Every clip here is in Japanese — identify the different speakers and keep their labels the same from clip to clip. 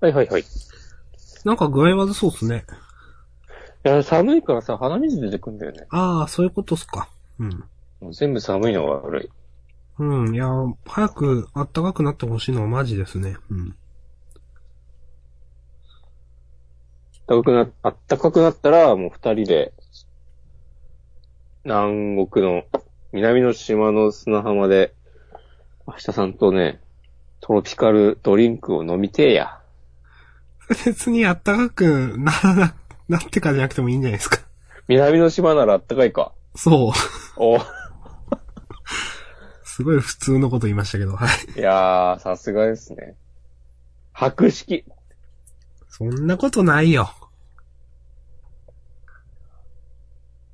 Speaker 1: はいはいはい。い
Speaker 2: なんか具合悪そうっすね。
Speaker 1: や、寒いからさ、鼻水出てくんだよね。
Speaker 2: ああ、そういうことっすか。うん。
Speaker 1: もう全部寒いのが悪い。
Speaker 2: うん、いや、早く暖かくなってほしいのはマジですね。うん。
Speaker 1: 暖かくな、あったかくなったら、もう二人で、南国の、南の島の砂浜で、明日さんとね、トロピカルドリンクを飲みてえや。
Speaker 2: 別に暖かくならな、 なってからじゃなくてもいいんじゃないですか。
Speaker 1: 南の島ならあったかいか。
Speaker 2: そう。
Speaker 1: おい
Speaker 2: すごい普通のこと言いましたけど、はい。
Speaker 1: やー、さすがですね。白式。
Speaker 2: そんなことないよ。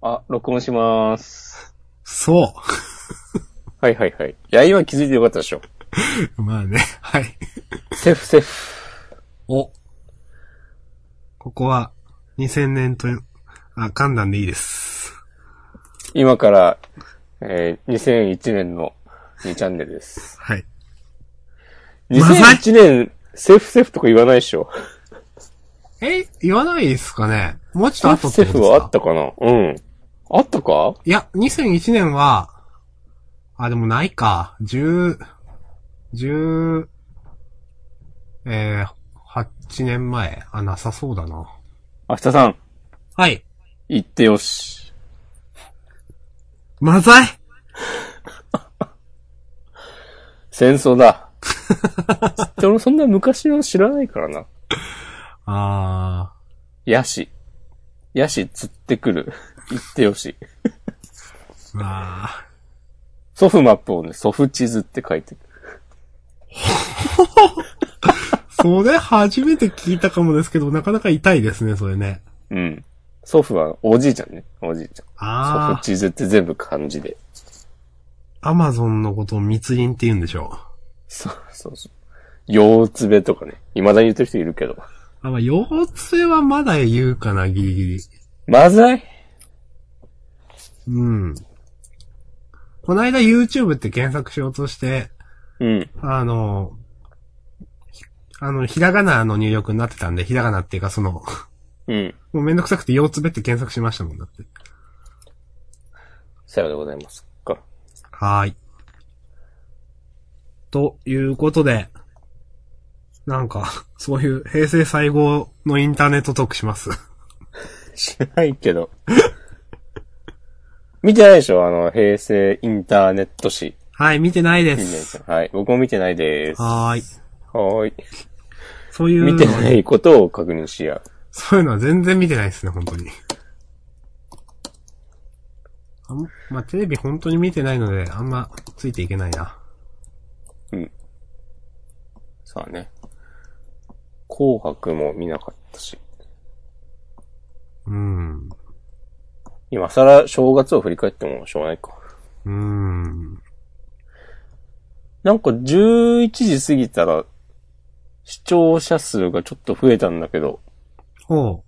Speaker 1: あ、録音しまーす。
Speaker 2: そ
Speaker 1: はいはいはい。いや、今気づいてよかったでしょ。
Speaker 2: う。 まあね、はい。
Speaker 1: セフセフ。
Speaker 2: お。ここは、2000年と、あ、簡単でいいです。
Speaker 1: 今から、えー、2001年の2チャンネルです。
Speaker 2: はい。まさに
Speaker 1: 2001年、セフセフとか言わないでしょ。
Speaker 2: え、言わないですかねもうち
Speaker 1: セ
Speaker 2: ょっと後
Speaker 1: フ
Speaker 2: って
Speaker 1: セフ
Speaker 2: ことです
Speaker 1: は
Speaker 2: か
Speaker 1: あったかなうん。あったか
Speaker 2: いや、2001年は、あ、でもないか。10、10、えー、8年前。あ、なさそうだな。
Speaker 1: 明日さん、
Speaker 2: はい。
Speaker 1: 言ってよし。
Speaker 2: マザイ
Speaker 1: 戦争だ。で俺そんな昔の知らないからな。
Speaker 2: あ
Speaker 1: ヤシ。ヤシ釣ってくる。言ってよし。
Speaker 2: ー、まあ、
Speaker 1: 祖父マップをね、祖父地図って書いてる。
Speaker 2: それ 初めて聞いたかもですけど、なかなか痛いですね、それね。
Speaker 1: うん。祖父はおじいちゃんね。おじいちゃん。祖
Speaker 2: あ
Speaker 1: 父地図って全部漢字で。
Speaker 2: ー、アマゾンのことを密林って言うんでしょ
Speaker 1: そうそうそう。腰つべとかね。未だに言ってる人いるけど。
Speaker 2: う。あ、まあ、腰痛はまだ言うかな、ギリギリ。
Speaker 1: まずい
Speaker 2: うん。こないだ YouTube って検索しようとして、
Speaker 1: うん。
Speaker 2: あの、ひあの、ひらがなの入力になってたんで、ひらがなっていうかその、も
Speaker 1: うん。
Speaker 2: うめんどくさくて、腰つべって検索しましたもんだって。
Speaker 1: さようでございますか。
Speaker 2: はーい。ということで、なんか、 そういう平成最後のインターネットトークします。
Speaker 1: しないけど。 見てないでしょあの、平成インターネット誌。
Speaker 2: はい、見てないで
Speaker 1: 見てないです
Speaker 2: す。
Speaker 1: よ はい。僕も見てないです。は
Speaker 2: はーい。
Speaker 1: ーい。
Speaker 2: そういうの、
Speaker 1: 見てないことを確認しや。
Speaker 2: そういうのは全然見てないですね、本当に。あんまあ、テレビ本当に見てないので、あんまついていけないな。
Speaker 1: さあね。紅白も見なかったし。
Speaker 2: うん。
Speaker 1: 今更正月を振り返ってもしょうがないか。
Speaker 2: うん。
Speaker 1: なんか11時過ぎたら、視聴者数がちょっと増えたんだけど、
Speaker 2: ほう。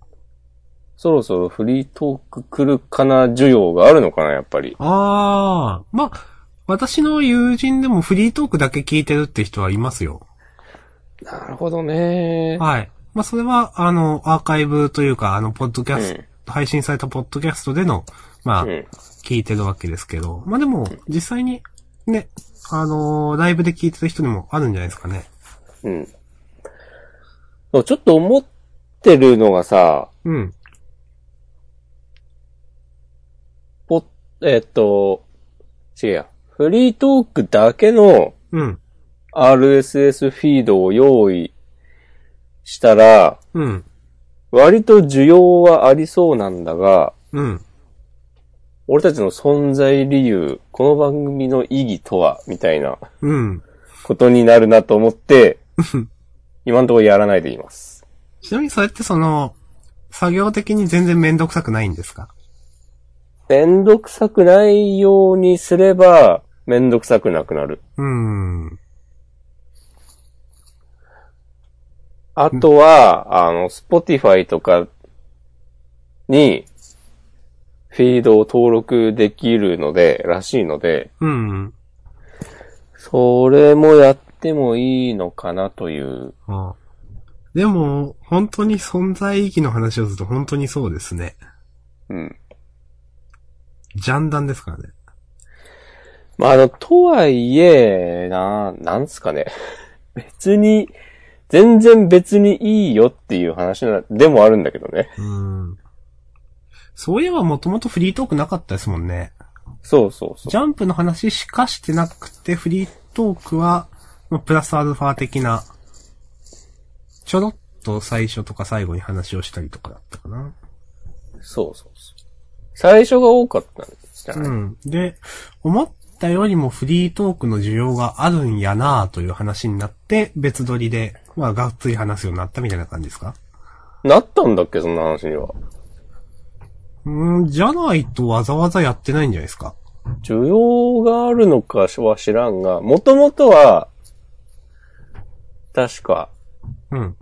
Speaker 1: そろそろフリートーク来るかな需要があるのかな、やっぱり。
Speaker 2: あー。まあ、私の友人でもフリートークだけ聞いてるって人はいますよ。
Speaker 1: なるほどね。
Speaker 2: はい。まあ、それは、あの、アーカイブというか、あの、ポッドキャスト、
Speaker 1: うん
Speaker 2: 配信されたポッドキャストでの、まあ、
Speaker 1: うん。
Speaker 2: 聞いてるわけですけど、まあ、でも、実際に、ね、あのーライブで聞いてる人にもあるんじゃないですかね。
Speaker 1: うん。そうちょっと思ってるのがさ、
Speaker 2: うん。
Speaker 1: ぽっ、えっと、違うや。フリートークだけの
Speaker 2: うん。
Speaker 1: RSS フィードを用意したら、
Speaker 2: うん。
Speaker 1: 割と需要はありそうなんだが、
Speaker 2: うん。
Speaker 1: 俺たちの存在理由、この番組の意義とは、みたいな
Speaker 2: うん。
Speaker 1: ことになるなと思って、今のところやらないでいます。
Speaker 2: ちなみにそれってその、作業的に全然めんどくさくないんですか
Speaker 1: めんどくさくないようにすれば、めんどくさくなくなる。
Speaker 2: うーん。
Speaker 1: あとは、あの、Spotify とかに、フィードを登録できるので、らしいので、
Speaker 2: うん。
Speaker 1: それもやってもいいのかなという。
Speaker 2: ああでも、本当に存在意義の話をすると本当にそうですね。
Speaker 1: うん。
Speaker 2: ジャンダンですからね。
Speaker 1: まあ、あの、とはいえ、な、なんすかね。 別に、全然別にいいよっていう話な、でもあるんだけどね。
Speaker 2: うん。そういえばもともとフリートークなかったですもんね。
Speaker 1: そうそうそう。
Speaker 2: ジャンプの話しかしてなくて、フリートークは、まあプラスアルファ的な、ちょろっと最初とか最後に話をしたりとかだったかな。
Speaker 1: そうそうそう。最初が多かったんですか
Speaker 2: う
Speaker 1: ね。
Speaker 2: ん。で、思ったよりもフリートークの需要があるんやなぁという話になって、別撮りで、まあ、がっつり話すようになったみたいな感じですか
Speaker 1: なったんだっけ、そんな話には。
Speaker 2: うん、じゃないとわざわざやってないんじゃないですか。
Speaker 1: 需要があるのかは知らんが、もともとは、確か、
Speaker 2: うん。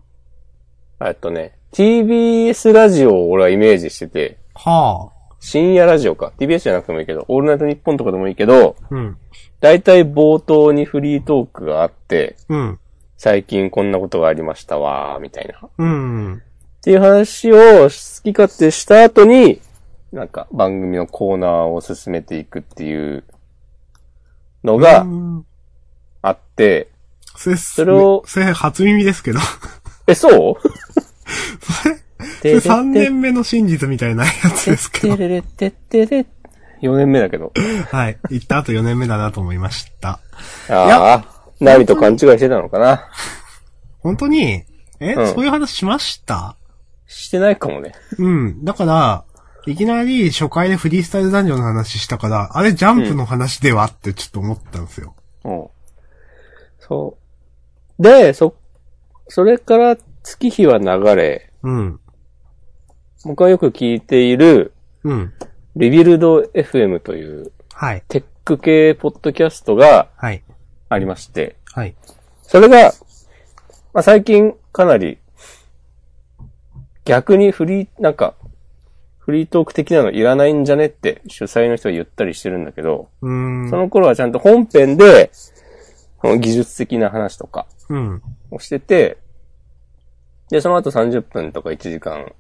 Speaker 1: えっとね、TBS ラジオを俺はイメージしてて、
Speaker 2: は
Speaker 1: 深夜ラジオか。TBS じゃなくてもいいけど、オールナイトニッポンとかでもいいけど、
Speaker 2: あ。うん。
Speaker 1: だいたい冒頭にフリートークがあって、
Speaker 2: うん。
Speaker 1: 最近こんなことがありましたわー、みたいな。っ
Speaker 2: うん。
Speaker 1: ていう話を好き勝手した後に、なんか番組のコーナーを進めていくっていうのが
Speaker 2: うん
Speaker 1: あって、
Speaker 2: それ、
Speaker 1: そ
Speaker 2: そ
Speaker 1: れを
Speaker 2: それ初耳ですけど。
Speaker 1: え、そう で
Speaker 2: 3年目の真実みたいなやつですけ
Speaker 1: て
Speaker 2: ど。
Speaker 1: れれてってれ。4年目だけど。
Speaker 2: はい。行った後4年目だなと思いました。
Speaker 1: ああ、ナミと勘違いしてたのかな。
Speaker 2: 本当に、え、
Speaker 1: うん
Speaker 2: そういう話しました
Speaker 1: してないかもね。
Speaker 2: うん。だから、いきなり初回でフリースタイルダンジョンの話したから、あれジャンプの話ではってちょっと思ったんですよ。
Speaker 1: うん。そう。で、そ、それから月日は流れ、
Speaker 2: うん。
Speaker 1: 僕がよく聞いている、
Speaker 2: うん。
Speaker 1: リビルド FM という
Speaker 2: はい。
Speaker 1: テック系ポッドキャストが
Speaker 2: はい。
Speaker 1: ありまして、
Speaker 2: はい。
Speaker 1: それが、まあ、最近かなり、逆にフリー、なんか、フリートーク的なのいらないんじゃねって主催の人が言ったりしてるんだけど、
Speaker 2: うーん
Speaker 1: そ。の頃はちゃんと本編で、その技術的な話とか
Speaker 2: うん。
Speaker 1: をしてて、で、その後30分とか1時間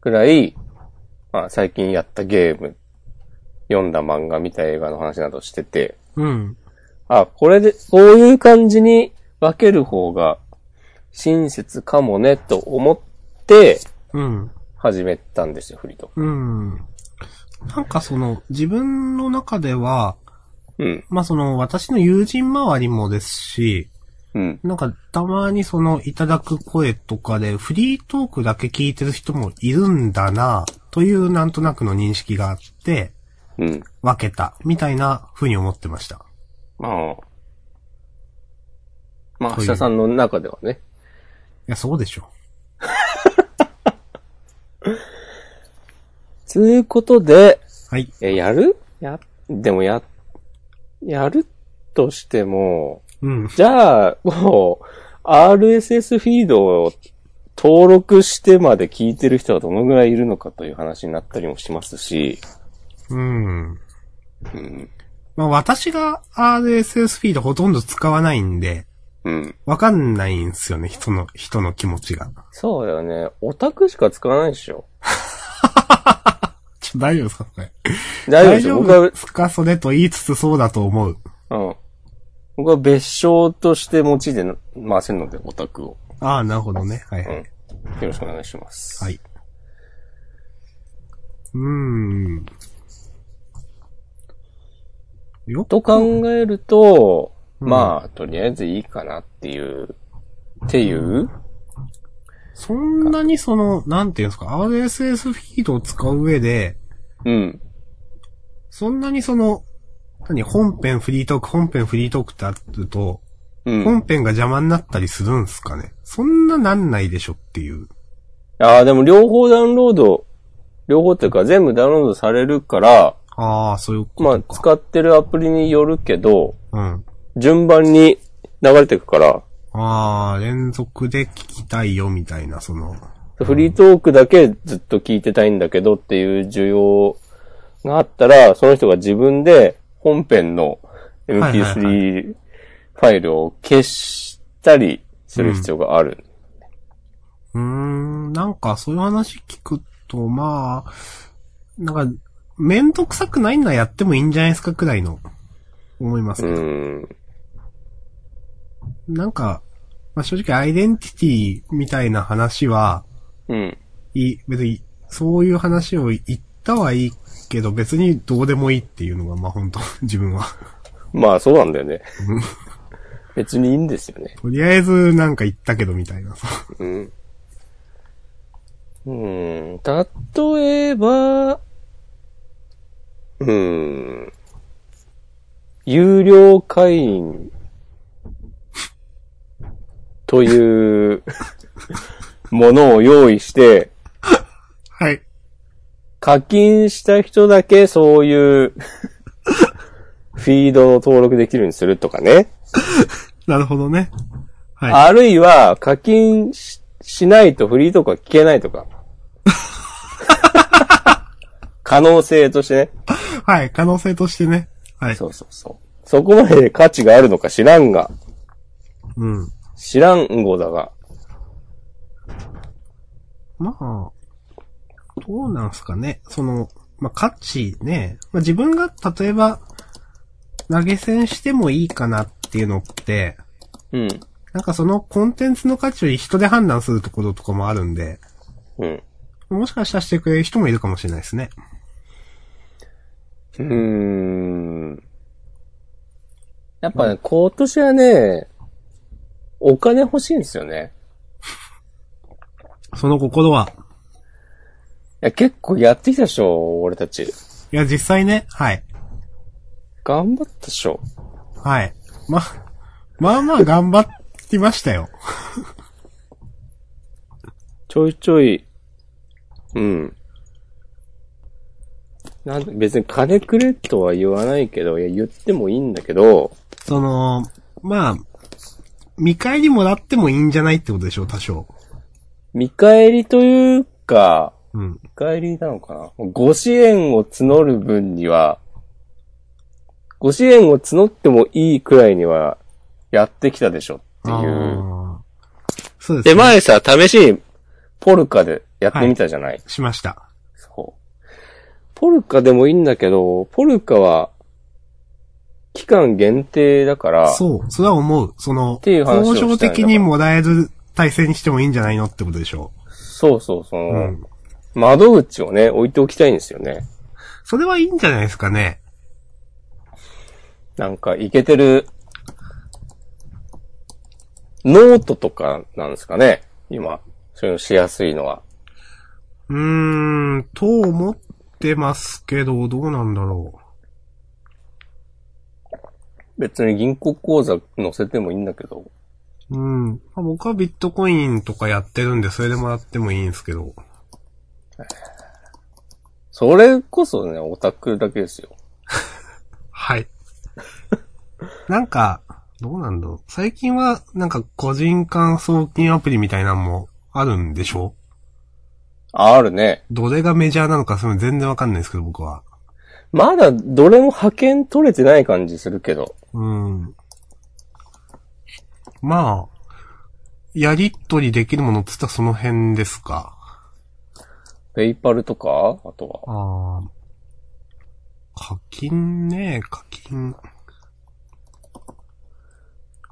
Speaker 1: くらい、まあ最近やったゲーム、読んだ漫画見た映画の話などしてて、
Speaker 2: うん。
Speaker 1: あ、これで、こういう感じに分ける方が親切かもね、と思って
Speaker 2: うん。
Speaker 1: 始めたんですよ、フリート。
Speaker 2: うん。なんかその、自分の中では、
Speaker 1: うん。
Speaker 2: まあその、私の友人周りもですし、
Speaker 1: うん。
Speaker 2: なんか、たまにその、いただく声とかで、フリートークだけ聞いてる人もいるんだな、というなんとなくの認識があって、
Speaker 1: うん。
Speaker 2: 分けた、みたいな風に思ってました。
Speaker 1: まあ。まあ、
Speaker 2: とい
Speaker 1: 明
Speaker 2: う
Speaker 1: 日さんの中ではね。
Speaker 2: いや、そうでしょ。
Speaker 1: つうことで、
Speaker 2: はい。
Speaker 1: え、やるや、でもや、やるとしても、
Speaker 2: うん。
Speaker 1: じゃあ、もう、RSS フィードを登録してまで聞いてる人はどのぐらいいるのかという話になったりもしますし、
Speaker 2: うん。
Speaker 1: うん。
Speaker 2: まあ、私が RSS フィードほとんど使わないんで、
Speaker 1: うん。
Speaker 2: わかんないんすよね、人の、人の気持ちが。
Speaker 1: そうだよね。オタクしか使わないでしょ。
Speaker 2: ちょ、大丈夫ですかこれ。
Speaker 1: 大丈夫でしょ僕は、
Speaker 2: ですかそれと言いつつそうだと思う。
Speaker 1: うん。僕は別称として用いてな回せるので、オタクを。
Speaker 2: ああ、なるほどね。はいは
Speaker 1: うん。
Speaker 2: い。
Speaker 1: よろしくお願いします。
Speaker 2: はい。うーん。よ
Speaker 1: と考えると、
Speaker 2: うん
Speaker 1: まあ、とりあえずいいかなっていう、っていう
Speaker 2: そんなにその、なんていうんですか、RSS フィードを使う上で、
Speaker 1: うん。
Speaker 2: そんなにその、何、本編フリートーク、本編フリートークってあると、
Speaker 1: うん。
Speaker 2: 本編が邪魔になったりするんすかね。そんななんないでしょっていう。
Speaker 1: ああ、でも両方ダウンロード、両方っていうか全部ダウンロードされるから、
Speaker 2: ああ、そういう
Speaker 1: ま
Speaker 2: こ
Speaker 1: あ、
Speaker 2: とか。
Speaker 1: 使ってるアプリによるけど、
Speaker 2: うん。
Speaker 1: 順番に流れていくから、
Speaker 2: ああ、連続で聞きたいよ、みたいな、その。
Speaker 1: フリートークだけずっと聞いてたいんだけどっていう需要があったら、その人が自分で本編の
Speaker 2: はいはい
Speaker 1: MP3 ファイルを消したりする必要がある。
Speaker 2: うーん、なんかそういう話聞くと、まあ、なんか、めんどくさくないならやってもいいんじゃないですかくらいの、思います
Speaker 1: う
Speaker 2: けど。
Speaker 1: ん。
Speaker 2: なんか、まあ正直アイデンティティみたいな話は、
Speaker 1: うん。
Speaker 2: いい、別に、そういう話を言ったはいいけど、別にどうでもいいっていうのが、まあ本当 自分は。
Speaker 1: まあそうなんだよ ね。別にいいんですよね。
Speaker 2: とりあえずなんか言ったけどみたいな。
Speaker 1: うん。うん。例えば、うん。有料会員という ものを用意して、
Speaker 2: はい。
Speaker 1: 課金した人だけそういうフィードを登録できるようにするとかね。
Speaker 2: なるほどね。はい。
Speaker 1: あるいは課金ししないとフリーとか聞けないと か。可能性としてね。
Speaker 2: はい。可能性としてね。はい。
Speaker 1: そうそうそう。そこまで価値があるのか知らんが。
Speaker 2: うん。
Speaker 1: 知らん語だが。
Speaker 2: まあ、どうなんすかね。その、まあ価値ね。まあ自分が例えば、投げ銭してもいいかなっていうのって、
Speaker 1: うん。
Speaker 2: なんかそのコンテンツの価値を人で判断するところとかもあるんで、
Speaker 1: うん。
Speaker 2: もしかしたらしてくれる人もいるかもしれないですね。
Speaker 1: うーん。やっぱね、今年はね、お金欲しいんですよね。
Speaker 2: その心は。
Speaker 1: いや、結構やってきたでしょ、俺たち。
Speaker 2: いや、実際ね、はい。
Speaker 1: 頑張ったでしょ。
Speaker 2: はい。ま、まあまあ頑張ってましたよ。
Speaker 1: ちょいちょい、うん。なんで別に金くれとは言わないけど、いや、言ってもいいんだけど、
Speaker 2: その、まあ、見返りもらってもいいんじゃないってことでしょう、多少。
Speaker 1: 見返りというか、
Speaker 2: うん。
Speaker 1: 見返りなのかなご支援を募る分には、ご支援を募ってもいいくらいには、やってきたでしょっていう。
Speaker 2: あーそうで
Speaker 1: です
Speaker 2: ね。
Speaker 1: 前さ、試しに、ポルカでやってみたじゃない、
Speaker 2: しました。
Speaker 1: そう。ポルカでもいいんだけど、ポルカは、期間限定だから、
Speaker 2: そう、それは思う。その、
Speaker 1: ていう話をしたいんだ
Speaker 2: 交渉的にもらえる体制にしてもいいんじゃないのってことでしょ。
Speaker 1: そうそうそうの、
Speaker 2: うん。
Speaker 1: 窓口をね、置いておきたいんですよね。
Speaker 2: それはいいんじゃないですかね。
Speaker 1: なんか、いけてる、ノートとかなんですかね、今。そういうのしやすいのは。
Speaker 2: うーん、と思ってますけど、どうなんだろ
Speaker 1: 別に銀行口座載せてもいいんだけど。
Speaker 2: う。うん。まあ僕はビットコインとかやってるんで、それでもらってもいいんですけど。
Speaker 1: それこそね、オタクだけですよ。
Speaker 2: はい。なんか、どうなんだろう。最近は、なんか個人間送金アプリみたいなのもあるんでしょ
Speaker 1: あ、あるね。
Speaker 2: どれがメジャーなのか、それも全然わかんないですけど、僕は。
Speaker 1: まだ、どれも派遣取れてない感じするけど。
Speaker 2: うん。まあ、やりとりできるものって言ったらその辺ですか。
Speaker 1: ペイパルとかあとは。
Speaker 2: ああ。課金ね、課金。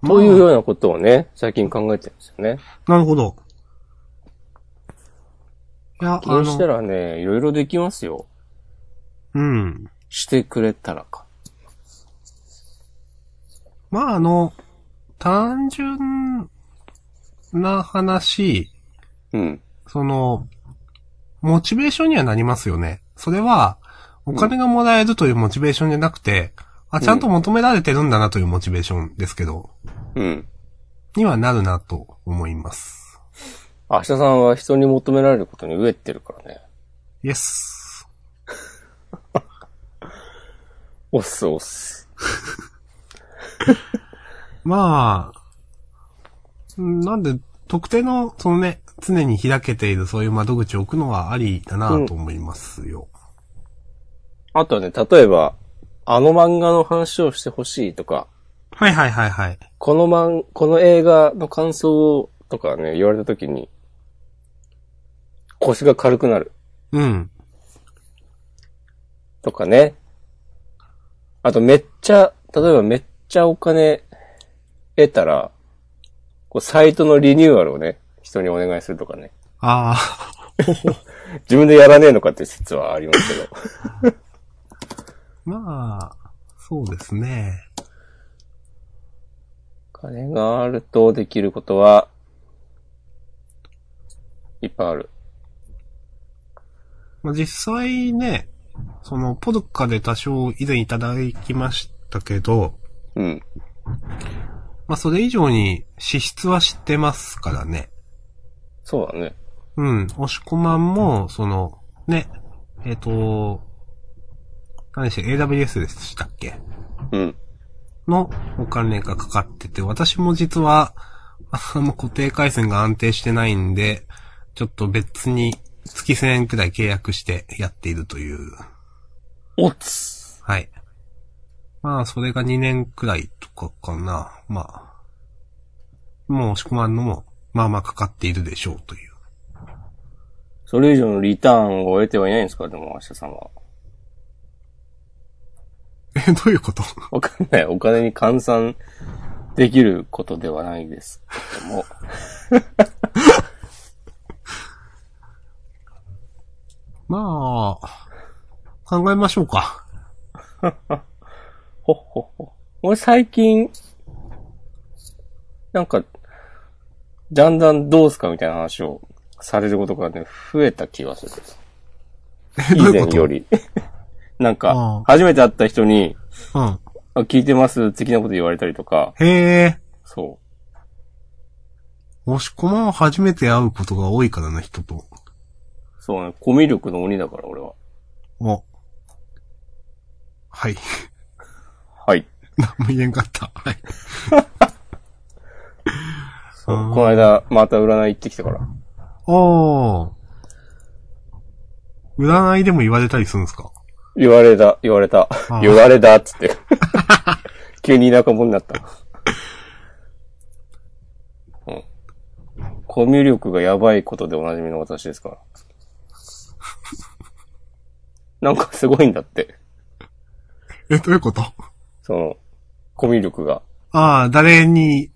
Speaker 1: という
Speaker 2: ま
Speaker 1: ようなことをね、最近考えてるんですよね。
Speaker 2: あなるほど。いや、あ
Speaker 1: そうした
Speaker 2: の、
Speaker 1: らね、いろいろできますよ。
Speaker 2: うん。
Speaker 1: してくれたらか。
Speaker 2: まあ、あの、単純な話、
Speaker 1: うん。
Speaker 2: その、モチベーションにはなりますよね。それは、お金がもらえるというモチベーションじゃなくて、あ、ちゃんと求められてるんだなというモチベーションですけど、
Speaker 1: うん。
Speaker 2: にはなるなと思います。
Speaker 1: 明日さんは人に求められることに飢えてるからね。
Speaker 2: イエス。
Speaker 1: おっすおっす。
Speaker 2: まあ、んなんで、特定の、そのね、常に開けているそういう窓口を置くのはありだなと思いますよ。
Speaker 1: あとはね、例えば、あの漫画の話をしてほしいとか、
Speaker 2: はいはいはいはい。
Speaker 1: この漫、この映画の感想をとかね、言われた時に、腰が軽くなる。
Speaker 2: うん。
Speaker 1: とかね。あとめっちゃ、例えばめっちゃお金得たら、こうサイトのリニューアルをね、人にお願いするとかね。
Speaker 2: ああ、
Speaker 1: 自分でやらねえのかっていう説はありますけど。
Speaker 2: まあ、そうですね。
Speaker 1: 金があるとできることは、いっぱいある。
Speaker 2: まあ、実際ね、その、ポドカで多少以前いただきましたけど、
Speaker 1: うん。
Speaker 2: まあ、それ以上に支出は知ってますからね。
Speaker 1: そうだね。
Speaker 2: うん。押し込まんも、その、ね、えっ、と、何でした ?AWS でしたっけ
Speaker 1: うん。
Speaker 2: のお金がかかってて、私も実は、あの、固定回線が安定してないんで、ちょっと別に月1000円くらい契約してやっているという。
Speaker 1: おつ
Speaker 2: はい。まあ、それが2年くらいとかかな。まあ。もう、押し込まんのも、まあまあかかっているでしょうという。
Speaker 1: それ以上のリターンを得てはいないんですかでも、明日さんは。
Speaker 2: え、どういうこと
Speaker 1: わかんない。お金に換算できることではないですけども。
Speaker 2: まあ、考えましょうか。
Speaker 1: ほっほっほ。俺最近、なんか、だんだんどうすかみたいな話をされることがね、増えた気がする。
Speaker 2: え、
Speaker 1: 以
Speaker 2: どういう
Speaker 1: 前
Speaker 2: こ
Speaker 1: よ
Speaker 2: と
Speaker 1: り。 なん
Speaker 2: あ
Speaker 1: か
Speaker 2: あ、
Speaker 1: 初めて会った人に、
Speaker 2: うん。
Speaker 1: あ聞いてます的なこと言われたりとか、
Speaker 2: へえ、
Speaker 1: そ
Speaker 2: 押し込まんは初めて会うことが多いからな、人と。
Speaker 1: う。そうね、コミュ力の鬼だから俺は。
Speaker 2: お。はい。
Speaker 1: はい。
Speaker 2: 何も言えんかった。はい。
Speaker 1: そう
Speaker 2: あー
Speaker 1: この間、また占い行ってきたから。
Speaker 2: おー。占いでも言われたりするんですか
Speaker 1: 言われた、言われた
Speaker 2: あ。
Speaker 1: 言われたっつって。 急に田舎者になった。うん。コミュ力がやばいことでおなじみの私ですから。なんかすごいんだって。
Speaker 2: え、どういうこと
Speaker 1: その、コミュ力が。
Speaker 2: ああ、誰に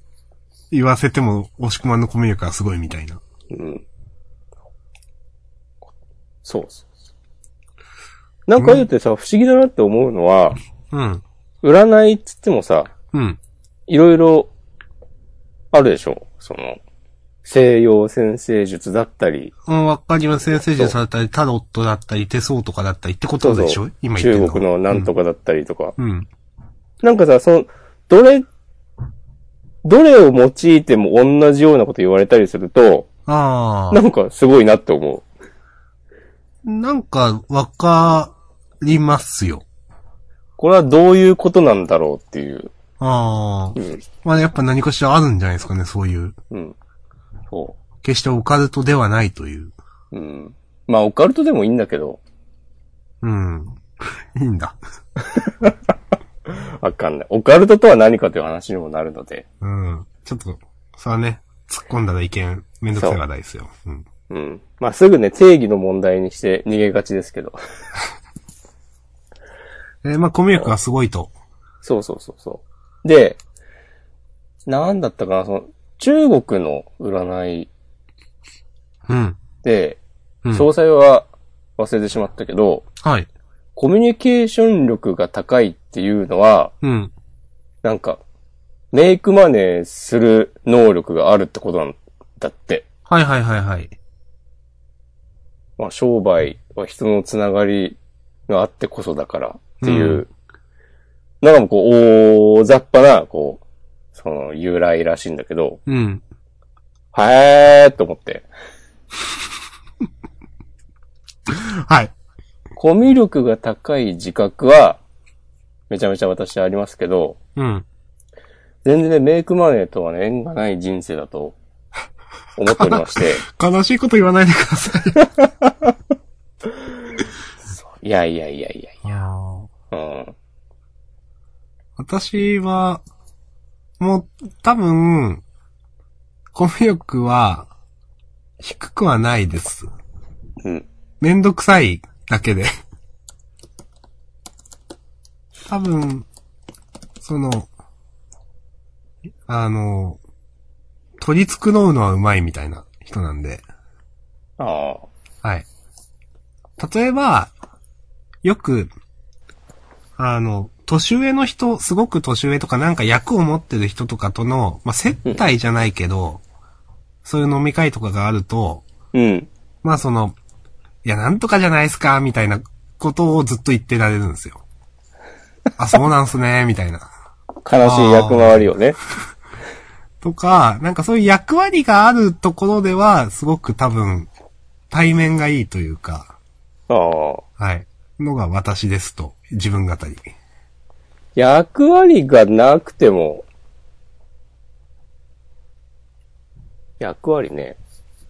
Speaker 2: 言わせても、押し込まんのコミュ力がすごいみたいな。
Speaker 1: うん。そうそうそう。なんか言うてさ、不思議だなって思うのは、
Speaker 2: うん。
Speaker 1: 占いっつってもさ、
Speaker 2: うん。
Speaker 1: いろいろあるでしょその、西洋先生術だったり、
Speaker 2: うん、わかります。先生術だったり、タロットだったり、手相とかだったりってことでしょ今言ってるの
Speaker 1: 中国のなんとかだったりとか。
Speaker 2: うん。
Speaker 1: なんかさ、その、どれ、どれを用いても同じようなこと言われたりすると、
Speaker 2: ああ
Speaker 1: な。んかすごいなって思う。
Speaker 2: なんか、わかりますよ。
Speaker 1: これはどういうことなんだろうっていう。
Speaker 2: ああ
Speaker 1: う。ん。
Speaker 2: まあ、やっぱ何かしらあるんじゃないですかね、そういう。
Speaker 1: うん。そ
Speaker 2: 決してオカルトではないという。
Speaker 1: う。うん。まあ、オカルトでもいいんだけど、
Speaker 2: うん。 いいんだ。
Speaker 1: わかんない。オカルトとは何かという話にもなるので、
Speaker 2: うん。ちょっと、それはね、突っ込んだら意見、めんどくさい話題ですよ。うん。
Speaker 1: うん。まあ、すぐね、定義の問題にして逃げがちですけど。
Speaker 2: えーまあ、コミュ力がすごいと。
Speaker 1: そうそうそうそう。で、なんだったかな、その、中国の占い
Speaker 2: うん。
Speaker 1: で、
Speaker 2: うん。
Speaker 1: 詳細は忘れてしまったけど、
Speaker 2: はい。
Speaker 1: コミュニケーション力が高いっていうのは、
Speaker 2: うん。
Speaker 1: なんか、メイクマネーする能力があるってことなんだって。
Speaker 2: はいはいはいはい。
Speaker 1: まあ、商売は人のつながりがあってこそだからっていう、
Speaker 2: うん
Speaker 1: なんかもうこう、大雑把な、こう、その由来らしいんだけど、
Speaker 2: うん。
Speaker 1: はーっと思って。
Speaker 2: はい。
Speaker 1: コミュ力が高い自覚は、めちゃめちゃ私はありますけど、
Speaker 2: うん。
Speaker 1: 全然ね、メイクマネーとはね、縁がない人生だと、思っておりまして、
Speaker 2: 悲しいこと言わないでください。
Speaker 1: いやいやいやい
Speaker 2: いや
Speaker 1: や、う
Speaker 2: ー
Speaker 1: ん。
Speaker 2: 私は、もう、多分、コミュ力は、低くはないです。
Speaker 1: うん。
Speaker 2: めんどくさいだけで。多分、その、あの、取り繕うのはうまいみたいな人なんで。
Speaker 1: ああ。
Speaker 2: はい。例えば、よく、あの、年上の人、すごく年上とかなんか役を持ってる人とかとの、まあ、接待じゃないけど、そういう飲み会とかがあると、
Speaker 1: うん。
Speaker 2: まあその、いや、なんとかじゃないですか、みたいなことをずっと言ってられるんですよ。あ、そうなんすね、 みたいな。
Speaker 1: 悲しい役回りをね。
Speaker 2: とか、なんかそういう役割があるところでは、すごく多分、対面がいいというか、
Speaker 1: ああ。
Speaker 2: はい。のが私ですと、自分語り。
Speaker 1: 役割がなくても、役割ね。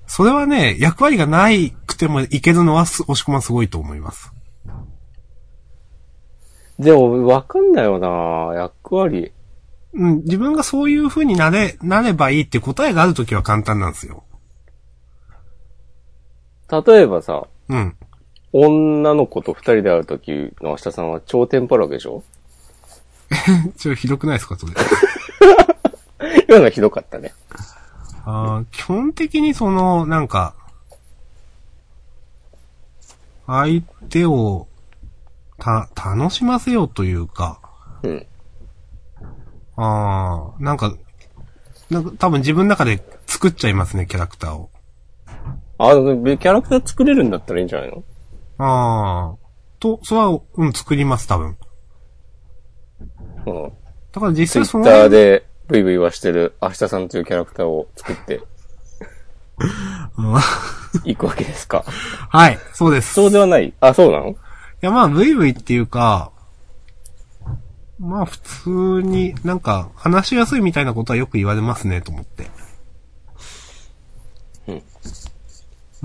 Speaker 2: それはね、役割がないくてもいけるのはす、押し込まんすごいと思います。
Speaker 1: でも、わかんないよな役割。
Speaker 2: うん、自分がそういう風になれ、なればいいって答えがあるときは簡単なんですよ。
Speaker 1: 例えばさ、
Speaker 2: うん。
Speaker 1: 女の子と二人で会うときの明日さんは超テンパるわけでしょ
Speaker 2: ちょ、ひどくないですか、それ。
Speaker 1: 今のはひどかったね。
Speaker 2: あー基本的にその、なんか、相手を、た、楽しませようというか、
Speaker 1: うん。
Speaker 2: ああ、なんか、なんか多分自分の中で作っちゃいますね、キャラクターを。
Speaker 1: あ、でもキャラクター作れるんだったらいいんじゃないの
Speaker 2: ああ、と、それは、うん、作ります、多分。
Speaker 1: うん。
Speaker 2: だから実
Speaker 1: ツイ
Speaker 2: 際そ
Speaker 1: ッ
Speaker 2: の、
Speaker 1: ターで、ブイブイはしてる、明日さんというキャラクターを作って
Speaker 2: うん、
Speaker 1: いくわけです か。
Speaker 2: はい、そうです。
Speaker 1: そうではないあ、そうなの
Speaker 2: いや、まあ、ブイブイっていうか、まあ、普通に、なんか、話しやすいみたいなことはよく言われますね、と思って。う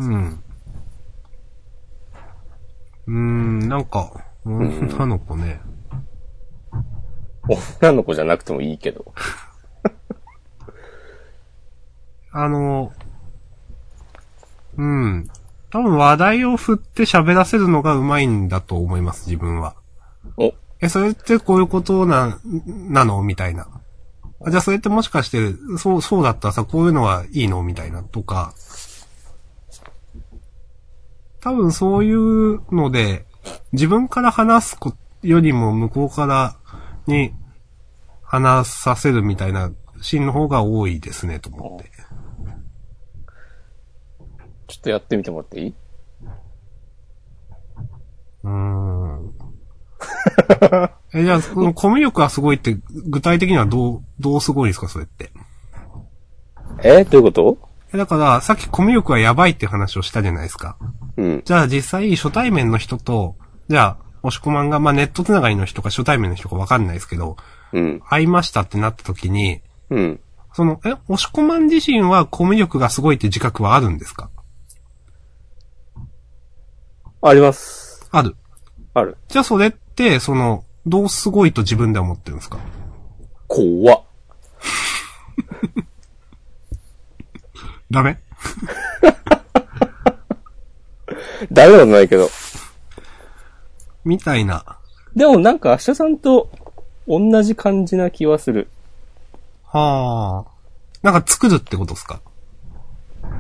Speaker 2: ん。うん。ん、なんか、女の子ね。
Speaker 1: 女の子じゃなくてもいいけど。
Speaker 2: あの、うん。多分話題を振って喋らせるのがうまいんだと思います、自分は。
Speaker 1: お、
Speaker 2: え、それってこういうことな、なのみたいな。あじゃあそれってもしかして、そう、そうだったらさ、こういうのはいいのみたいな、とか。多分そういうので、自分から話すこよりも向こうからに話させるみたいなシーンの方が多いですね、と思って。
Speaker 1: ちょっとやってみてもらっていいう
Speaker 2: ーん。え、じゃあ、そのコミュ力がすごいって、具体的にはどう、どうすごいんですか、それって。
Speaker 1: えどういうこと
Speaker 2: だから、さっきコミュ力はやばいって話をしたじゃないですか。
Speaker 1: うん。
Speaker 2: じゃあ実際初対面の人と、じゃあ、押し込まんが、まあネットつながりの人か初対面の人かわかんないですけど、
Speaker 1: うん。
Speaker 2: 会いましたってなった時に、
Speaker 1: うん。
Speaker 2: その、え、押し込まん自身はコミュ力がすごいって自覚はあるんですか
Speaker 1: あります。
Speaker 2: ある。
Speaker 1: ある。
Speaker 2: じゃあそれって、その、どうすごいと自分では思ってるんですか
Speaker 1: 怖っ。
Speaker 2: ダメ
Speaker 1: ダメなことないけど。
Speaker 2: みたいな。
Speaker 1: でもなんか明日さんと同じ感じな気はする。
Speaker 2: はあ。なんか作るってことですか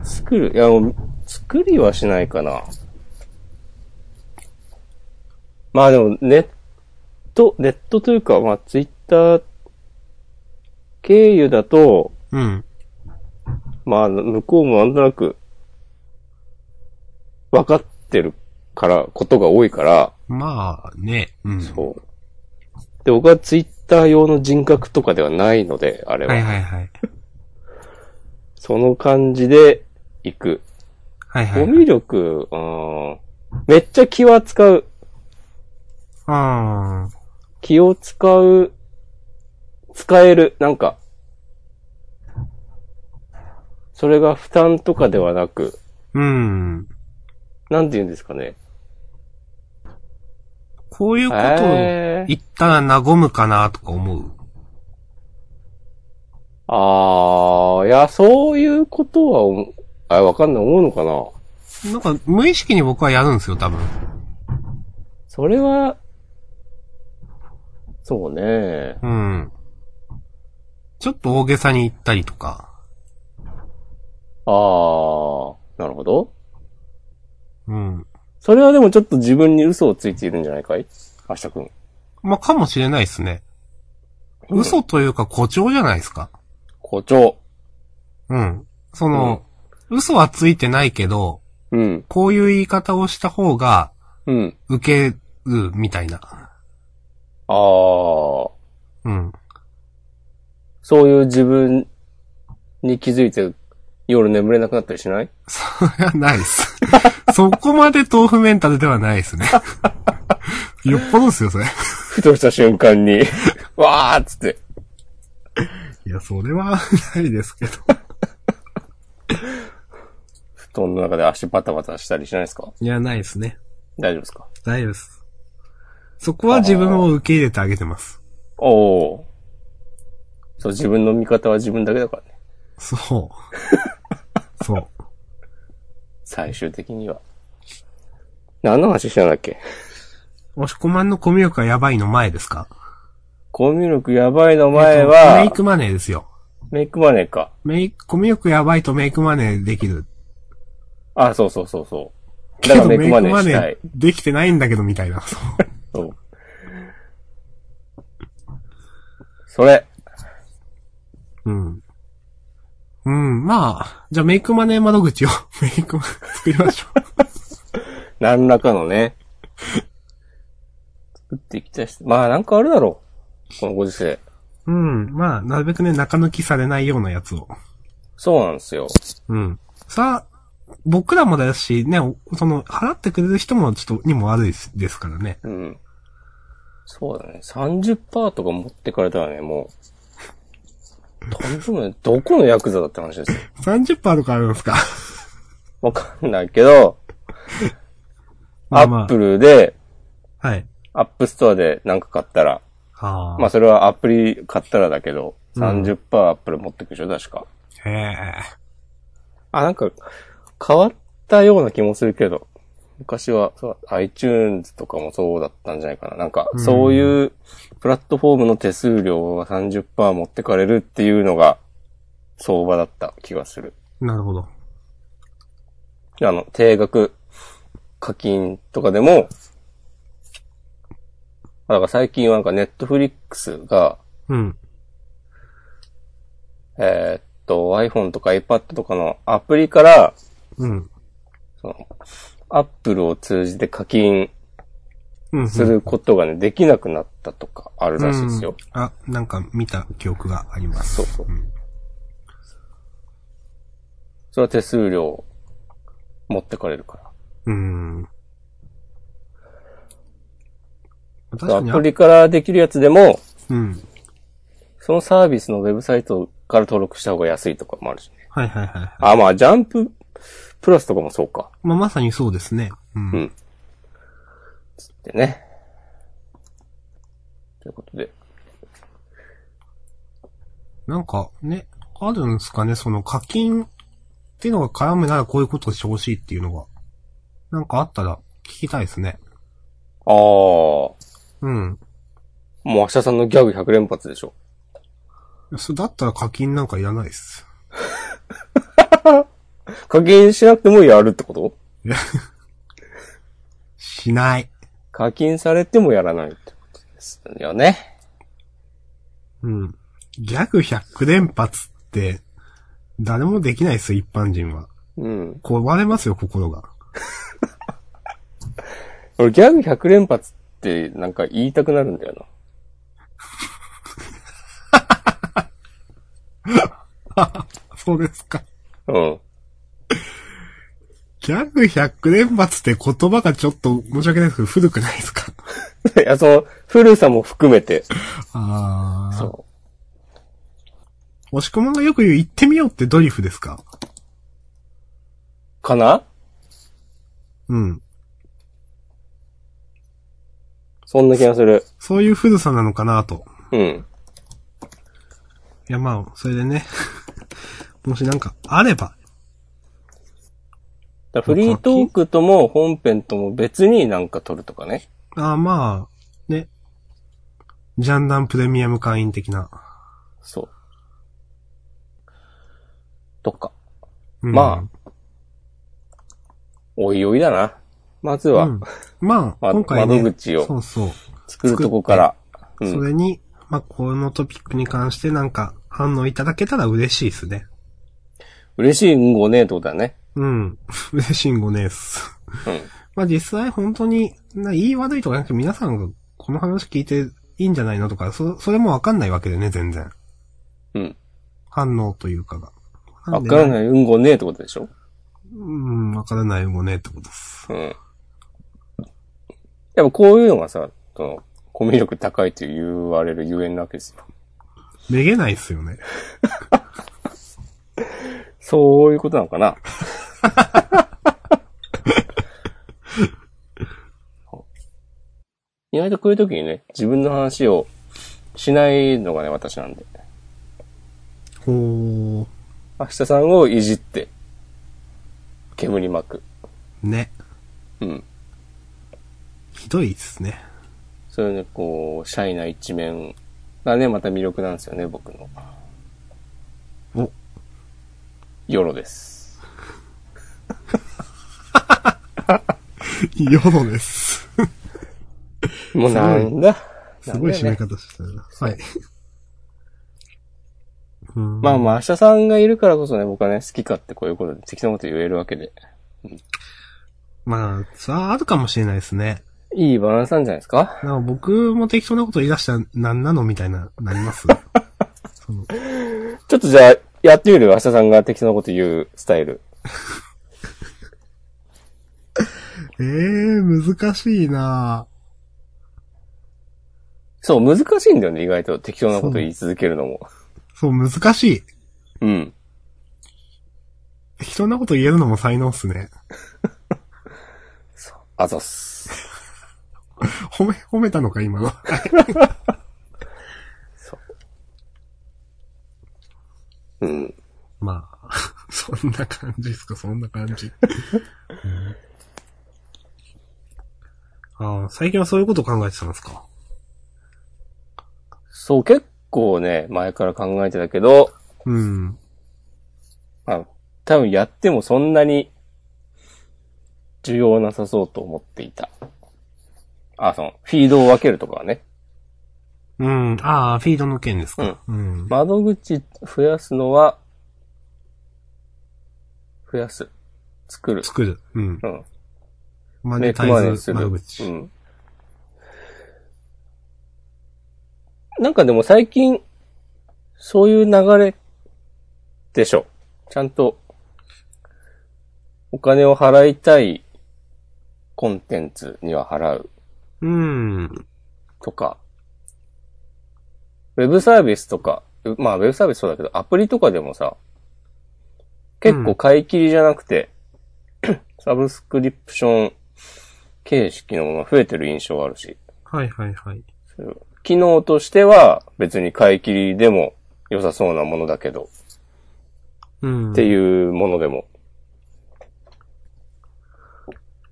Speaker 1: 作る。いや、もう作りはしないかな。まあでも、ネット、ネットというか、まあツイッター経由だと、
Speaker 2: うん。
Speaker 1: まあ、向こうもなんとなく、分かってるから、ことが多いから、
Speaker 2: まあね、うん。
Speaker 1: そう。で、僕はツイッター用の人格とかではないので、あれは。
Speaker 2: はいはいはい。
Speaker 1: その感じで行く。
Speaker 2: はいはい、
Speaker 1: ゴ
Speaker 2: はい
Speaker 1: ミ。力、うんめっちゃ気は使う。
Speaker 2: あ
Speaker 1: 気を使う、使える、なんか。それが負担とかではなく、
Speaker 2: ーうん。
Speaker 1: なんて言うんですかね。
Speaker 2: こういうことを
Speaker 1: えー
Speaker 2: 言ったら和むかなとか思う。
Speaker 1: あー、いや、そういうことは思う、あ、わかんない、思うのかな
Speaker 2: なんか、無意識に僕はやるんですよ、多分。
Speaker 1: それは、そうね。
Speaker 2: うん。ちょっと大げさに言ったりとか。
Speaker 1: あー、なるほど。
Speaker 2: うん。
Speaker 1: それはでもちょっと自分に嘘をついているんじゃないかい明日くん。
Speaker 2: まあ、かもしれないですね。嘘というか誇張じゃないですか。
Speaker 1: 誇張。
Speaker 2: うん。その、嘘はついてないけど、
Speaker 1: うん。
Speaker 2: こういう言い方をした方が、
Speaker 1: うん。
Speaker 2: 受ける、みたいな。
Speaker 1: あー、
Speaker 2: うん。
Speaker 1: そういう自分に気づいて夜眠れなくなったりしない
Speaker 2: それはないです。そこまで豆腐メンタルではないですね。 よっぽどですよ、それ。
Speaker 1: ふとした瞬間に、 わーっつって。
Speaker 2: いや、それは ないですけど。
Speaker 1: 布団の中で足バタバタしたりしないですか
Speaker 2: いや、ないですね。
Speaker 1: 大丈夫ですか
Speaker 2: 大丈夫です。そこは自分を受け入れてあげてます。
Speaker 1: おお。そう、自分の味方は自分だけだからね。
Speaker 2: そう。そう。
Speaker 1: 最終的には。何の話してたんだっけ
Speaker 2: 押し込まんのコミュ力がやばいの前ですか
Speaker 1: コミュ力やばいの前
Speaker 2: メイ
Speaker 1: は、
Speaker 2: クマネーですよ。
Speaker 1: メイクマネーか。
Speaker 2: メイク、コミュ力やばいとメイクマネーできる。
Speaker 1: あ、そうそうそうそう。だからメイクマネーしたい。
Speaker 2: できてないんだけどみたいな。そう。
Speaker 1: そう。それ。
Speaker 2: うん。うん、まあ、じゃあメイクマネー窓口を、 メイクマネー作りましょう。
Speaker 1: 何らかの ね。作っていきたいし。まあなんかあるだろう。このご時世。
Speaker 2: うん、まあ、なるべくね、中抜きされないようなやつを。
Speaker 1: そうなんですよ。
Speaker 2: うん。さあ、僕らもだし、ね、おその、払ってくれる人もちょっと、にも悪いですですからね。
Speaker 1: うん。そうだね。30%とか持ってかれたらね、もう。とんでもない。どこのヤクザだって話ですよ。
Speaker 2: 30%とかあるんですか
Speaker 1: わかんないけど、
Speaker 2: まあまあ
Speaker 1: アップルで、
Speaker 2: はい。
Speaker 1: アップストアでなんか買ったら、
Speaker 2: はあ。
Speaker 1: まあそれはアプリ買ったらだけど、
Speaker 2: うん
Speaker 1: 30%アップル持ってくでしょ、確か。
Speaker 2: へえ。
Speaker 1: あ、なんか、変わったような気もするけど、昔は、そう iTunes とかもそうだったんじゃないかな。なんか、
Speaker 2: うん
Speaker 1: そういうプラットフォームの手数料が30%持ってかれるっていうのが、相場だった気がする。
Speaker 2: なるほど。
Speaker 1: あの、定額課金とかでも、あだから最近はなんかネットフリックスが、
Speaker 2: うん。
Speaker 1: えーっと、iPhone とか iPad とかのアプリから、
Speaker 2: うん。
Speaker 1: その、Apple を通じて課金
Speaker 2: うん。
Speaker 1: することがね、できなくなったとかあるらしいですよ。
Speaker 2: うん。あ、なんか見た記憶があります。
Speaker 1: そうそう。それは手数料持ってかれるか
Speaker 2: うん。確
Speaker 1: ら。
Speaker 2: か
Speaker 1: ア
Speaker 2: に、
Speaker 1: プリからできるやつでも、
Speaker 2: うん。
Speaker 1: そのサービスのウェブサイトから登録した方が安いとかもあるしね。
Speaker 2: はいはいはいはい。
Speaker 1: あ、まあ、ジャンププラスとかもそうか。
Speaker 2: まあ、まさにそうですね。うん。
Speaker 1: うんでね。ということで。
Speaker 2: なんか、ね、あるんすかね、その課金っていうのが絡むならこういうことをしてほしいっていうのが。なんかあったら聞きたいですね。
Speaker 1: ああ、も
Speaker 2: うん。
Speaker 1: う明日さんのギャグ100連発でしょ。
Speaker 2: そだったら課金なんかいらないっす。
Speaker 1: 課金しなくてもやるってこと
Speaker 2: しない。
Speaker 1: 課金されてもやらないってことですよね。
Speaker 2: うん。ギャグ100連発って、誰もできないっす、一般人は。
Speaker 1: うん。
Speaker 2: 壊れますよ、心が。
Speaker 1: 俺ギャグ100連発ってなんか言いたくなるんだよな。
Speaker 2: そうですか。
Speaker 1: うん。
Speaker 2: ギャグ100連発って言葉がちょっと申し訳ないですけど、古くないですか
Speaker 1: いや、その、古さも含めて。
Speaker 2: あー。
Speaker 1: そ
Speaker 2: 押し込まんがよく言う、行ってみようってドリフですか
Speaker 1: う。かな
Speaker 2: うん。
Speaker 1: そんな気がする。
Speaker 2: そういう古さなのかなと。
Speaker 1: うん。
Speaker 2: いや、 まあ、それでね。もしなんか、あれば、
Speaker 1: だからフリートークとも本編とも別になんか撮るとかね。
Speaker 2: ああ、まあ、ね。ジャンダンプレミアム会員的な。
Speaker 1: そう。とか。
Speaker 2: うん
Speaker 1: まおいおいだな。まず
Speaker 2: あ
Speaker 1: は、
Speaker 2: うん、まあ、
Speaker 1: ま
Speaker 2: 今回、ね、
Speaker 1: 窓口を
Speaker 2: そうそう。
Speaker 1: 作るとこから。う
Speaker 2: そ
Speaker 1: ん。
Speaker 2: れに、まあ、このトピックに関してなんか反応いただけたら嬉しいですね。
Speaker 1: 嬉しいんごねえってことだね。
Speaker 2: うん。 嬉しいんごねえっす。
Speaker 1: うん。
Speaker 2: まあ、実際本当に、な、言い悪いとかなく皆さんがこの話聞いていいんじゃないのとか、そ、それもわかんないわけでね、全然。
Speaker 1: うん。
Speaker 2: 反応というかが。
Speaker 1: わから
Speaker 2: い。
Speaker 1: ないうんごねえってことでしょ
Speaker 2: うん、わからないもねってことです。
Speaker 1: うん。やっぱこういうのがさ、その、コミュ力高いと言われるゆえんなわけですよ。
Speaker 2: めげないっすよね。
Speaker 1: そういうことなのかな 意外とこういう時にね、自分の話をしないのがね、私なんで。
Speaker 2: ほ
Speaker 1: 明日さんをいじって、煙巻く。
Speaker 2: ー。ね。
Speaker 1: うん。
Speaker 2: ひどいっすね。
Speaker 1: そういうね、こう、シャイな一面がね、また魅力なんですよね、僕の。
Speaker 2: お、
Speaker 1: ヨロです。
Speaker 2: よど です。
Speaker 1: もうなんだ。
Speaker 2: すごい
Speaker 1: なんだ
Speaker 2: 締
Speaker 1: よ
Speaker 2: め
Speaker 1: ね
Speaker 2: 方してるな。はい。うん
Speaker 1: まあまあ、明日さんがいるからこそね、僕はね、好きかってこういうことで適当なこと言えるわけで。
Speaker 2: まあ、それはあるかもしれないですね。
Speaker 1: いいバランスなんじゃないですか
Speaker 2: なんか僕も適当なこと言い出したら何なのみたいな、なります その
Speaker 1: ちょっとじゃあ、やってみる明日さんが適当なこと言うスタイル。
Speaker 2: ええー、難しいな
Speaker 1: そう、難しいんだよね、意外と。適当なこと言い続けるのも。
Speaker 2: そう、難しい。
Speaker 1: うん。
Speaker 2: 適当なこと言えるのも才能っすね。
Speaker 1: あざっす。
Speaker 2: 褒め、褒めたのか、今の。
Speaker 1: うん。
Speaker 2: まあ、 そんな感じっすか、そんな感じ。ああ、最近は そういうこと考えてたんですか。
Speaker 1: そう、結構ね、前から考えてたけど、
Speaker 2: うん。
Speaker 1: まあ、多分やってもそんなに、需要なさそうと思っていた。あ、その、フィードを分けるとかはね。
Speaker 2: うん。ああ、フィードの件ですか。うん。
Speaker 1: 窓口増やすのは、増やす。作る。
Speaker 2: 作る。うん。
Speaker 1: うん。
Speaker 2: マ
Speaker 1: ネッ
Speaker 2: ネ
Speaker 1: ト
Speaker 2: タ
Speaker 1: マネ
Speaker 2: イ
Speaker 1: ー
Speaker 2: ズ
Speaker 1: す
Speaker 2: 窓
Speaker 1: る。
Speaker 2: 口。
Speaker 1: うん。なんかでも最近、そういう流れでしょ。ちゃんと、お金を払いたいコンテンツには払う
Speaker 2: うん。
Speaker 1: とか、ウェブサービスとか、うまあウェブサービスそうだけど、アプリとかでもさ、結構買い切りじゃなくて、サブスクリプション形式のものが増えてる印象があるし、
Speaker 2: はいはいはい。
Speaker 1: 機能としては別に買い切りでも良さそうなものだけど、
Speaker 2: うん。
Speaker 1: っていうものでも、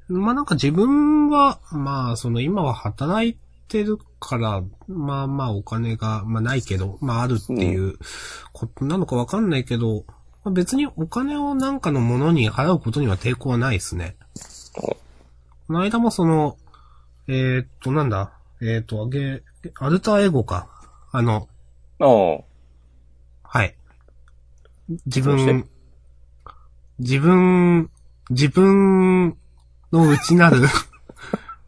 Speaker 2: まあなんか自分は、まあその今は働いてるから、まあまあお金が、まあないけど、まああるっていうことなのかわかんないけど、まあ別にお金をなんかのものに払うことには抵抗はないですね。この間もその、えーっとなんだ、えーっと、あげ、アルターエゴか。あの、
Speaker 1: ああ、
Speaker 2: はい。自
Speaker 1: どうし
Speaker 2: 分、自分、自分の内 なる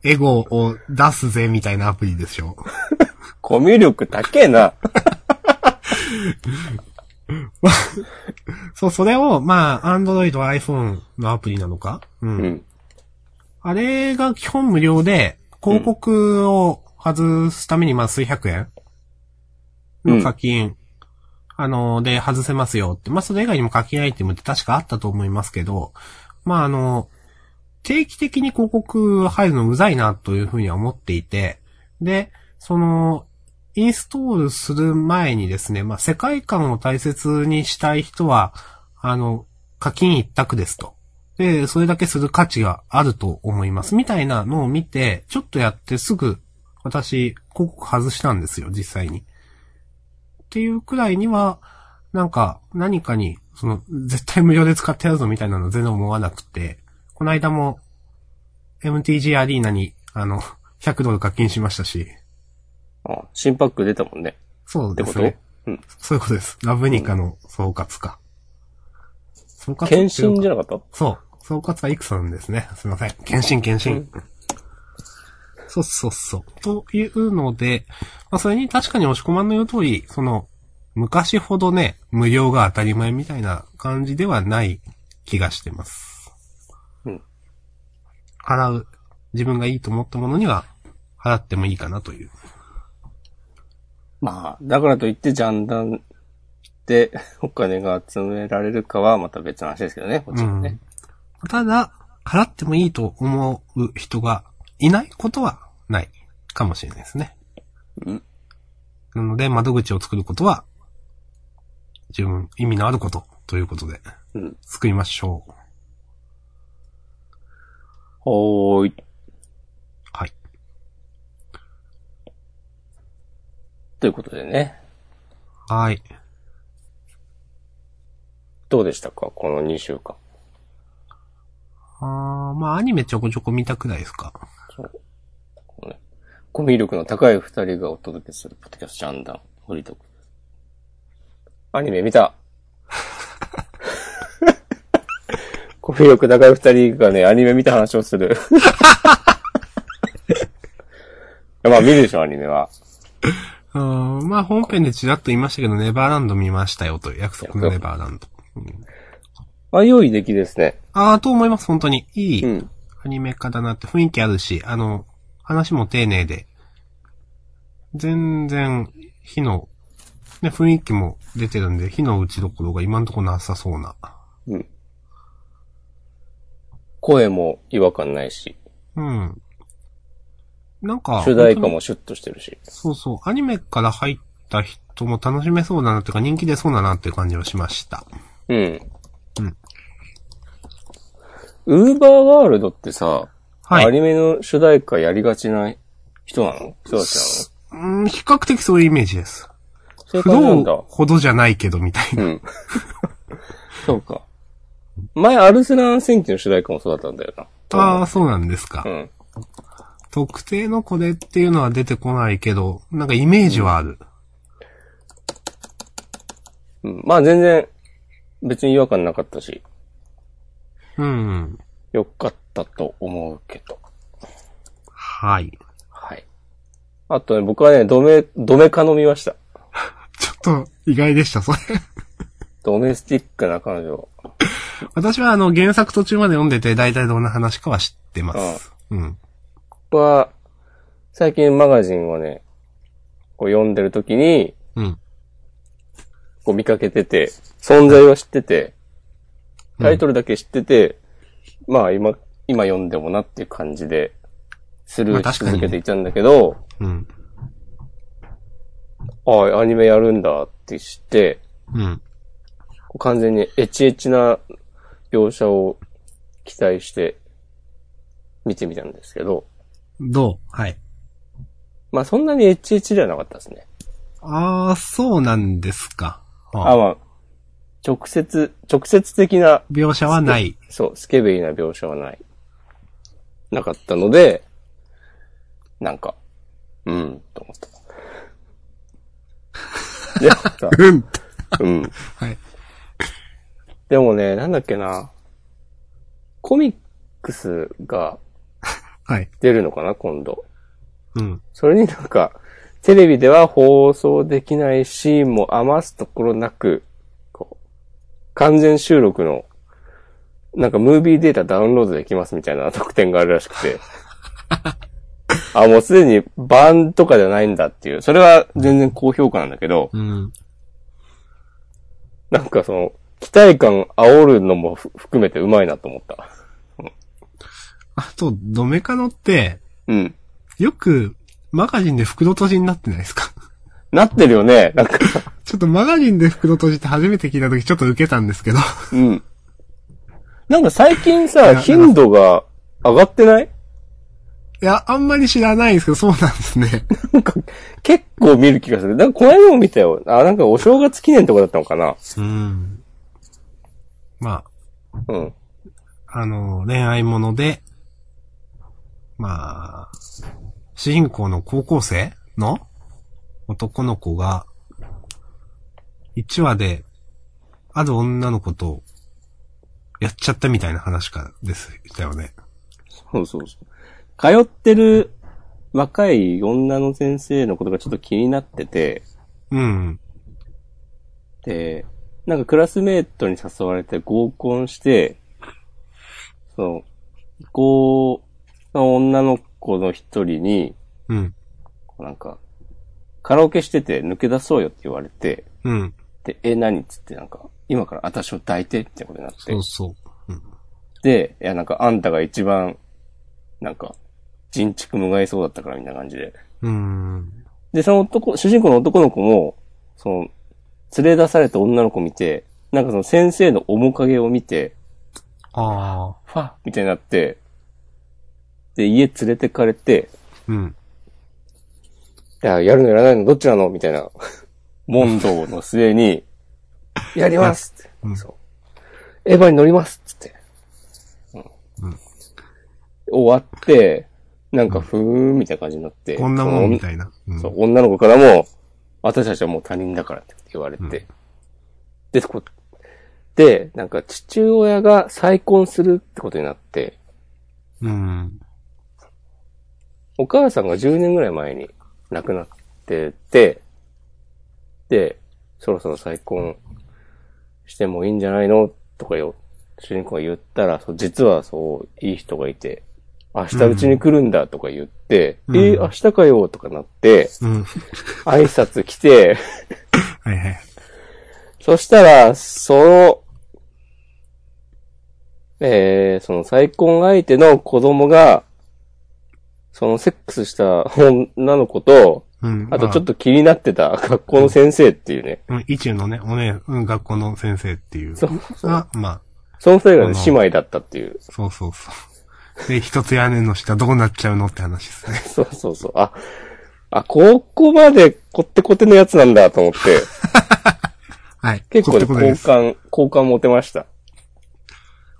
Speaker 2: エゴを出すぜみたいなアプリでしょ。
Speaker 1: コミュ力高えな。
Speaker 2: そう、それを、まあ、Android、iPhone のアプリなのかう。
Speaker 1: うんん。
Speaker 2: あれが基本無料で、広告を外すために、まあ、数百円の課金、あの、で、外せますよって。まあ、それ以外にも課金アイテムって確かあったと思いますけど、まあ、あの、定期的に広告入るのうざいなというふうには思っていて、で、その、インストールする前にですね、まあ、世界観を大切にしたい人は、あの、課金一択ですと。で、それだけする価値があると思います。みたいなのを見て、ちょっとやってすぐ、私、広告外したんですよ、実際に。っていうくらいには、なんか、何かに、その、絶対無料で使ってやるぞみたいなの全然思わなくて、この間も、MTG アリーナに、あの、100ドル課金しましたし、
Speaker 1: あ新パック出たもんね。
Speaker 2: そう
Speaker 1: って
Speaker 2: で
Speaker 1: こ
Speaker 2: す
Speaker 1: と
Speaker 2: ね。
Speaker 1: うん。
Speaker 2: そういうことです。ラブニカの総括か。総括っていう
Speaker 1: 検
Speaker 2: か
Speaker 1: 診じゃなかった
Speaker 2: そう。総括はイクさんですね。すいません。検診、検診。そうそうそう。というので、まあそれに確かに押し込まんの言う通り、その、昔ほどね、無料が当たり前みたいな感じではない気がしてます。
Speaker 1: うん。
Speaker 2: 払う、自分がいいと思ったものには、払ってもいいかなという。
Speaker 1: まあ、だからといって、ジャンダンで お金が集められるかはまた別の話ですけどね、もちろんね。
Speaker 2: うん、ただ、払ってもいいと思う人がいないことはないかもしれないですね。
Speaker 1: うん
Speaker 2: なので、窓口を作ることは、十分意味のあることということで、
Speaker 1: うん。
Speaker 2: 作りましょう。
Speaker 1: ほーい。
Speaker 2: はい。
Speaker 1: ということでね。
Speaker 2: はい。
Speaker 1: どうでしたかこの2週間。
Speaker 2: あーまあ、アニメちょこちょこ見たくないですか。
Speaker 1: コミュ力の高い二人がお届けするポッドキャストジャンダン、ホリトク。アニメ見 たコミュ力高い二人がね、アニメ見た話をす る。いやまあ見るでしょ、アニメは。
Speaker 2: うーんまあ、本編でちらっと言いましたけど、ネバーランド見ましたよという、約束のネバーランド。うん
Speaker 1: あ、良い出来ですね。
Speaker 2: ああ、と思います、本当に。いい、
Speaker 1: うん。
Speaker 2: アニメ化だなって雰囲気あるし、あの、話も丁寧で、全然、火の、ね、雰囲気も出てるんで、火の打ちどころが今んとこなさそうな。
Speaker 1: うん。声も違和感ないし、
Speaker 2: うん。なんか、
Speaker 1: 主題歌
Speaker 2: 本当に
Speaker 1: もシュッとしてるし。
Speaker 2: そうそう、アニメから入った人も楽しめそうだなっていうか、人気出そうだなっていう感じはしました。
Speaker 1: うん。ウーバーワールドってさ、
Speaker 2: はい
Speaker 1: アニメの主題歌やりがちな人なの人たち
Speaker 2: うん、比較的そういうイメージです。
Speaker 1: なのそうい
Speaker 2: 不
Speaker 1: う感じなんだ
Speaker 2: 動。ほどじゃないけど、みたいな。
Speaker 1: うん。そうか。前、アルスラン戦記の主題歌もそうだったんだよ
Speaker 2: あ
Speaker 1: な。
Speaker 2: あ、そうなんですか。
Speaker 1: うん。
Speaker 2: 特定のこれっていうのは出てこないけど、なんかイメージはある。
Speaker 1: うん。まあ全然、別に違和感なかったし、
Speaker 2: うん。
Speaker 1: よかったと思うけど。
Speaker 2: はい。
Speaker 1: はい。あとね、僕はね、ドメ、ドメカノ見ました。
Speaker 2: ちょっと意外でした、それ。
Speaker 1: ドメスティックな彼女。
Speaker 2: 私はあの原作途中まで読んでて、大体どんな話かは知ってます。うん。
Speaker 1: 僕は、最近マガジンをね、こう読んでるときに、
Speaker 2: うん。
Speaker 1: こう見かけてて、存在は知ってて、タイトルだけ知ってて、まあ今、今読んでもなっていう感じで、スル
Speaker 2: まあ
Speaker 1: ーし
Speaker 2: 確かに
Speaker 1: 続けていたんだけど、
Speaker 2: うん。
Speaker 1: ああ、アニメやるんだって知って、
Speaker 2: うん。
Speaker 1: こう完全にエチエチな描写を期待して見てみたんですけど、
Speaker 2: どうはい。
Speaker 1: まあそんなにエチエチではなかったですね。
Speaker 2: ああ、そうなんですか。はあ
Speaker 1: あ、まあ、直接、直接的な
Speaker 2: 描写はない。
Speaker 1: そう、スケベリな描写はない。なかったので、なんか、うん、と思 った。で、さ
Speaker 2: うん。
Speaker 1: うん。
Speaker 2: はい。
Speaker 1: でもね、なんだっけな、コミックスが
Speaker 2: はい。
Speaker 1: 出るのかな、今度。
Speaker 2: うん。
Speaker 1: それになんか、テレビでは放送できないシーンも余すところなく、こう、完全収録の、なんかムービーデータダウンロードできますみたいな 特典があるらしくて。あ、もうすでに版とかじゃないんだっていう。それは全然高評価なんだけど、
Speaker 2: うん。
Speaker 1: なんかその、期待感煽るのもふ含めてうまいなと思った。
Speaker 2: あと、ドメカノって、
Speaker 1: うん。
Speaker 2: よく、マガジンで袋閉じになってないですか
Speaker 1: なってるよね。なんか、
Speaker 2: ちょっとマガジンで袋閉じって初めて聞いたときちょっと受けたんですけど。
Speaker 1: うん。なんか最近
Speaker 2: や
Speaker 1: さ、
Speaker 2: なんか
Speaker 1: 頻度が上がってない
Speaker 2: いや、あんまり知らないですけど、そうなんですね。
Speaker 1: なんか、結構見る気がする。なんかこの間も見たよ。あ、なんかお正月記念とかだったのかな
Speaker 2: うん。ま
Speaker 1: うん。
Speaker 2: あ、あの、恋愛もので、まあ、主人公の高校生の男の子が、1話で、ある女の子と、やっちゃったみたいな話からです、したよね。
Speaker 1: そうそうそう。通ってる若い女の先生のことがちょっと気になってて、
Speaker 2: うん。
Speaker 1: で、なんかクラスメートに誘われて合コンして、その、こう、女の子の一人に、
Speaker 2: うん。
Speaker 1: なんか、カラオケしてて抜け出そうよって言われて、
Speaker 2: うん。
Speaker 1: で、え、何っつってなんか、今から私を抱いてってことになって
Speaker 2: そう、そう。うん
Speaker 1: で、いやなんかあんたが一番、なんか、人畜無害そうだったからみたいな感じで。
Speaker 2: うん。
Speaker 1: で、その男、主人公の男の子も、その、連れ出された女の子見て、なんかその先生の面影を見て、
Speaker 2: ああ。
Speaker 1: ファッみたいになって、で、家連れてかれて、
Speaker 2: うん。
Speaker 1: いや、やるのやらないのどっちなのみたいな、問答の末に、 やりますって、
Speaker 2: うん
Speaker 1: そう。エヴァに乗りますっつって。
Speaker 2: うん
Speaker 1: 終わって、なんか、ふーん、みたいな感じになって。
Speaker 2: こんなもんみたいな。うん
Speaker 1: そう、女の子からも、私たちはもう他人だからって言われて。
Speaker 2: うん
Speaker 1: で、こで、なんか父親が再婚するってことになって、
Speaker 2: うん。
Speaker 1: お母さんが10年ぐらい前に亡くなってて、で、そろそろ再婚してもいいんじゃないのとかよ、主人公が言ったら、そう実はそう、いい人がいて、明日うちに来るんだとか言って、
Speaker 2: うん
Speaker 1: えー明日かよとかなって、
Speaker 2: うん。
Speaker 1: 挨拶来て、
Speaker 2: はいはい。
Speaker 1: そしたら、その、えー、その再婚相手の子供が、そのセックスした女の子と、
Speaker 2: うん。
Speaker 1: あとちょっと気になってた学校の先生っていうね。
Speaker 2: まあ。うん、一中のね、おね、うん、学校の先生っていう。
Speaker 1: そう
Speaker 2: が、まあ、
Speaker 1: その二人が、ね
Speaker 2: あの、
Speaker 1: 姉妹だったっていう。
Speaker 2: そうそうそう。で、一つ屋根の下どうなっちゃうのって話で すね。
Speaker 1: そうそうそう。あ、あ、ここまでこってこてのやつなんだと思って、
Speaker 2: はい。
Speaker 1: 結構
Speaker 2: こって
Speaker 1: ね、
Speaker 2: ことで
Speaker 1: 好
Speaker 2: す。
Speaker 1: 感、好感持てました。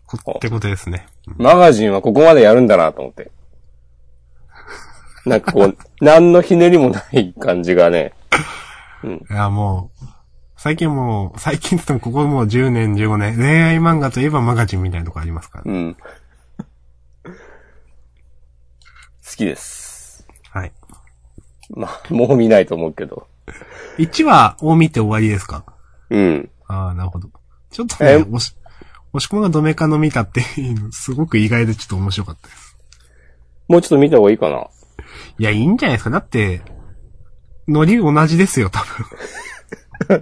Speaker 2: こってことですね。
Speaker 1: マガジンはここまでやるんだなと思 って。なんかこう、何のひねりもない感じがね。
Speaker 2: いや、もう、最近もう、最近って言ってもここもう10年、15年、恋愛漫画といえばマガジンみたいなとこありますか
Speaker 1: う。
Speaker 2: ら
Speaker 1: ん。好きです。
Speaker 2: はい。
Speaker 1: まあ、もう見ないと思うけど。
Speaker 2: 1話を見て終わりですか
Speaker 1: うん。
Speaker 2: ああ、なるほど。ちょっとね、
Speaker 1: え
Speaker 2: 押し、押し込みがドメカの見たっていうの、すごく意外でちょっと面白かったです。
Speaker 1: もうちょっと見た方がいいかな。
Speaker 2: いや、いいんじゃないですか。だって、ノリ同じですよ、多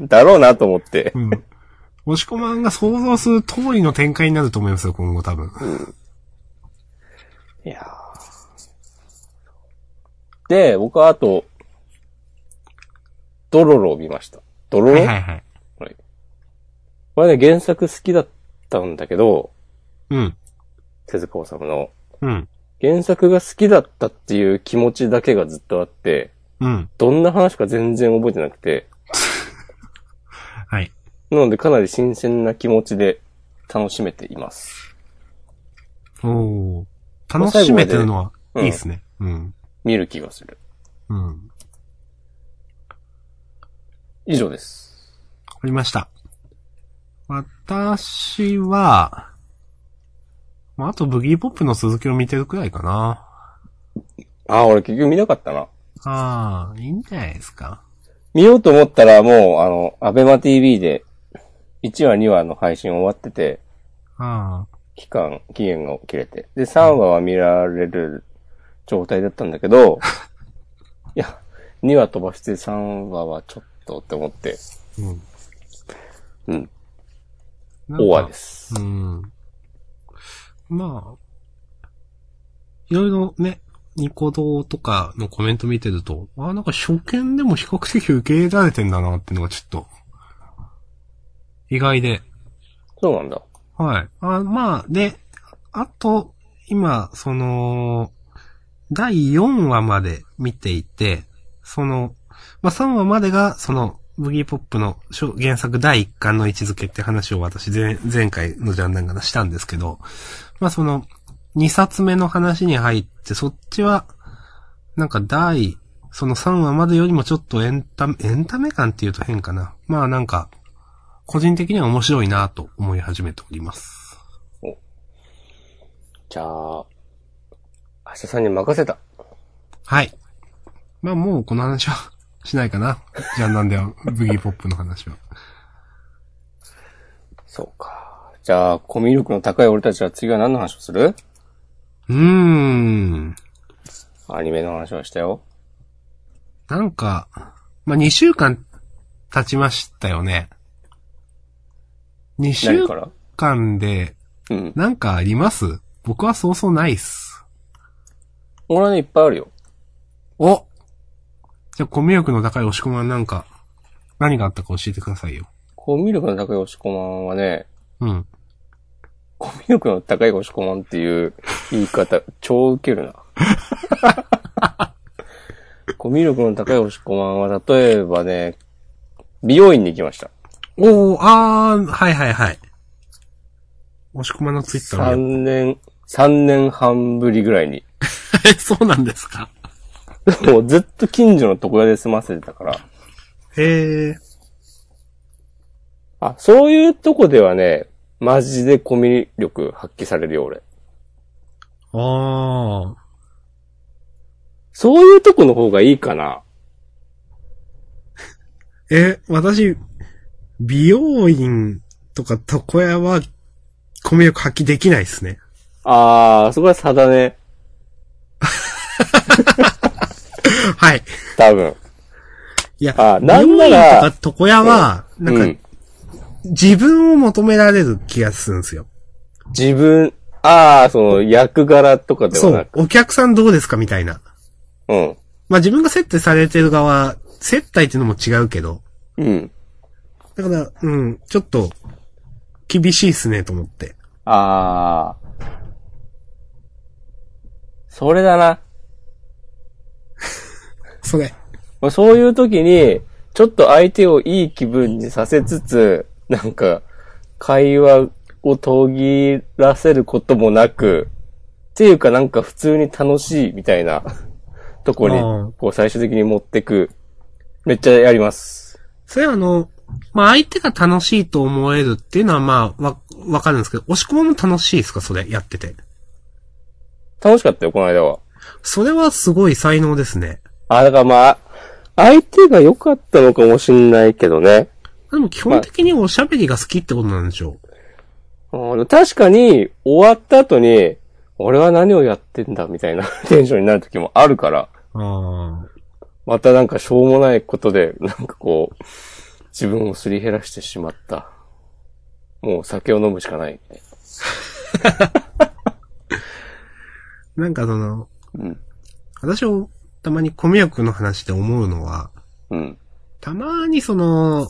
Speaker 1: だろうなと思って。
Speaker 2: 分。うん。押し込まんが想像する通りの展開になると思いますよ、今後多分。
Speaker 1: いやーで、僕はあと、ドロロを見ました。ドロ
Speaker 2: は
Speaker 1: ロ、
Speaker 2: いはいはい。
Speaker 1: これね、原作好きだったんだけど、
Speaker 2: うん。
Speaker 1: 手塚治虫の。
Speaker 2: うん。
Speaker 1: 原作が好きだったっていう気持ちだけがずっとあって、
Speaker 2: うん。
Speaker 1: どんな話か全然覚えてなくて、
Speaker 2: はい。
Speaker 1: なのでかなり新鮮な気持ちで楽しめています。
Speaker 2: おー。楽しめてるのは、
Speaker 1: う
Speaker 2: い
Speaker 1: ん
Speaker 2: いですね。うん。
Speaker 1: 見る気がする。
Speaker 2: うん。わ
Speaker 1: 以上です。
Speaker 2: かりました。私は、まあ、あとブギーポップの続きを見てるくらいかな。
Speaker 1: ああ、俺結局見なかったな。
Speaker 2: ああ、いいんじゃないですか。
Speaker 1: 見ようと思ったらもう、あの、アベマ TV で1話2話の配信終わってて、
Speaker 2: あ
Speaker 1: 期間、期限が切れて。で、3話は見られる状態だったんだけ ど、いや、2話飛ばして3話はちょっとって思って、
Speaker 2: あ、うん。
Speaker 1: うん、
Speaker 2: なんか
Speaker 1: オアで。す。
Speaker 2: うん。まあ、いろいろね、ニコ動とかのコメント見てると、ああ、なんか初見でも比較的受け入れられてんだなっていうのがちょっと、意外で、
Speaker 1: そうなんだ。
Speaker 2: はい。あまあ、で、あと、今、その、第4話まで見ていて、その、まあ3話までが、その、ブギーポップの小原作第1巻の位置づけって話を私前、前回のジャンダンからしたんですけど、まあその、2冊目の話に入って、そっちは、なんか第、その3話までよりもちょっとエンタメ、エンタメ感っていうと変かな。まあなんか、個人的には面白いなと思い始めております。
Speaker 1: じゃあ、明日さんに任せた。
Speaker 2: はい。まあもうこの話はしないかな。 ジャンなんでは、ブギーポップの話は。
Speaker 1: そうか。じゃあ、コミュ力の高い俺たちは次は何の話をする
Speaker 2: うーん。
Speaker 1: アニメの話はしたよ。
Speaker 2: なんか、まあ2週間経ちましたよね。2週
Speaker 1: 何から
Speaker 2: 間で、
Speaker 1: うん。
Speaker 2: なんかあります僕はそうそうないっす。
Speaker 1: 俺はね、いっぱいあるよ。
Speaker 2: おじゃあ、コミュ力の高い押し込まんなんか、何があったか教えてくださいよ。
Speaker 1: コミュ力の高い押し込まんはね、
Speaker 2: うん。
Speaker 1: コミュ力の高い押し込まんっていう言い方、超ウケるな。 コミュ力の高い押し込まんは、例えばね、美容院に行きました。
Speaker 2: おー、あー、はいはいはい。押し込まんのツイッター
Speaker 1: 3
Speaker 2: を見よ
Speaker 1: 年、3年半ぶりぐらいに。
Speaker 2: うえ、 そうなんですか
Speaker 1: もうずっと近所の床屋で済ませてたから。
Speaker 2: へえ。
Speaker 1: あ、そういうとこではね、マジでコミュ力発揮されるよ、俺。
Speaker 2: あー。
Speaker 1: そういうとこの方がいいかな。
Speaker 2: え、私、美容院とか床屋は、コミュ力発揮できないっすね。
Speaker 1: あー、そこは差だね。
Speaker 2: はい。
Speaker 1: 多分。
Speaker 2: いや、
Speaker 1: あなんなら
Speaker 2: 美容院とか床屋は、な
Speaker 1: うんん
Speaker 2: か、自分を求められる気がするんですよ。
Speaker 1: 自分、あー、その役柄とかで
Speaker 2: そ
Speaker 1: はな
Speaker 2: う
Speaker 1: く。、
Speaker 2: お客さんどうですかみたいな。
Speaker 1: うん。
Speaker 2: まあ自分が接待されてる側、接待っていうのも違うけど、
Speaker 1: うん。
Speaker 2: だから、うん、ちょっと、厳しいっすね、と思って。
Speaker 1: あー。それだな。
Speaker 2: それ。
Speaker 1: まあそういう時に、ちょっと相手をいい気分にさせつつ、なんか、会話を途切らせることもなく、っていうかなんか普通に楽しいみたいなとこに
Speaker 2: あー、
Speaker 1: こう最終的に持ってく。めっちゃやります。
Speaker 2: それはあの、まあ相手が楽しいと思えるっていうのはまあ、わ、わかるんですけど、押し込まも楽しいですかそれ、やってて。
Speaker 1: 楽しかったよ、この間は。
Speaker 2: それはすごい才能ですね。
Speaker 1: あ、だからまあ、相手が良かったのかもしんないけどね。
Speaker 2: でも基本的におしゃべりが好きってことなんでしょう。
Speaker 1: うん確かに、終わった後に、俺は何をやってんだ、みたいな テンションになる時もあるから。
Speaker 2: あ
Speaker 1: またなんかしょうもないことで、なんかこう、自分をすり減らしてしまった。もう酒を飲むしかない。
Speaker 2: あ。なんかその、
Speaker 1: うん。
Speaker 2: 私をたまにコミュ力の話で思うのは、
Speaker 1: うん。
Speaker 2: たまにその、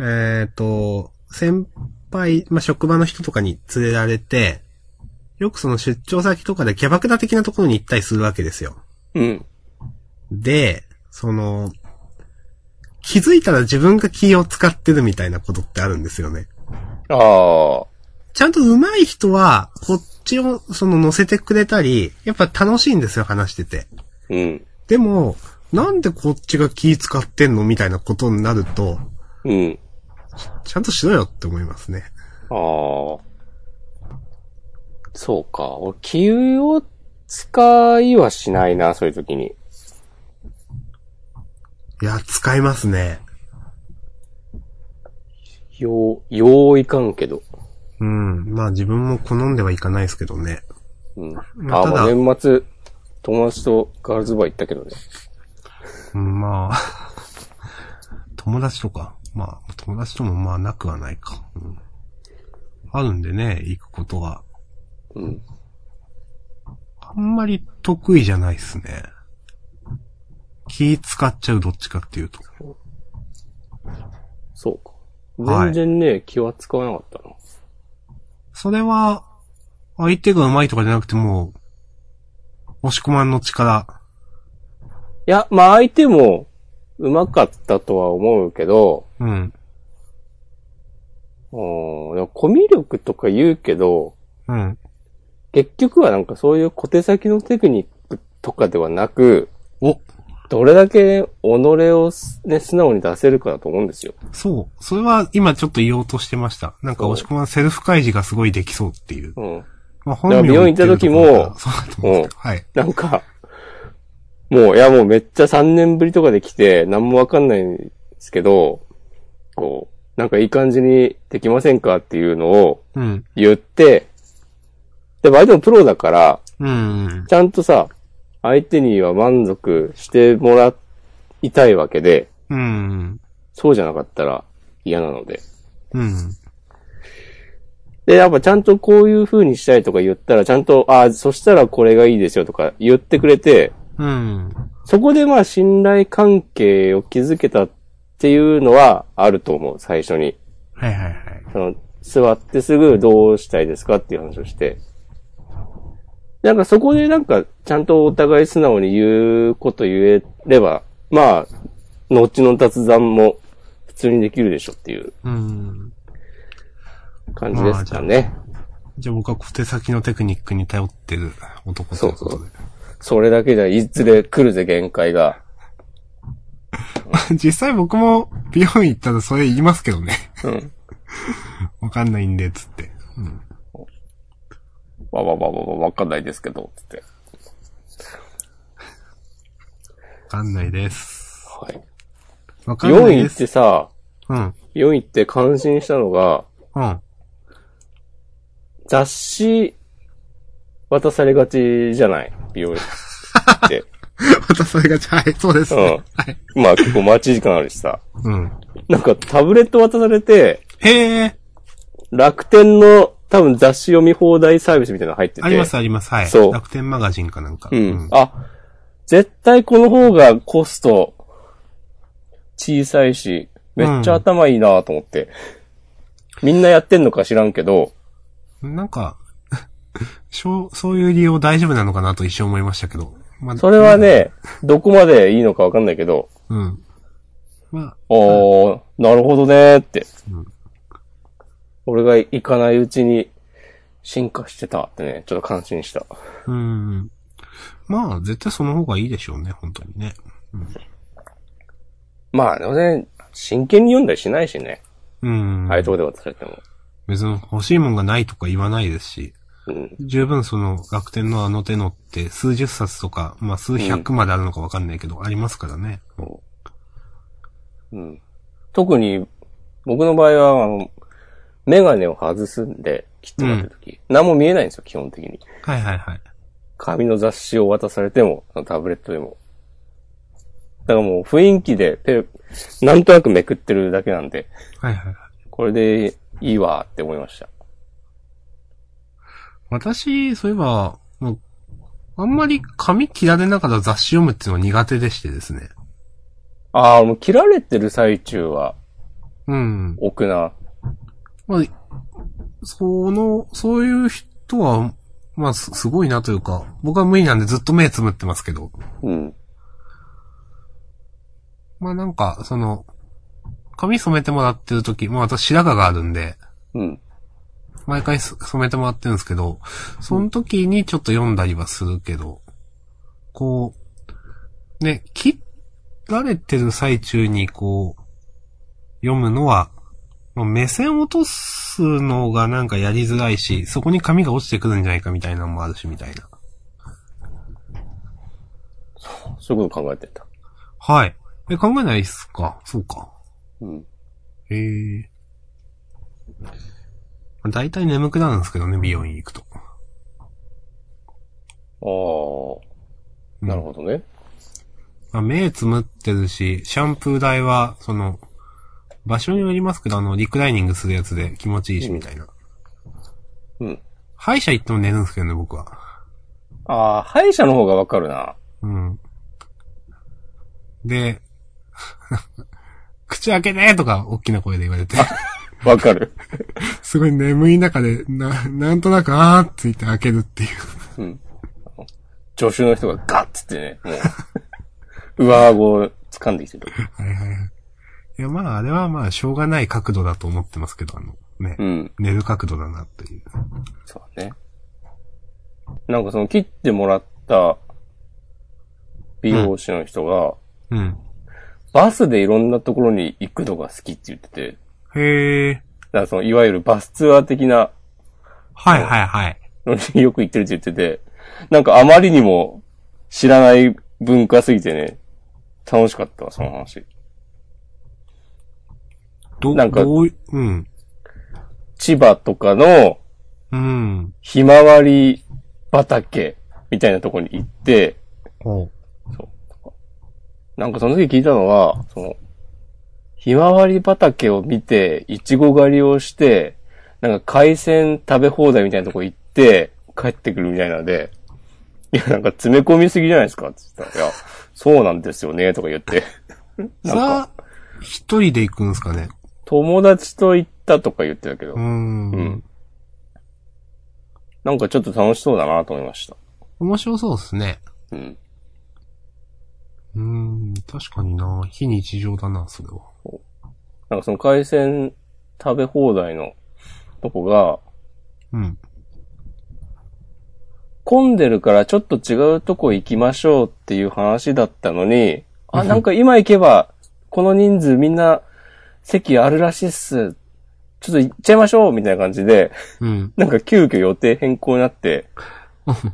Speaker 2: えっ、と、先輩、まあ、職場の人とかに連れられて、よくその出張先とかでキャバクラ的なところに行ったりするわけですよ。
Speaker 1: うん。
Speaker 2: で、その、気づいたら自分が気を使ってるみたいなことってあるんですよね。
Speaker 1: ああ。
Speaker 2: ちゃんと上手い人は、こっちをその乗せてくれたり、やっぱ楽しいんですよ、話してて。
Speaker 1: うん。
Speaker 2: でも、なんでこっちが気使ってんのみたいなことになると、
Speaker 1: うん。
Speaker 2: ちゃんとしろよって思いますね。
Speaker 1: ああ。そうか。俺、気を使いはしないな、そういう時に。
Speaker 2: いや、使いますね。
Speaker 1: よう、よういかんけど。
Speaker 2: うん。まあ自分も好んではいかないですけどね。
Speaker 1: うん。あ
Speaker 2: まあ
Speaker 1: ーまあ
Speaker 2: ただ
Speaker 1: 年末、友達とガールズバー行ったけどね。
Speaker 2: うん、まあ、友達とか、まあ友達ともまあなくはないか。うん、あるんでね、行くことは。
Speaker 1: うん。
Speaker 2: あんまり得意じゃないですね。気使っちゃうどっちかっていうと。
Speaker 1: そうか。
Speaker 2: はい
Speaker 1: 全然ね、気は使わなかったな。
Speaker 2: それは、相手が上手いとかじゃなくてもう、押し込まんの力。
Speaker 1: いや、まあ相手も上手かったとは思うけど、
Speaker 2: うん。
Speaker 1: うん、でもコミュ力とか言うけど、
Speaker 2: うん。
Speaker 1: 結局はなんかそういう小手先のテクニックとかではなく、
Speaker 2: お、
Speaker 1: どれだけ己をすね、素直に出せるかだと思うんですよ。
Speaker 2: そう。それは今ちょっと言おうとしてました。なんか
Speaker 1: そう
Speaker 2: 押し込まんセルフ開示がすごいできそうっていう。
Speaker 1: うん。
Speaker 2: まあ、
Speaker 1: から
Speaker 2: を言ってるところ
Speaker 1: 病院行った時も
Speaker 2: そうだと思うんですけど。はい。
Speaker 1: なんか、もう、いやもうめっちゃ3年ぶりとかで来て、何もわかんないんですけど、こう、なんかいい感じにできませんかっていうのを
Speaker 2: うん。
Speaker 1: 言って、でも相手もプロだから、
Speaker 2: うん。
Speaker 1: ちゃんとさ、相手には満足してもらいたいわけで、
Speaker 2: うん。
Speaker 1: そうじゃなかったら嫌なので。
Speaker 2: うん。
Speaker 1: で、やっぱちゃんとこういう風にしたいとか言ったら、ちゃんと、ああ、そしたらこれがいいですよとか言ってくれて、
Speaker 2: うん。
Speaker 1: そこでまあ信頼関係を築けたっていうのはあると思う、最初に。
Speaker 2: はいはいはい。
Speaker 1: その、座ってすぐどうしたいですかっていう話をして。なんかそこでなんか、ちゃんとお互い素直に言うこと言えれば、まあ、後の雑談も普通にできるでしょっていう
Speaker 2: うん。
Speaker 1: 感じですかね。
Speaker 2: じゃあ僕は小手先のテクニックに頼ってる男ということで。
Speaker 1: そうそれだけじゃ、いずれ来るぜ限界が。
Speaker 2: 実際僕も美容院行ったらそれ言いますけどね。
Speaker 1: うん。
Speaker 2: わかんないんで、つって。うん。
Speaker 1: わわわわわわかんないですけど、つって。
Speaker 2: わかんないです。
Speaker 1: はい。
Speaker 2: わかんな
Speaker 1: 4
Speaker 2: い
Speaker 1: 位
Speaker 2: で
Speaker 1: っ
Speaker 2: す。
Speaker 1: てさ、
Speaker 2: うん。
Speaker 1: 4位って感心したのが、
Speaker 2: うん。
Speaker 1: 雑誌、渡されがちじゃない美容院って。
Speaker 2: またそれが、はい、そうです、ね。はい。
Speaker 1: まあ結構待ち時間あるしさ。
Speaker 2: うん。
Speaker 1: なんかタブレット渡されて、
Speaker 2: へえ、
Speaker 1: 楽天の多分雑誌読み放題サービスみたいなの入ってて。
Speaker 2: ありますあります。はい。
Speaker 1: そう
Speaker 2: 楽天マガジンかなんか。
Speaker 1: うん。あ、絶対この方がコスト小さいし、めっちゃ頭いいなと思って。みんなやってんのか知らんけど、
Speaker 2: なんか、 そう、そういう利用大丈夫なのかなと一瞬思いましたけど。まあ
Speaker 1: それは、ね、どこまでいいのかわかんないけど、
Speaker 2: うん。ま
Speaker 1: おー、なるほどねーって。
Speaker 2: うん
Speaker 1: 俺が行かないうちに進化してたってね、ちょっと感心した。
Speaker 2: あ、うん。まあ、絶対その方がいいでしょうね、本当にね。
Speaker 1: まあ、でもね、真剣に読んだりしないしね。
Speaker 2: うん。
Speaker 1: ああいうとこで渡されても。
Speaker 2: 別に欲しいもんがないとか言わないですし、
Speaker 1: うん。
Speaker 2: 十分その楽天のあの手のって数十冊とか、まあ数百まであるのかわかんないけど、ありますからね。
Speaker 1: うん。特に、僕の場合は、あの、メガネを外すんで、きっとなってる時、何も見えないんですよ、基本的に。
Speaker 2: はいはいはい。
Speaker 1: 紙の雑誌を渡されても、タブレットでも。だからもう雰囲気で、ペなんとなくめくってるだけなんで、
Speaker 2: はいはいはい。
Speaker 1: これでいいわって思いました。
Speaker 2: 私、そういえば、もう、あんまり紙切られながら雑誌読むっていうのは苦手でしてですね。
Speaker 1: ああ、もう切られてる最中は、
Speaker 2: うん。
Speaker 1: 奥な。
Speaker 2: まあ、その、そういう人は、まあ、すすごいなというか、僕は無理なんでずっと目つむってますけど、
Speaker 1: うん。
Speaker 2: まあなんか、その、髪染めてもらってる時、まあ私白髪があるんで、
Speaker 1: うん。
Speaker 2: 毎回す染めてもらってるんですけど、その時にちょっと読んだりはするけど、こう、ね、切られてる最中にこう、読むのは、まあ目線落とすのがなんかやりづらいし、そこに紙が落ちてくるんじゃないかみたいなのもあるし、みたいな。
Speaker 1: そういうこと考えてた。
Speaker 2: はい。え、考えないっすかそうか。
Speaker 1: うん。
Speaker 2: へえ。まあ大体眠くなるんですけどね、美容院行くと。
Speaker 1: ああ、なるほどね。
Speaker 2: まあ、目つむってるし、シャンプー台は、その、場所によりますけど、あの、リクライニングするやつで気持ちいいし、みたいな。
Speaker 1: うん。
Speaker 2: 歯医者行っても寝るんですけどね、僕は。
Speaker 1: ああ、歯医者の方がわかるな。
Speaker 2: うん。 で、口開けてとか、大きな声で言われて。
Speaker 1: わかる。
Speaker 2: すごい眠い中で、な、なんとなく、あーって言って開けるっていう。
Speaker 1: うん。助手の人がガッつってね、もう、上顎を掴んできてる。
Speaker 2: はいはいはい。いや、まあ、あれはまあ、しょうがない角度だと思ってますけど、あの、ね。
Speaker 1: うん。
Speaker 2: 寝る角度だな、という。
Speaker 1: そうね。なんかその切ってもらった美容師の人が、
Speaker 2: うん。
Speaker 1: バスでいろんなところに行くのが好きって言ってて、
Speaker 2: へえ。
Speaker 1: だからそのいわゆるバスツアー的な
Speaker 2: はいはいはい。
Speaker 1: のによく行ってるって言ってて、なんかあまりにも知らない文化すぎてね、楽しかったわ、その話。
Speaker 2: ど、
Speaker 1: なんか
Speaker 2: どうい、うん。
Speaker 1: 千葉とかの
Speaker 2: うん。
Speaker 1: ひまわり畑みたいなところに行って、
Speaker 2: お
Speaker 1: なんかその時聞いたのは、その、ひまわり畑を見て、いちご狩りをして、なんか海鮮食べ放題みたいなとこ行って、帰ってくるみたいなので、いや、なんか詰め込みすぎじゃないですかって言ったら、いや、そうなんですよね、とか言っ て。なんか、
Speaker 2: さあ、一人で行くんですかね。
Speaker 1: 友達と行ったとか言ってたけど
Speaker 2: う、ん。
Speaker 1: うんなんかちょっと楽しそうだなと思いました。
Speaker 2: 面白そうですね。
Speaker 1: うん。
Speaker 2: うん。確かにな。非日常だな、それは。
Speaker 1: なんかその海鮮食べ放題のとこが、
Speaker 2: うん。
Speaker 1: 混んでるからちょっと違うとこ行きましょうっていう話だったのに、あ、
Speaker 2: うん
Speaker 1: なんか今行けば、この人数みんな席あるらしいっす。ちょっと行っちゃいましょうみたいな感じで、
Speaker 2: うん。
Speaker 1: なんか急遽予定変更にな って、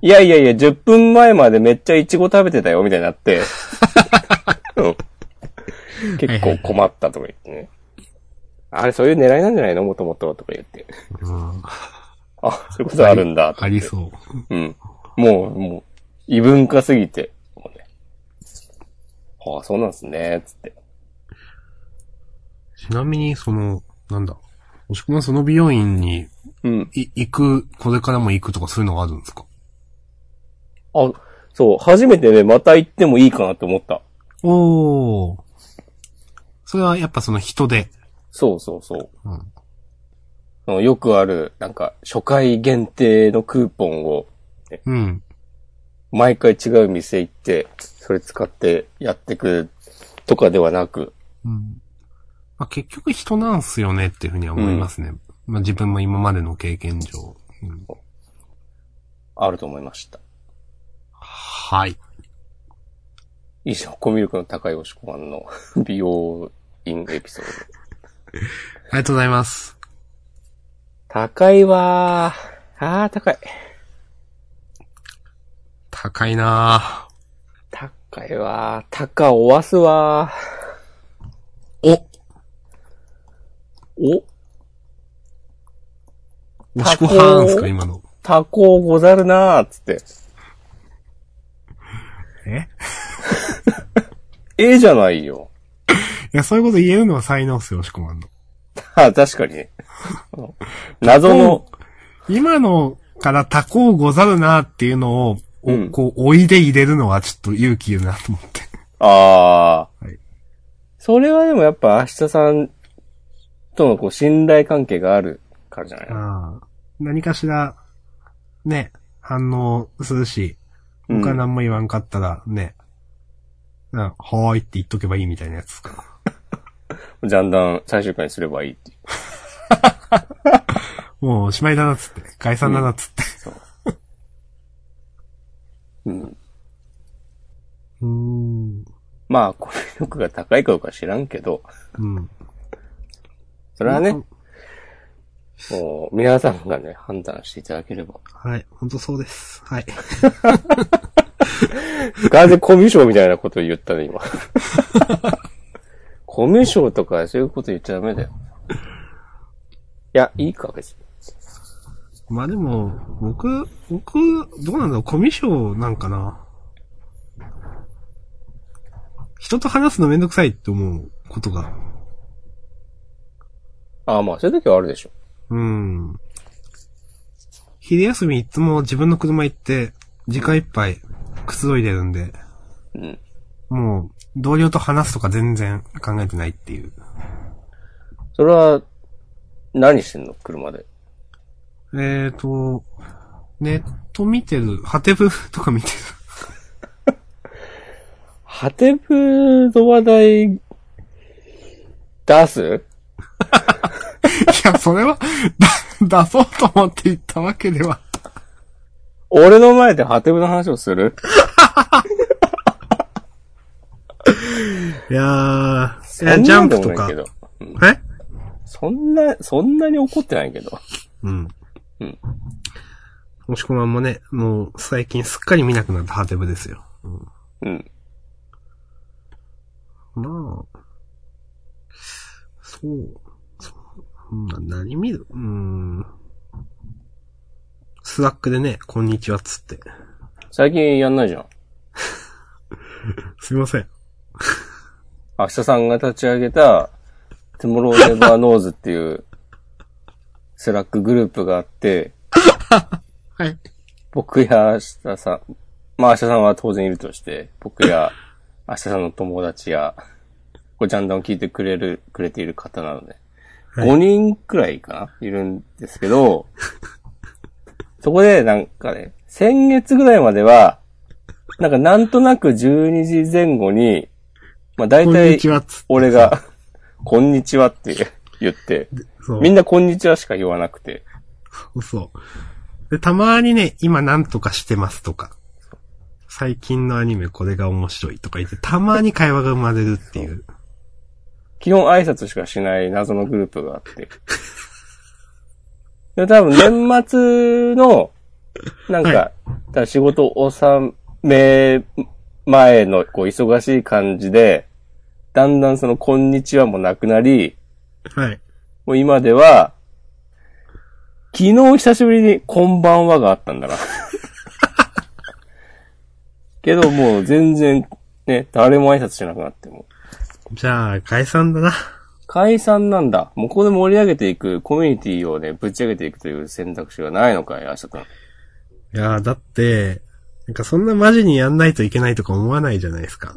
Speaker 1: いやいやいや、10分前までめっちゃイチゴ食べてたよみたいにな って、うん結構困ったとか言ってね。あれ、そういう狙いなんじゃないのもともととか言って。
Speaker 2: うん
Speaker 1: あ、そういうことあるんだと
Speaker 2: ありそう。
Speaker 1: うん。もう、もう、異文化すぎて。もうね、ああ、そうなんですね、つって。
Speaker 2: ちなみに、その、なんだ。もしくはその美容院に、
Speaker 1: うん。
Speaker 2: い、行く、これからも行くとかそういうのがあるんですか
Speaker 1: あ、そう、初めてね、また行ってもいいかなと思った。
Speaker 2: おー。それはやっぱその人で。
Speaker 1: そうそうそう。
Speaker 2: うん。
Speaker 1: そのよくある、なんか、初回限定のクーポンを、
Speaker 2: うん。
Speaker 1: 毎回違う店行って、それ使ってやってくとかではなく、
Speaker 2: うん。まあ、結局人なんすよねっていうふうには思いますね。まあ、自分も今までの経験上。うん、
Speaker 1: あると思いました。
Speaker 2: はい。
Speaker 1: 以上、コミュ力の高いおしこまん の美容院エピソード。
Speaker 2: ありがとうございます。
Speaker 1: 高いわー。あー、高い。
Speaker 2: 高いなぁ。
Speaker 1: 高いわー。高おわすわ
Speaker 2: お
Speaker 1: ー。お、
Speaker 2: おしこはんすか、今の。
Speaker 1: タコござるなーっつって。
Speaker 2: え
Speaker 1: ええじゃないよ。
Speaker 2: いや、そういうこと言えるのは才能っすよ、おしこまんの。
Speaker 1: あ、確かに ね。謎の、
Speaker 2: 今のから他をござるなっていうのを、お
Speaker 1: うん
Speaker 2: こう、おいで入れるのはちょっと勇気いるなと思って。
Speaker 1: あー。
Speaker 2: はい
Speaker 1: それはでもやっぱ明日さんとのこう信頼関係があるからじゃない
Speaker 2: ああ。何かしら、ね、反応するし、
Speaker 1: うん
Speaker 2: 他何も言わんかったらね、うん、はーいって言っとけばいいみたいなやつですか。
Speaker 1: じゃんだん最終回にすればいいっていう。
Speaker 2: もうおしまいだなっつって、解散だなっつって。
Speaker 1: うん。
Speaker 2: うーん。
Speaker 1: まあ、コミュ力が高いかどうか知らんけど、
Speaker 2: うん。
Speaker 1: それはね
Speaker 2: うん、
Speaker 1: もう皆さんがね、判断していただければ。
Speaker 2: はい、ほんとそうです。はい。
Speaker 1: ガーゼコミュ障みたいなこと言ったね、今。 コミュ障とかそういうこと言っちゃダメだよ。いや、いいか、別に。
Speaker 2: まあでも、僕、僕、どうなんだろう、コミュ障なんかな。人と話すのめんどくさいって思うことが。
Speaker 1: ああ、まあ、そういう時はあるでしょ。
Speaker 2: うん。昼休みいつも自分の車行って、時間いっぱいくつろいでるんで、
Speaker 1: うん。
Speaker 2: もう、同僚と話すとか全然考えてないっていう。
Speaker 1: それは、何してんの車で。
Speaker 2: えっ、ー、と、ネット見てる、ハテブとか見てる。
Speaker 1: ハテブの話題、出す
Speaker 2: いや、それは、だ、出そうと思って言ったわけでは。
Speaker 1: 俺の前でハテブの話をする
Speaker 2: いやー、い
Speaker 1: そ
Speaker 2: や
Speaker 1: ん
Speaker 2: ジャ
Speaker 1: な
Speaker 2: ン
Speaker 1: んで
Speaker 2: プ
Speaker 1: も
Speaker 2: と
Speaker 1: ないけ。
Speaker 2: か
Speaker 1: ど
Speaker 2: え
Speaker 1: そんな、そんなに怒ってないけど。
Speaker 2: うん。
Speaker 1: うん。
Speaker 2: もしこまんもね、もう最近すっかり見なくなったハテブですよ。
Speaker 1: うん。
Speaker 2: まあ、そう、そう、まあ何見るうーん。スラックでね、こんにちはっつって。
Speaker 1: 最近やんないじゃん。
Speaker 2: すいません。
Speaker 1: 明日さんが立ち上げた、トゥモローネバーノーズっていう、スラックグループがあって、
Speaker 2: はい。
Speaker 1: 僕や明日さん、まあ明日さんは当然いるとして、僕や明日さんの友達や、ごジャンダンを聞いてくれる、くれている方なので、
Speaker 2: はい
Speaker 1: 5人くらいかないるんですけど、そこでなんかね、先月ぐらいまでは、なんかなんとなく12時前後に、まあ大
Speaker 2: こんに
Speaker 1: 体
Speaker 2: ちはっつって。
Speaker 1: 俺が、こんにちはって言って、
Speaker 2: そう。
Speaker 1: みんなこんにちはしか言わなくて、
Speaker 2: そう。で、たまにね、今なんとかしてますとか、最近のアニメこれが面白いとか言って、たまに会話が生まれるっていう。
Speaker 1: 基本挨拶しかしない謎のグループがあって。で、多分年末の、なんか、
Speaker 2: は
Speaker 1: 多分仕事納め前のこう忙しい感じで、だんだんそのこんにちはもなくなり、
Speaker 2: はい。
Speaker 1: もう今では、昨日久しぶりにこんばんはがあったん だな。けどもう全然ね、誰も挨拶しなくなってもう。
Speaker 2: じゃあ、解散だな。
Speaker 1: 解散なんだ。もうここで盛り上げていく、コミュニティをね、ぶち上げていくという選択肢がないのかい、明日くん。
Speaker 2: いやーだって、なんかそんなマジにやんないといけないとか思わないじゃないですか。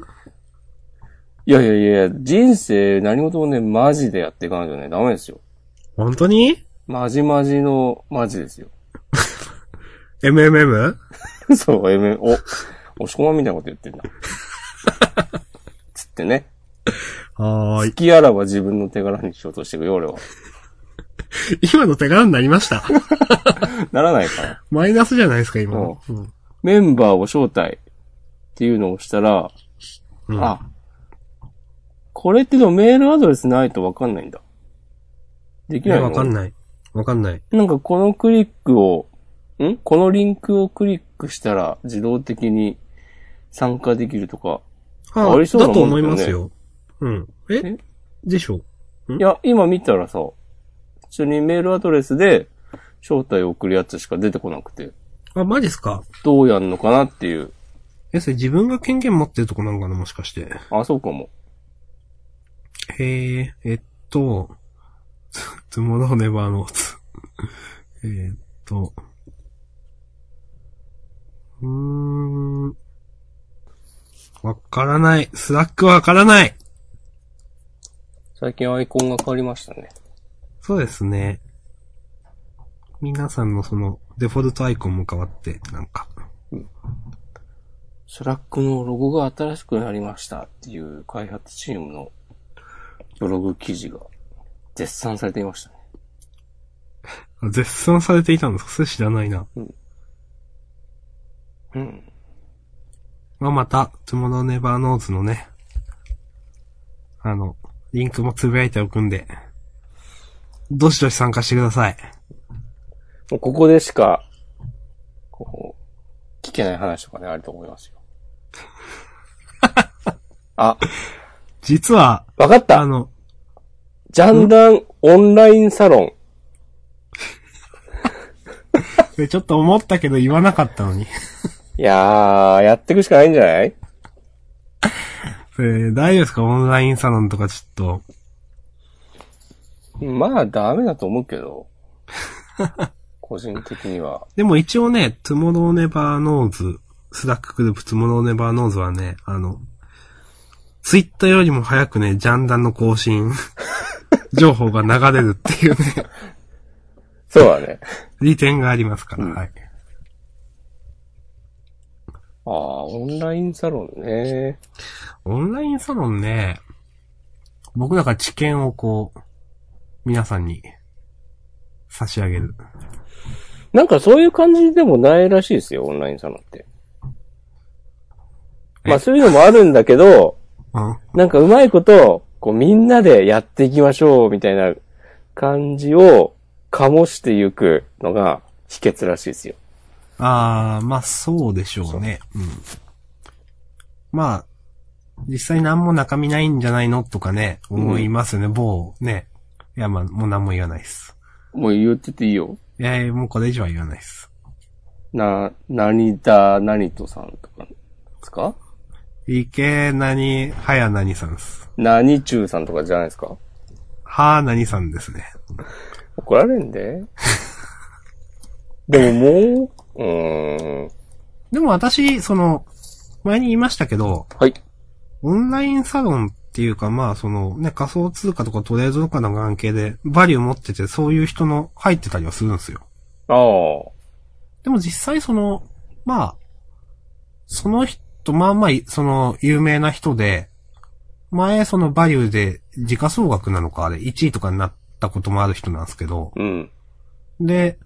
Speaker 1: いやいやいや、人生何事もね、マジでやっていかないとね、ダメですよ。
Speaker 2: 本当に
Speaker 1: マジマジの、マジですよ。
Speaker 2: ?MMM?
Speaker 1: そう、えめ、お、おしこまみたいなこと言って んだ。つってね、
Speaker 2: は
Speaker 1: 好
Speaker 2: ーい。
Speaker 1: きあらば自分の手柄にしようとしていくよ、 俺は。
Speaker 2: 今の手柄になりま した。
Speaker 1: ならないかな。
Speaker 2: マイナスじゃないですか、今の。うん
Speaker 1: メンバーを招待っていうのをしたら、
Speaker 2: うん
Speaker 1: あ、これってでもメールアドレスないとわかんないんだ。でき
Speaker 2: い
Speaker 1: ない
Speaker 2: や、
Speaker 1: の
Speaker 2: わかんない。わかんない。
Speaker 1: なんかこのクリックを、んこのリンクをクリックしたら自動的に参加できるとか。
Speaker 2: あ
Speaker 1: ありそうな
Speaker 2: だと
Speaker 1: も
Speaker 2: 思
Speaker 1: ん
Speaker 2: い
Speaker 1: だよね
Speaker 2: ますよ。うん。え
Speaker 1: え
Speaker 2: でしょ
Speaker 1: いや、今見たらさ、普通にメールアドレスで招待を送るやつしか出てこなくて、
Speaker 2: あ、マジっすか
Speaker 1: どうやんのかなっていう。
Speaker 2: え、それ自分が権限持ってるとこなのかなもしかして。
Speaker 1: あ、そうかも。
Speaker 2: へえ、えっと、つ、つものネバーノーツ。えっと、うーん。わからない。スラックわからない。
Speaker 1: 最近アイコンが変わりましたね。
Speaker 2: そうですね。皆さんのその、デフォルトアイコンも変わって、なんか。
Speaker 1: スラックのロゴが新しくなりましたっていう開発チームのブログ記事が絶賛されていましたね。
Speaker 2: あ絶賛されていたんですかそれ知らないな。
Speaker 1: うん。
Speaker 2: まあ、また、トゥモローネバーノーズのね、あの、リンクもつぶやいておくんで、どしどし参加してください。
Speaker 1: もうここでしか、こう、聞けない話とかね、あると思いますよ。 あ、
Speaker 2: 実は、
Speaker 1: わかっ
Speaker 2: あ
Speaker 1: た
Speaker 2: の、
Speaker 1: ジャンダンオンラインサロン。
Speaker 2: でちょっと思ったけど言わなかったのに。
Speaker 1: いやー、やっていくしかないんじゃない
Speaker 2: えー大丈夫ですかオンラインサロンとかちょっと。
Speaker 1: まあ、ダメだと思うけ ど。個人的には。
Speaker 2: でも一応ね、トゥモローネバーノーズ、スラックグループトゥモローネバーノーズはね、あの、ツイッターよりも早くね、ジャンダンの更新 情報が流れるっていうね、
Speaker 1: そうだね。
Speaker 2: 利点がありますから、
Speaker 1: うん
Speaker 2: はい。
Speaker 1: ああ、オンラインサロンね。
Speaker 2: オンラインサロンね、僕だから知見をこう、皆さんに差し上げる。
Speaker 1: なんかそういう感じでもないらしいですよ、オンラインサロンって。まあ
Speaker 2: え
Speaker 1: そういうのもあるんだけど、
Speaker 2: うん。
Speaker 1: なんかうまいこと、こうみんなでやっていきましょう、みたいな感じを醸していくのが秘訣らしいですよ。
Speaker 2: あー、まあそうでしょうね。うん。まあ、実際何も中身ないんじゃないのとかね、思いますよね、某ね。いや、まあ、もう何も言わないです。
Speaker 1: もう言ってていいよ。
Speaker 2: いや、もうこれ以上は言わないです。
Speaker 1: な、何だ、何とさんとかですか
Speaker 2: 池何、はや何さんです。
Speaker 1: 何中さんとかじゃないですか
Speaker 2: はー何さんですね。
Speaker 1: 怒られん で。でももう、うーん。
Speaker 2: でも私、その、前に言いましたけど、
Speaker 1: はい。
Speaker 2: オンラインサロンっていうか、まあ、そのね、仮想通貨とかトレードとかの関係で、バリュー持ってて、そういう人の入ってたりはするんですよ。
Speaker 1: ああ。
Speaker 2: でも実際その、まあ、その人、まあまあ、その、有名な人で、前そのバリューで、時価総額なのか、あれ、1位とかになったこともある人なんですけど、
Speaker 1: うん。
Speaker 2: で、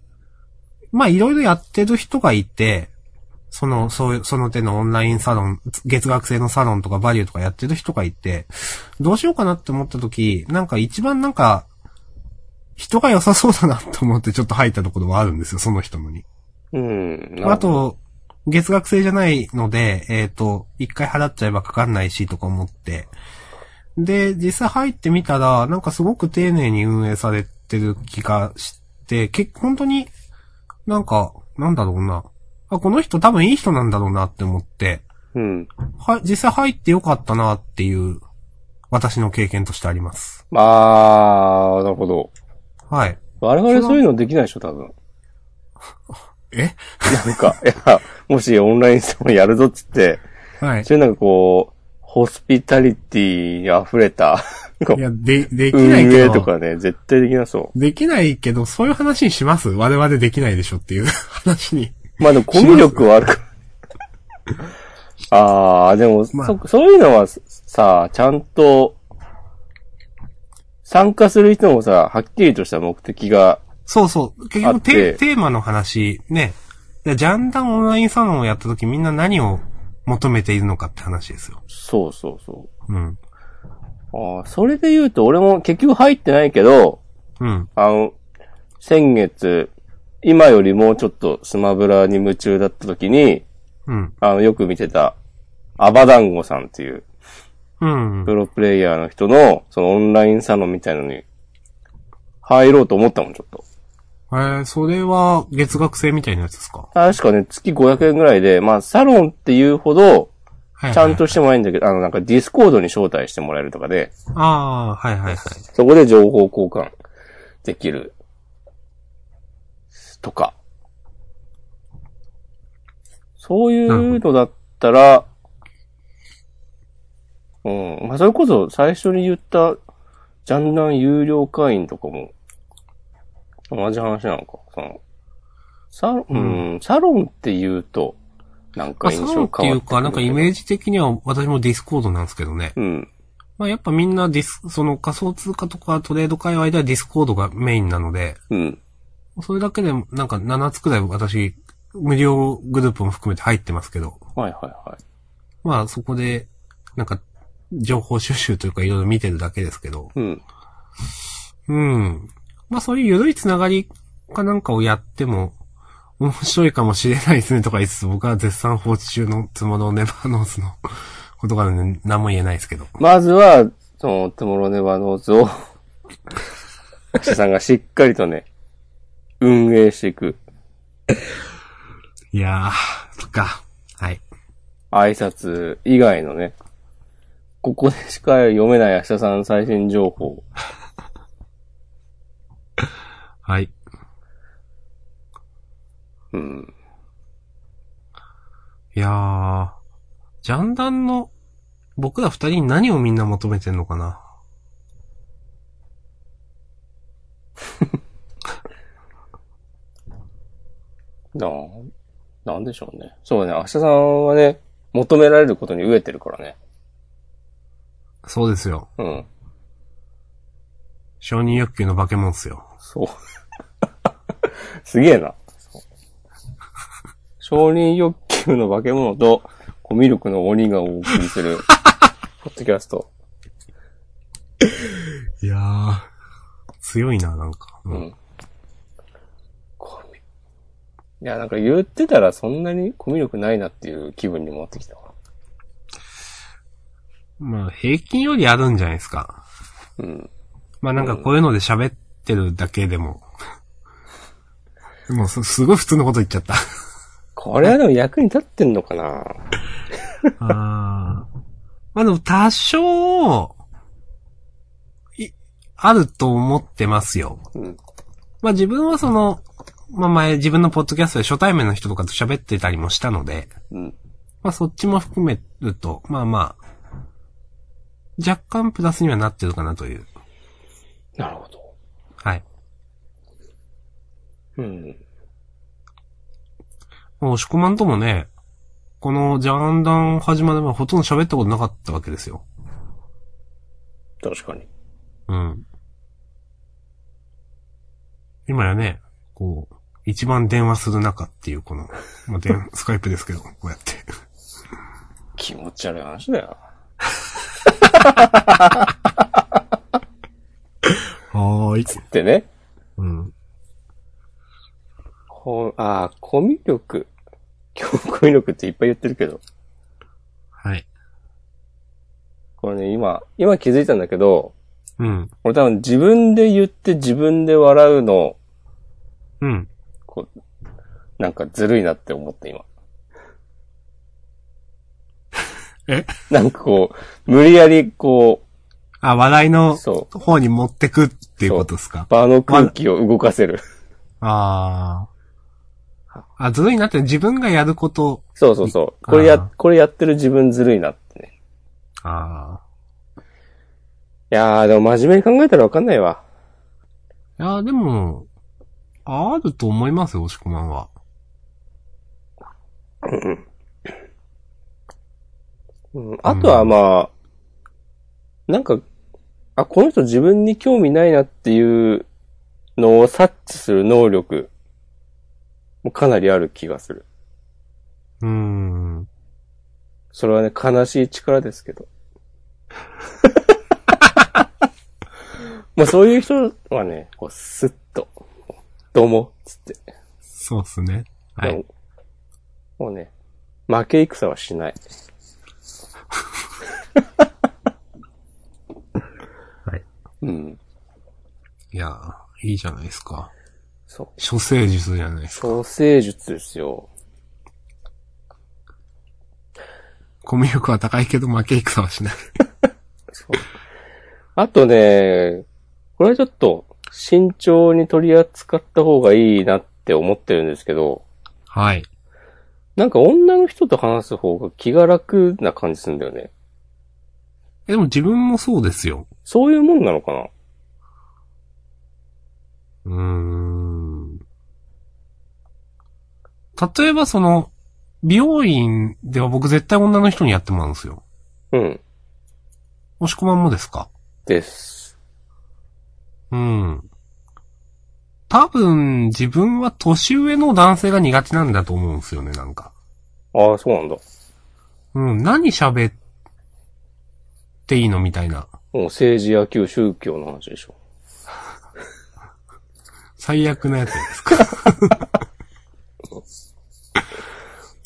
Speaker 2: まあいろいろやってる人がいて、その、そういう、その手のオンラインサロン、月額制のサロンとかバリューとかやってる人がいて、どうしようかなって思った時、なんか一番なんか、人が良さそうだなと思ってちょっと入ったところはあるんですよ、その人のに。
Speaker 1: うん。
Speaker 2: あと、月額制じゃないので、えっ、と、一回払っちゃえばかかんないし、とか思って。で、実際入ってみたら、なんかすごく丁寧に運営されてる気がして、結構本当に、なんか、なんだろうな。あ、この人多分いい人なんだろうなって思って、
Speaker 1: うん。
Speaker 2: は、実際入ってよかったなっていう、私の経験としてあります。
Speaker 1: ああ、なるほど。
Speaker 2: はい。
Speaker 1: 我々そういうのできないでしょ、多分。
Speaker 2: え
Speaker 1: なんか、いや、もしオンラインサロンやるぞっつって、
Speaker 2: はい。
Speaker 1: そういうなんかこう、ホスピタリティに溢れた、こ
Speaker 2: いうや、で、でき
Speaker 1: 運
Speaker 2: ないけ
Speaker 1: 営
Speaker 2: ど。
Speaker 1: とかね、絶対できなそ
Speaker 2: できないけど、そういう話にします我々できないでしょっていう 話に。
Speaker 1: う。まあでもコミュ力はあるから。ああ、でも、
Speaker 2: まあ
Speaker 1: そ、そういうのはさ、ちゃんと、参加する人もさ、はっきりとした目的が、
Speaker 2: そうそう。結
Speaker 1: あっ
Speaker 2: 局
Speaker 1: て
Speaker 2: テ、テーマの話、ね。でジャンダンオンラインサロンをやった時みんな何を求めているのかって話ですよ。
Speaker 1: そうそうそ
Speaker 2: うん。
Speaker 1: う。ああ、それで言うと、俺も結局入ってないけど、
Speaker 2: うん。
Speaker 1: あの、先月、今よりもうちょっとスマブラに夢中だった時に、
Speaker 2: うん。
Speaker 1: あの、よく見てた、アバダンゴさんっていう、
Speaker 2: うん。
Speaker 1: プロプレイヤーの人の、そのオンラインサロンみたいなのに、入ろうと思ったもん、ちょっと。
Speaker 2: えー、それは月額制みたいなやつですか
Speaker 1: 確かね、月500円ぐらいで、まあ、サロンっていうほど、
Speaker 2: はいはい。
Speaker 1: ちゃんとしてもないんだけど、あの、なんかディスコードに招待してもらえるとかで、
Speaker 2: ああ、はいはいはい。
Speaker 1: そこで情報交換できる。とか。そういうのだったら、うん。まあ、それこそ最初に言った、ジャンダン有料会員とかも、同じ話なのか。その、サロン、うん、サロンって言うと、なん
Speaker 2: まあ、
Speaker 1: か印
Speaker 2: サ
Speaker 1: 象
Speaker 2: ロ
Speaker 1: 変
Speaker 2: ン
Speaker 1: わってて
Speaker 2: っいうか、なんかイメ
Speaker 1: ジ。
Speaker 2: ージ的には私もディスコードなんですけどね。
Speaker 1: うん。
Speaker 2: まあやっぱみんなディス、その仮想通貨とかトレード界隈ではディスコードがメインなので、
Speaker 1: うん。
Speaker 2: それだけで、なんか7つくらい私、無料グループも含めて入ってますけど、
Speaker 1: はいはいはい。
Speaker 2: まあそこで、なんか、情報収集というかいろいろ見てるだけですけど、
Speaker 1: うん。
Speaker 2: うん。まあそういう緩いつながりかなんかをやっても、面白いかもしれないですねとか言いつつ、僕は絶賛放置中のつものネバーノーズのことからね、何も言えないですけど。
Speaker 1: まずは、その、トゥモローネバーノーズを、岸さんがしっかりとね、運営していく。
Speaker 2: いやー、とか、はい。
Speaker 1: 挨拶以外のね、ここでしか読めない明日さん最新情報。
Speaker 2: はい。
Speaker 1: うん。
Speaker 2: いやー、ジャンダンの、僕ら二人に何をみんな求めてんのかな
Speaker 1: なん、なんでしょうね。そうね、明日さんはね、求められることに飢えてるからね。
Speaker 2: そうですよ。
Speaker 1: うん。
Speaker 2: 承認欲求の化け物ですよ。
Speaker 1: そう。 すげえな。承認欲求の化け物と、コミュ力の鬼がお送りす る、ポッドキャスト。
Speaker 2: いやー、強いな、なんか。う
Speaker 1: うんん。コミいや、なんか言ってたらそんなにコミュ力ないなっていう気分にもなってきたわ。
Speaker 2: まあ、平均よりあるんじゃないですか。
Speaker 1: うん。
Speaker 2: まあなんかこういうので喋ってるだけでも。 もうす、すごい普通のこと言っちゃった。
Speaker 1: これはでも役に立ってんのかな
Speaker 2: あーまあでも多少、い、あると思ってますよ。
Speaker 1: うん。
Speaker 2: まあ自分はその、まあ前自分のポッドキャストで初対面の人とかと喋ってたりもしたので、
Speaker 1: うん。
Speaker 2: まあそっちも含めると、まあまあ、若干プラスにはなってるかなという。
Speaker 1: なるほど。
Speaker 2: はい。
Speaker 1: うん。
Speaker 2: もう押し込まんともね、このジャンダン始まる前ほとんど喋ったことなかったわけですよ。
Speaker 1: 確かに。
Speaker 2: うん。今やね、こう、一番電話する中っていうこの、まあ、電 スカイプですけど、こうやって。
Speaker 1: 気持ち悪い話だよ。
Speaker 2: はーい。
Speaker 1: でね、
Speaker 2: うん。
Speaker 1: こう、ああ、コミュ力。 今日コミュ力っていっぱい言ってるけど。
Speaker 2: はい。
Speaker 1: これね、今、今気づいたんだけど、
Speaker 2: うん。
Speaker 1: 俺多分自分で言って自分で笑うの、
Speaker 2: うん。
Speaker 1: こう、なんかずるいなって思って今。
Speaker 2: え
Speaker 1: なんかこう、無理やりこ、
Speaker 2: あ、笑いうの
Speaker 1: そう、
Speaker 2: 方に持ってくっていうことですか
Speaker 1: 場の空気を動かせる。
Speaker 2: ああ。あ、ずるいなって自分がやること、
Speaker 1: そうそうそう。これや
Speaker 2: あー、
Speaker 1: これやってる自分ずるいなってね。
Speaker 2: ああ。
Speaker 1: いやー、でも真面目に考えたらわかんないわ。
Speaker 2: いやー、でも、あると思いますよ、押し込まんは。
Speaker 1: うん、あとはまあ、なんか、あ、この人自分に興味ないなっていうのを察知する能力もかなりある気がする。
Speaker 2: うーん。
Speaker 1: それはね、悲しい力ですけど。 まあそういう人はね、こう、スッと、どうも、つって。
Speaker 2: そうっすね。は
Speaker 1: で
Speaker 2: い
Speaker 1: も。もうね、負け戦はしない。
Speaker 2: はい。
Speaker 1: うん。
Speaker 2: いやー、いいじゃないですか。
Speaker 1: そう。
Speaker 2: 処世術じゃないですか。
Speaker 1: 調整術ですよ。
Speaker 2: コミュ力は高いけど負け戦はしない。
Speaker 1: そう。あとね、これはちょっと慎重に取り扱った方がいいなって思ってるんですけど、
Speaker 2: はい。
Speaker 1: なんか女の人と話す方が気が楽な感じするんだよね。
Speaker 2: えでも自分もそうですよ。
Speaker 1: そういうもんなのかな
Speaker 2: うーん。例えばその、美容院では僕絶対女の人にやってもらうんですよ。
Speaker 1: うん。
Speaker 2: 押し込まんもですか
Speaker 1: です。
Speaker 2: うん。多分、自分は年上の男性が苦手なんだと思うんですよね、なんか。
Speaker 1: ああ、そうなんだ。
Speaker 2: うん、何喋っていいのみたいな。
Speaker 1: もう政治、野球、宗教の話でしょ。
Speaker 2: 最悪なやつですか。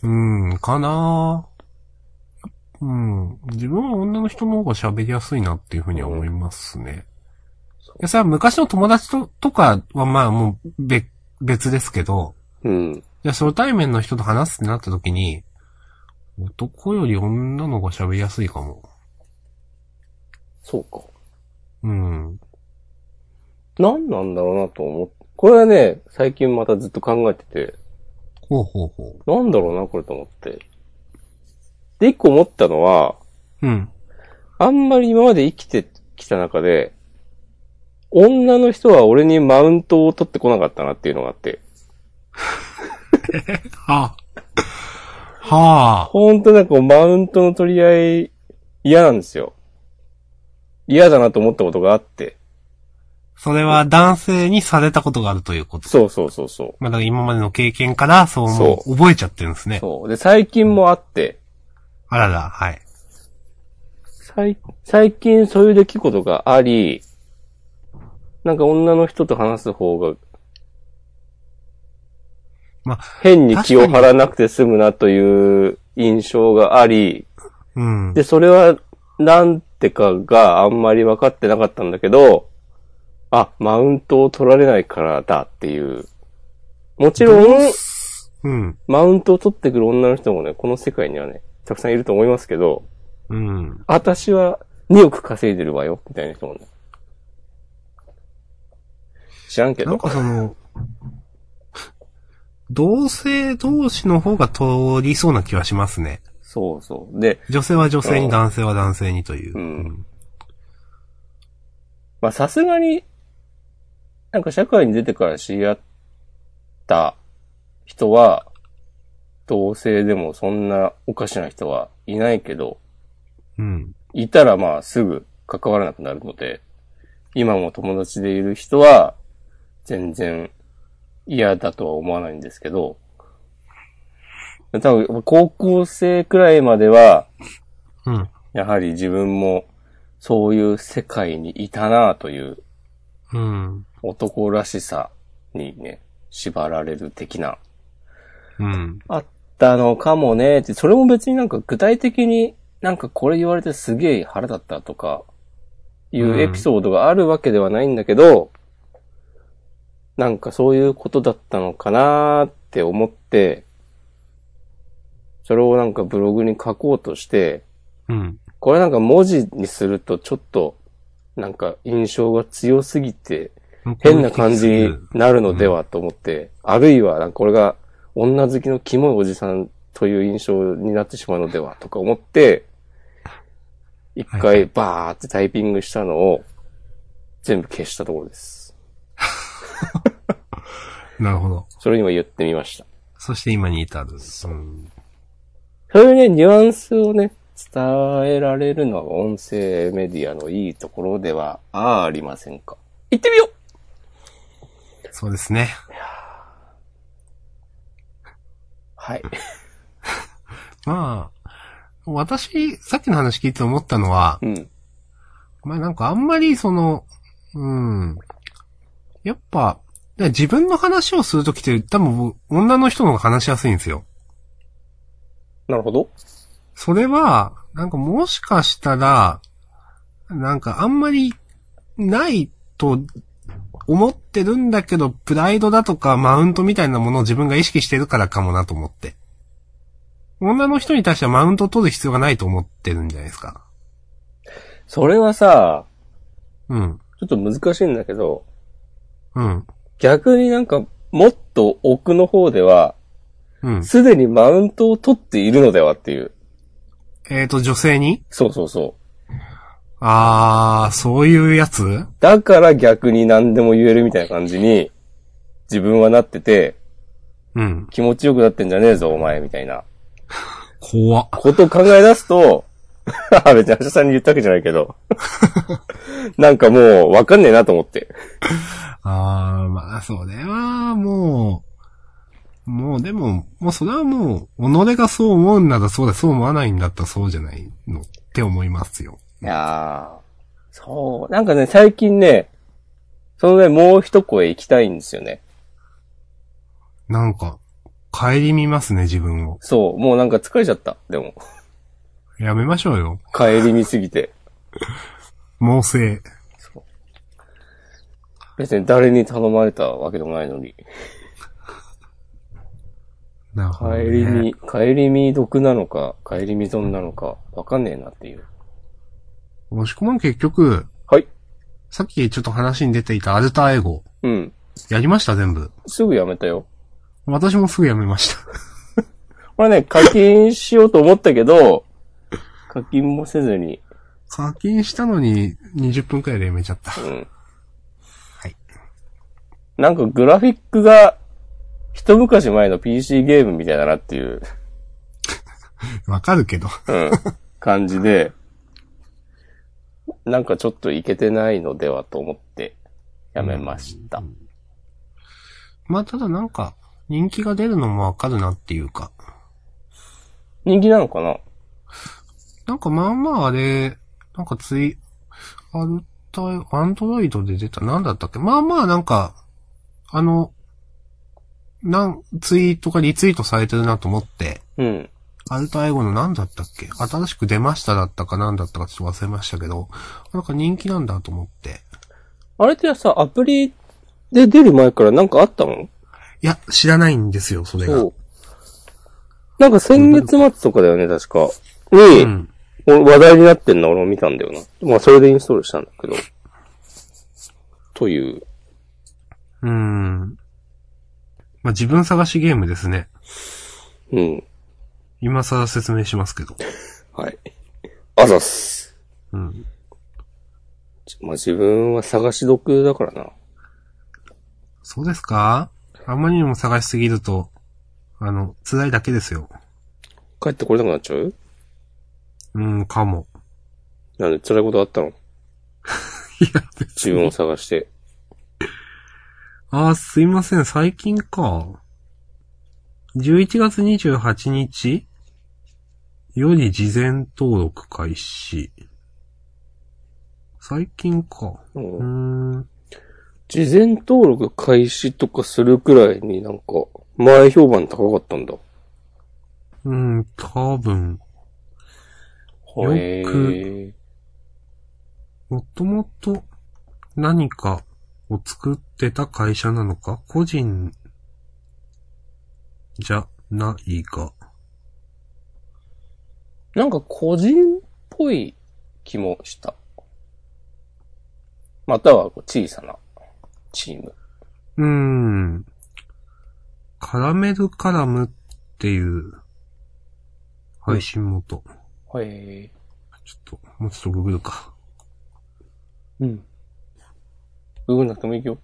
Speaker 2: うん、かなぁうん。自分は女の人の方が喋りやすいなっていうふうには思いますね。いや、さ、昔の友達と、とかはまあもう別、別ですけど、
Speaker 1: うん。
Speaker 2: じゃあ初対面の人と話すってなった時に、男より女の方が喋りやすいかも。
Speaker 1: そうか。
Speaker 2: うん。
Speaker 1: 何なんだろうなと思って。これはね、最近またずっと考えてて、
Speaker 2: ほうほうほ
Speaker 1: なんだろうな、これと思って。で、一個思ったのは、
Speaker 2: う。うん。
Speaker 1: あんまり今まで生きてきた中で、女の人は俺にマウントを取ってこなかったなっていうのがあって、
Speaker 2: はあ。はあ。
Speaker 1: ほんとなんかこうマウントの取り合い嫌なんですよ。嫌だなと思ったことがあって。
Speaker 2: それは男性にされたことがあるということ。
Speaker 1: そうそうそうそ
Speaker 2: まあ、だから今までの経験から、そう思、
Speaker 1: そう
Speaker 2: 覚えちゃってるんです
Speaker 1: う。
Speaker 2: ね。
Speaker 1: そう。で、最近もあって、
Speaker 2: あらら、はい。
Speaker 1: 最最近そういう出来事があり、なんか女の人と話す方が、
Speaker 2: まあ
Speaker 1: 変に気を張らなくて済むなという印象があり、
Speaker 2: うん。
Speaker 1: で、それは、なんてかがあんまり分かってなかったんだけど、あ、マウントを取られないからだっていう。もちろん、
Speaker 2: うん。
Speaker 1: マウントを取ってくる女の人もね、この世界にはね、たくさんいると思いますけど、
Speaker 2: うん。
Speaker 1: 私は2億稼いでるわよ、みたいな人もね。知らんけ
Speaker 2: なん
Speaker 1: ど。
Speaker 2: かその、同性同士の方が通りそうな気はしますね。
Speaker 1: そうそう。で、
Speaker 2: 女性は女性
Speaker 1: う
Speaker 2: に、
Speaker 1: ん
Speaker 2: 男性は男性にという。
Speaker 1: うんまあさすがに、なんか社会に出てから知り合った人は、同性でもそんなおかしな人はいないけど、
Speaker 2: うん。
Speaker 1: いたらまあすぐ関わらなくなるので、今も友達でいる人は、全然嫌だとは思わないんですけど、多分高校生くらいまでは、
Speaker 2: うん。
Speaker 1: やはり自分もそういう世界にいたなという
Speaker 2: うん。
Speaker 1: 男らしさにね、縛られる的な、
Speaker 2: うん。
Speaker 1: あったのかもね、って、それも別になんか具体的になんかこれ言われてすげえ腹立ったとか、いうエピソードがあるわけではないんだけど、なんかそういうことだったのかなーって思って、それをなんかブログに書こうとして、
Speaker 2: うん。
Speaker 1: これなんか文字にするとちょっと、なんか印象が強すぎて、変な感じになるのではと思って、あるいは、なんかこれが女好きのキモいおじさんという印象になってしまうのではとか思って、一
Speaker 2: はいは
Speaker 1: 回バーってタイピングしたのを全部消したところです。
Speaker 2: なるほど。
Speaker 1: それにも言ってみました。
Speaker 2: そして今に至る。うん
Speaker 1: そういうね、ニュアンスをね、伝えられるのは音声メディアのいいところではありませんか。行ってみよう
Speaker 2: そうですね。
Speaker 1: はい。
Speaker 2: まあ、私、さっきの話聞いて思ったのは、
Speaker 1: うん。
Speaker 2: まあなんかあんまりその、うん。やっぱ、だから自分の話をするときって多分僕女の人の方が話しやすいんですよ。
Speaker 1: なるほど。
Speaker 2: それは、なんかもしかしたら、なんかあんまりないと思ってるんだけど、プライドだとかマウントみたいなものを自分が意識してるからかもなと思って。女の人に対してはマウントを取る必要がないと思ってるんじゃないですか。
Speaker 1: それはさ、
Speaker 2: うん。
Speaker 1: ちょっと難しいんだけど、
Speaker 2: うん。
Speaker 1: 逆になんか、もっと奥の方では、
Speaker 2: うん。
Speaker 1: すでにマウントを取っているのではっていう。
Speaker 2: えっ、と、女性に
Speaker 1: そうそうそう。
Speaker 2: あー、そういうやつ
Speaker 1: だから逆に何でも言えるみたいな感じに、自分はなってて、
Speaker 2: うん。
Speaker 1: 気持ちよくなってんじゃねえぞ、お前、みたいな。
Speaker 2: 怖っ。
Speaker 1: ことを考え出すと、 あ別に橋田さんに言ったわけじゃないけど。 なんかもう、わかんねえなと思って。
Speaker 2: あー、まあ、それは、もう、もうでも、もうそれはもう、己がそう思うんならそうだ、そう思わないんだったらそうじゃないのって思いますよ。
Speaker 1: いやー。そう。なんかね、最近ね、そのね、もう一声行きたいんですよね。
Speaker 2: なんか、帰り見ますね、自分を。
Speaker 1: そう。もうなんか疲れちゃった。でも、
Speaker 2: やめましょうよ。
Speaker 1: 帰り見すぎて。
Speaker 2: 猛省。
Speaker 1: 別に誰に頼まれたわけでもないのに。
Speaker 2: なるほど、ね。
Speaker 1: 帰り見、帰り見毒なのか、帰り見損なのか、わかんねえなっていう。
Speaker 2: 押し込まん結局、
Speaker 1: はい。
Speaker 2: さっきちょっと話に出ていたアルターエゴ、
Speaker 1: うん。
Speaker 2: やりました、全部。
Speaker 1: すぐやめたよ。
Speaker 2: 私もすぐやめました。
Speaker 1: これね、課金しようと思ったけど、課金もせずに、
Speaker 2: 課金したのに20分くらいでやめちゃった。
Speaker 1: うん。なんかグラフィックが、一昔前の PC ゲームみたいだなっていう、
Speaker 2: わかるけど。
Speaker 1: うん、感じで、なんかちょっといけてないのではと思って、やめました。
Speaker 2: まあただなんか、人気が出るのもわかるなっていうか。
Speaker 1: 人気なのかな
Speaker 2: なんかまあまああれ、なんかつい、アルタ、アンドロイドで出た、なんだったっけまあまあなんか、あの、なん、ツイートがリツイートされてるなと思って、
Speaker 1: うん。
Speaker 2: アルタ英語のなんだったっけ新しく出ましただったかなんだったかちょっと忘れましたけど、なんか人気なんだと思って。
Speaker 1: あれってさ、アプリで出る前からなんかあったの
Speaker 2: いや、知らないんですよ、それが。
Speaker 1: そう。なんか先月末とかだよね、確か。に、
Speaker 2: うん。
Speaker 1: 話題になってんの俺も見たんだよな。まあ、それでインストールしたんだけど。という。
Speaker 2: うん。まあ自分探しゲームですね。
Speaker 1: うん。
Speaker 2: 今更説明しますけど。
Speaker 1: はい。あざっす。
Speaker 2: うん。
Speaker 1: ちまあ、自分は探し毒だからな。
Speaker 2: そうですかあんまりにも探しすぎると、あの、辛いだけですよ。
Speaker 1: 帰ってこれなくなっちゃう
Speaker 2: うん、かも。
Speaker 1: なんで辛いことあったの
Speaker 2: いや、別
Speaker 1: 自
Speaker 2: に
Speaker 1: 分を探して。
Speaker 2: あー、すいません、最近か。11月28日より事前登録開始。最近か。
Speaker 1: う
Speaker 2: うんーん。
Speaker 1: 事前登録開始とかするくらいになんか、前評判高かったんだ。
Speaker 2: うん、多分。く
Speaker 1: へー
Speaker 2: もともと何かを作ってた会社なのか個人じゃないが。
Speaker 1: なんか個人っぽい気もした。または小さなチーム。
Speaker 2: うーん。カラメルカラムっていう配信元。
Speaker 1: はい。
Speaker 2: ちょっと、もうちょっとググるか。
Speaker 1: うん。ググんなくてもいいよ。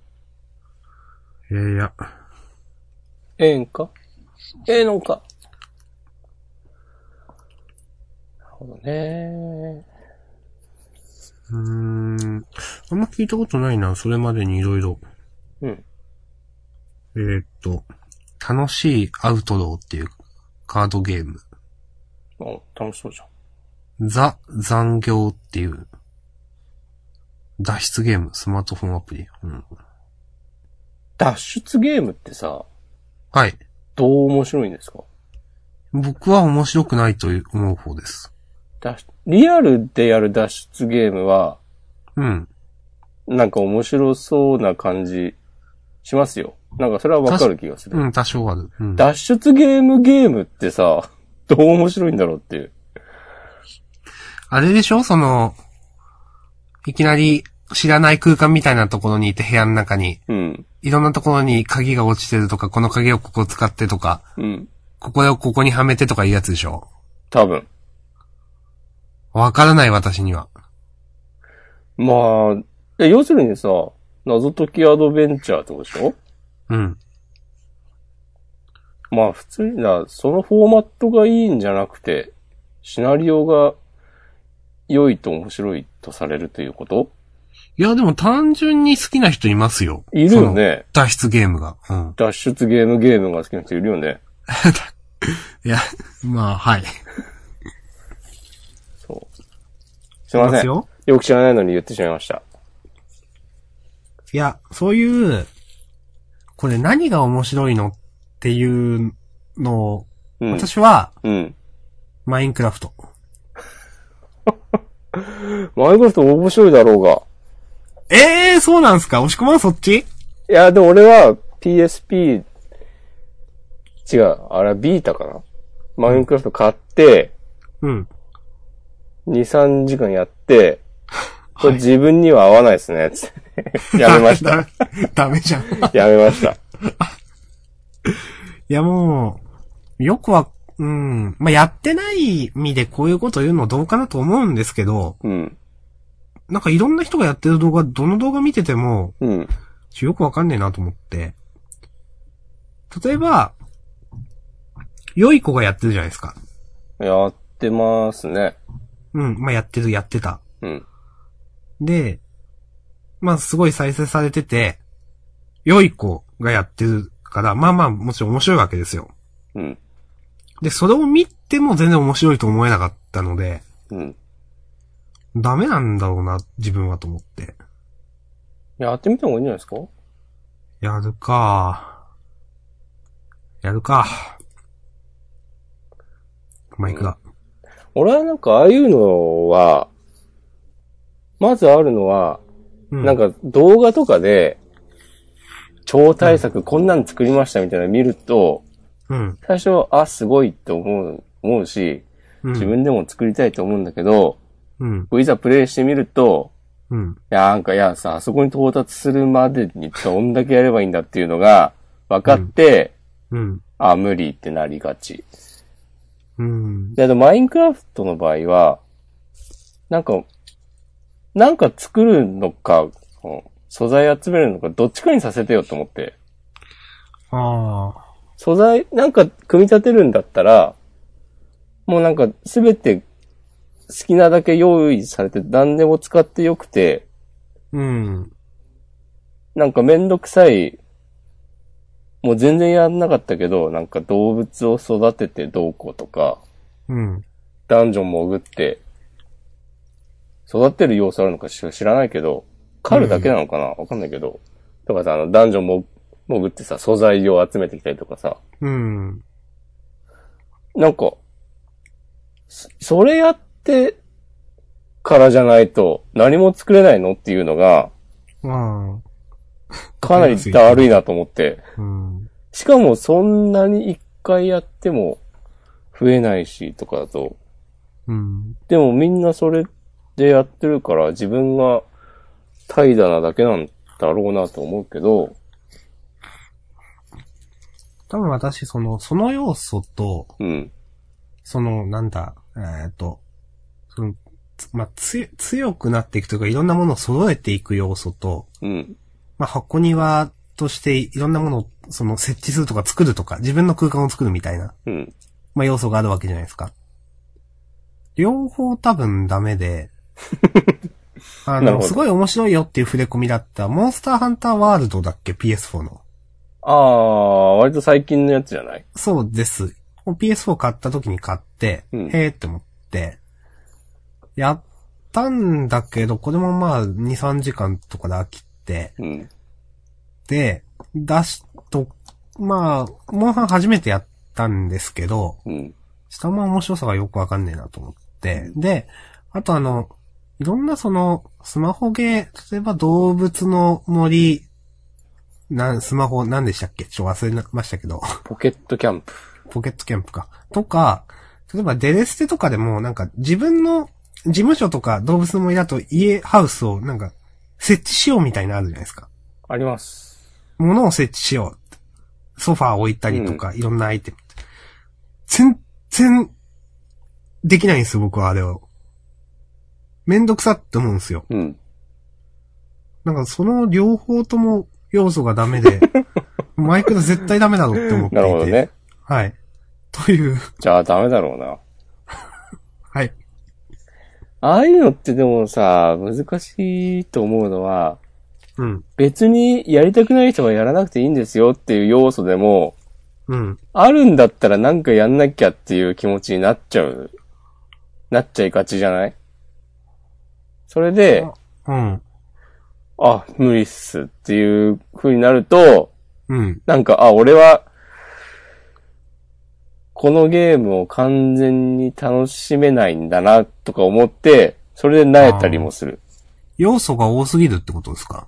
Speaker 2: いやいや。
Speaker 1: ええんかええのかなるほどね。
Speaker 2: うーん。あんま聞いたことないな。それまでにいろいろ。
Speaker 1: うん。
Speaker 2: えーっと、楽しいアウトローっていうカードゲーム。
Speaker 1: あ楽しそうじゃん。
Speaker 2: ザ・残業っていう、脱出ゲーム、スマートフォンアプリ。うん、
Speaker 1: 脱出ゲームってさ、
Speaker 2: はい。
Speaker 1: どう面白いんですか
Speaker 2: 僕は面白くないという思う方です。
Speaker 1: 脱出リアルでやる脱出ゲームは、
Speaker 2: うん。
Speaker 1: なんか面白そうな感じしますよ。なんかそれはわかる気がする。
Speaker 2: うん、多少ある。うん。
Speaker 1: 脱出ゲームゲームってさ、 どう面白いんだろうっていう。
Speaker 2: あれでしょその、いきなり知らない空間みたいなところにいて部屋の中に、
Speaker 1: うん。
Speaker 2: いろんなところに鍵が落ちてるとか、この鍵をここ使ってとか、
Speaker 1: うん。
Speaker 2: ここをここにはめてとかいうやつでしょ
Speaker 1: 多分。
Speaker 2: わからない私には。
Speaker 1: まあ、え要するにさ、謎解きアドベンチャーってことでしょ
Speaker 2: うん。
Speaker 1: まあ普通にな、そのフォーマットがいいんじゃなくて、シナリオが良いと面白いとされるということ
Speaker 2: いや、でも単純に好きな人いますよ。
Speaker 1: いる
Speaker 2: そ
Speaker 1: よ
Speaker 2: の。
Speaker 1: ね。
Speaker 2: 脱出ゲームが。うん。
Speaker 1: 脱出ゲームゲームが好きな人いるよね。
Speaker 2: いや、まあ、はい。
Speaker 1: そう。すいません。よ
Speaker 2: よ。
Speaker 1: く知らないのに言ってしまいました。
Speaker 2: いや、そういう、これ何が面白いのっていうのを、
Speaker 1: うん。
Speaker 2: 私は、
Speaker 1: うん。
Speaker 2: マインクラフト。
Speaker 1: マインクラフト面白いだろうが。
Speaker 2: ええー、そうなんすか押し込まんそっち
Speaker 1: いや、でも俺は PSP、違う、あれはビータかなマインクラフト買って、
Speaker 2: うん。
Speaker 1: 2、3時間やって、こ
Speaker 2: はい
Speaker 1: れ自分 には合わないです ね、つって。やめまし た。
Speaker 2: ダメ。 ダメじゃん。い
Speaker 1: やめました。
Speaker 2: や、もう、よくは、うん。まあ、やってない身でこういうこと言うのどうかなと思うんですけど、
Speaker 1: うん。
Speaker 2: なんかいろんな人がやってる動画、どの動画見てても、
Speaker 1: うん。
Speaker 2: ちょよくわかんねえなと思って。例えば、良い子がやってるじゃないですか。
Speaker 1: やってますね。
Speaker 2: うん、まあ、やってる、やってた。
Speaker 1: うん。
Speaker 2: で、まあ、すごい再生されてて、良い子がやってるから、まあまあ、もちろん面白いわけですよ。
Speaker 1: うん。
Speaker 2: で、それを見ても全然面白いと思えなかったので、
Speaker 1: うん。
Speaker 2: ダメなんだろうな、自分はと思って。
Speaker 1: やってみた方がいいんじゃないですか
Speaker 2: やるか。やるか。マイクだ。
Speaker 1: 俺はなんかああいうのは、まずあるのは、
Speaker 2: う
Speaker 1: なん、か動画とかで、超大作こんなん作りましたみたいなの見ると、
Speaker 2: うん。
Speaker 1: 最初、あ、すごいって思う、思うし、
Speaker 2: うん
Speaker 1: 自分でも作りたいと思うんだけど、
Speaker 2: うん。
Speaker 1: いざプレイしてみると、
Speaker 2: うん。
Speaker 1: いや、なんか、いや、さ、あそこに到達するまでにどんだけやればいいんだっていうのが分かって、
Speaker 2: うん。
Speaker 1: あ、無理ってなりがち。
Speaker 2: うん。
Speaker 1: で、あと、マインクラフトの場合は、なんか、なんか作るのか、その素材集めるのか、どっちかにさせてよと思って。
Speaker 2: ああ。
Speaker 1: 素材、なんか組み立てるんだったら、もうなんかすべて好きなだけ用意されて何でも使ってよくて、
Speaker 2: うん。
Speaker 1: なんかめんどくさい、もう全然やんなかったけど、なんか動物を育ててどうこうとか、
Speaker 2: うん。
Speaker 1: ダンジョン潜って、育てる要素あるのかし知らないけど、狩るだけなのかなわ、かんないけど。とかさ、あの、ダンジョンも潜ってさ、素材を集めてきたりとかさ、
Speaker 2: うん。
Speaker 1: なんか、そそれやってからじゃないと何も作れないのっていうのが、
Speaker 2: あ
Speaker 1: かなりだるいなと思って。
Speaker 2: あ。うん。
Speaker 1: しかもそんなに一回やっても増えないしとかだと、
Speaker 2: うん。
Speaker 1: でもみんなそれでやってるから自分が怠惰なだけなんだろうなと思うけど、
Speaker 2: 多分私、その、その要素と、
Speaker 1: うん、
Speaker 2: その、なんだ、えーっと、その、つまあ、つ、強くなっていくというか、いろんなものを揃えていく要素と、
Speaker 1: うん、
Speaker 2: まあ、箱庭としていろんなものを、その、設置するとか作るとか、自分の空間を作るみたいな、
Speaker 1: うん、
Speaker 2: まあ、要素があるわけじゃないですか。両方多分ダ メで、
Speaker 1: な
Speaker 2: あ
Speaker 1: るほ
Speaker 2: の、
Speaker 1: ど
Speaker 2: すごい面白いよっていう触れ込みだった、モンスターハンターワールドだっけ ?PS4 の。
Speaker 1: ああ、割と最近のやつじゃない
Speaker 2: そうです。PS4 買った時に買って、
Speaker 1: うん
Speaker 2: へーって思って、やったんだけど、これもまあ、2、3時間とかで飽きて、
Speaker 1: うん、
Speaker 2: で、出しと、まあ、モンハン初めてやったんですけど、
Speaker 1: うん、
Speaker 2: 下も面白さがよくわかんねえなと思って、で、あとあの、いろんなその、スマホゲー、例えば動物の森、なん、スマホ、何でしたっけちょっと忘れましたけど。
Speaker 1: ポケットキャンプ。
Speaker 2: ポケットキャンプか。とか、例えばデレステとかでもなんか自分の事務所とか動物の森だと家、ハウスをなんか設置しようみたいなのあるじゃないですか。
Speaker 1: あります。
Speaker 2: 物を設置しよう。ソファーを置いたりとか、いろんなアイテム。全然、できないんですよ、僕はあれを。めんどくさって思うんですよ。
Speaker 1: うん。
Speaker 2: なんかその両方とも要素がダ メで、マイクロ絶対ダメだろうって思ってい
Speaker 1: な
Speaker 2: て。
Speaker 1: るほどね。
Speaker 2: はい。という、
Speaker 1: じゃあダメだろうな。
Speaker 2: はい。
Speaker 1: ああいうのってでもさ、難しいと思うのは、
Speaker 2: うん。
Speaker 1: 別にやりたくない人はやらなくていいんですよっていう要素でも、
Speaker 2: うん。
Speaker 1: あるんだったらなんかやんなきゃっていう気持ちになっちゃう、なっちゃいがちじゃないそれで、
Speaker 2: うん。
Speaker 1: あ、無理っすっていう風になると、
Speaker 2: うん。
Speaker 1: なんか、あ、俺は、このゲームを完全に楽しめないんだな、とか思って、それで萎えたりもする。
Speaker 2: 要素が多すぎるってことですか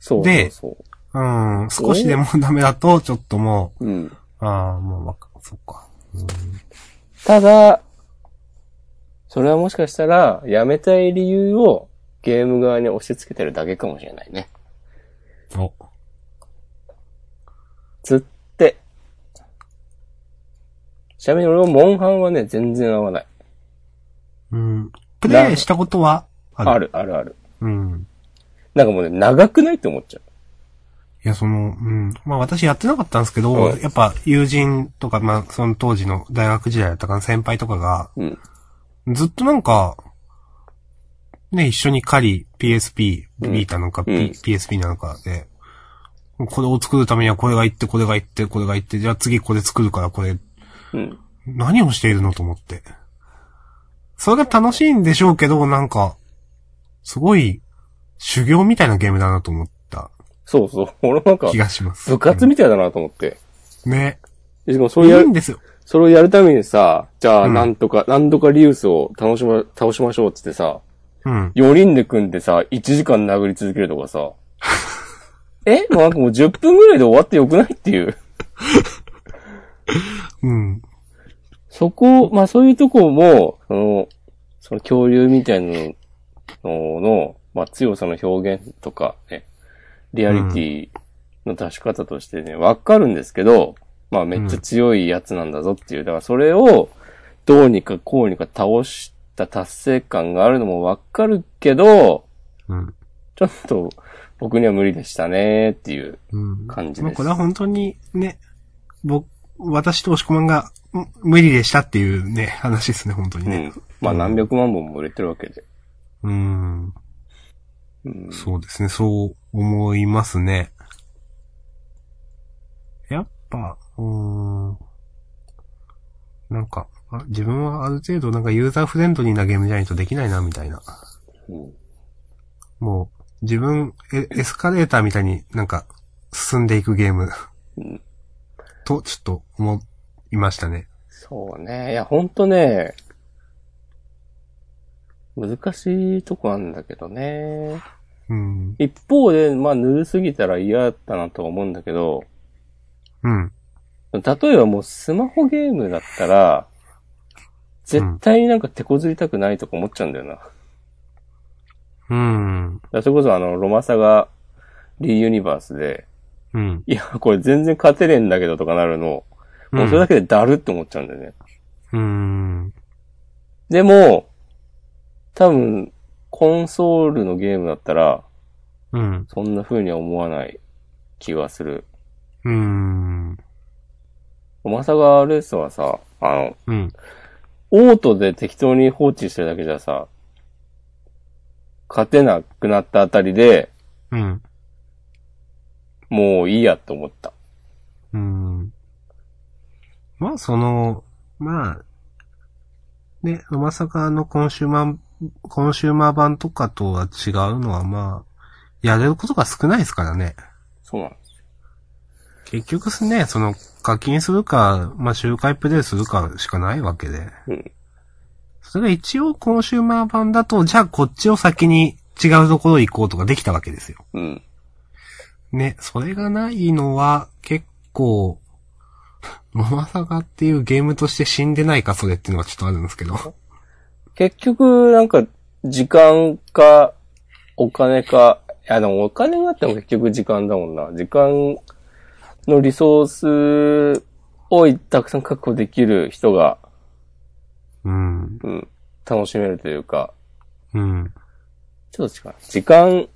Speaker 1: そうそう
Speaker 2: で
Speaker 1: そ
Speaker 2: うん。少しでもダメだと、ちょっとも
Speaker 1: う。うん。
Speaker 2: う、ああ、もうわか、そっか。
Speaker 1: ただ、それはもしかしたら、やめたい理由をゲーム側に押し付けてるだけかもしれないね。
Speaker 2: お。
Speaker 1: つって。ちなみに俺はモンハンはね、全然合わない。
Speaker 2: うん。プレイしたことはあ
Speaker 1: あ
Speaker 2: る。
Speaker 1: る、ある、ある。
Speaker 2: うん。
Speaker 1: なんかもうね、長くないって思っちゃう。
Speaker 2: いや、その、うん。まあ私やってなかったんですけど、
Speaker 1: はい
Speaker 2: やっぱ友人とか、まあその当時の大学時代だったかな、先輩とかが、
Speaker 1: うん。
Speaker 2: ずっとなんか、ね、一緒に狩り、PSP、
Speaker 1: うん
Speaker 2: ビータなのか、P-
Speaker 1: うん
Speaker 2: PSP なのかで、これを作るためにはこれがいって、これがいって、これがいって、じゃあ次これ作るからこれ、
Speaker 1: うん。
Speaker 2: 何をしているのと思って。それが楽しいんでしょうけど、なんか、すごい、修行みたいなゲームだなと思った
Speaker 1: そうそう。 俺なんか
Speaker 2: 気、がします。
Speaker 1: 部活みたいだなと思って。
Speaker 2: ね。
Speaker 1: しかもそ
Speaker 2: い
Speaker 1: れや
Speaker 2: い
Speaker 1: る
Speaker 2: ん、ですよ。
Speaker 1: それをやるためにさ、じゃあ、
Speaker 2: うん
Speaker 1: なんとか、なんとかリウスを倒しま、倒しましょうっつってさ、
Speaker 2: うん。
Speaker 1: 4人で組んでさ、1時間殴り続けるとか さ、えもうなんかもう10分ぐらいで終わってよくないっていう。
Speaker 2: うん。
Speaker 1: そこ、まあそういうとこも、その、その恐竜みたいなののの、まあ強さの表現とかね、リアリティの出し方としてね、わかるんですけど、まあめっちゃ強いやつなんだぞっていう、だからそれをどうにかこうにか倒した達成感があるのもわかるけど、
Speaker 2: うん。
Speaker 1: ちょっと僕には無理でしたねっていう。
Speaker 2: うん。
Speaker 1: 感じです
Speaker 2: まあこれは本当に、ね、僕、私と押し込まんが、ん無理でしたっていうね、話ですね、本当に
Speaker 1: う
Speaker 2: ね
Speaker 1: ん。。まあ何百万本も売れてるわけで。
Speaker 2: うん。
Speaker 1: うん。
Speaker 2: そうですね、そう思いますね。やっぱ、うーん。なんか、あ自分はある程度なんかユーザーフレンドリーなゲームじゃないとできないな、みたいな。
Speaker 1: うん
Speaker 2: もう、自分、エエスカレーターみたいになんか、進んでいくゲーム
Speaker 1: うん。
Speaker 2: と、ちょっと思いましたね。
Speaker 1: そうね。いや、ほんとね、難しいとこなんだけどね。
Speaker 2: うん。
Speaker 1: 一方で、まあ、ぬるすぎたら嫌だったなとは思うんだけど、
Speaker 2: うん。
Speaker 1: 例えばもうスマホゲームだったら、絶対になんか手こずりたくないとか思っちゃうんだよな。だか
Speaker 2: うん。
Speaker 1: らそれこそあの、ロマサが、リーユニバースで、
Speaker 2: うん。
Speaker 1: いや、これ全然勝てねえんだけどとかなるの、もうそれだけでだるって思っちゃうんだよね。
Speaker 2: うん。
Speaker 1: でも、多分、コンソールのゲームだったら、
Speaker 2: うん。
Speaker 1: そんな風には思わない気がする。
Speaker 2: うん。
Speaker 1: まさがレースはさ、あの、
Speaker 2: うん。
Speaker 1: オートで適当に放置してるだけじゃさ、勝てなくなったあたりで、
Speaker 2: うん。
Speaker 1: もういいやと思った。
Speaker 2: うん。まあ、その、まあ、ね、まさかのコンシューマー、コンシューマー版とかとは違うのはまあ、やれることが少ないですからね。
Speaker 1: そうなんです。
Speaker 2: 結局ね、その、課金するか、まあ、周回プレイするかしかないわけで。
Speaker 1: うん
Speaker 2: それが一応コンシューマー版だと、じゃあこっちを先に違うところ行こうとかできたわけですよ。
Speaker 1: うん。
Speaker 2: ね、それがないのは結構、 モマサガっていうゲームとして死んでないかそれっていうのはちょっとあるんですけど。
Speaker 1: 結局、なんか、時間か、お金か、いやでもお金があっても結局時間だもんな。時間のリソースをたくさん確保できる人が、
Speaker 2: うん。
Speaker 1: うん、楽しめるというか、
Speaker 2: うん。
Speaker 1: ちょっと違う。時間、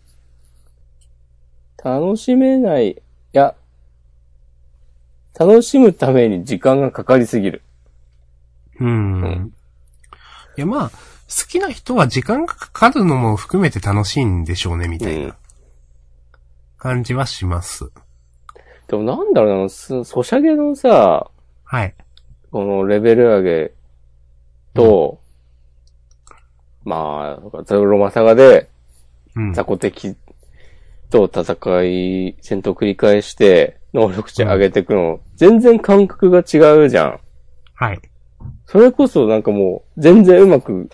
Speaker 1: 楽しめない、いや、楽しむために時間がかかりすぎる。
Speaker 2: うん。
Speaker 1: うん
Speaker 2: いや、まあ、好きな人は時間がかかるのも含めて楽しいんでしょうね、みたい
Speaker 1: うん
Speaker 2: な感じはします。
Speaker 1: でもなんだろうな、そソシャゲのさ、
Speaker 2: はい。
Speaker 1: このレベル上げと、まあ、例えばロマサガで、
Speaker 2: うん。
Speaker 1: 雑魚敵と戦い、戦闘繰り返して、能力値上げていくの、全然感覚が違うじゃん。
Speaker 2: はい。
Speaker 1: それこそなんかもう、全然うまく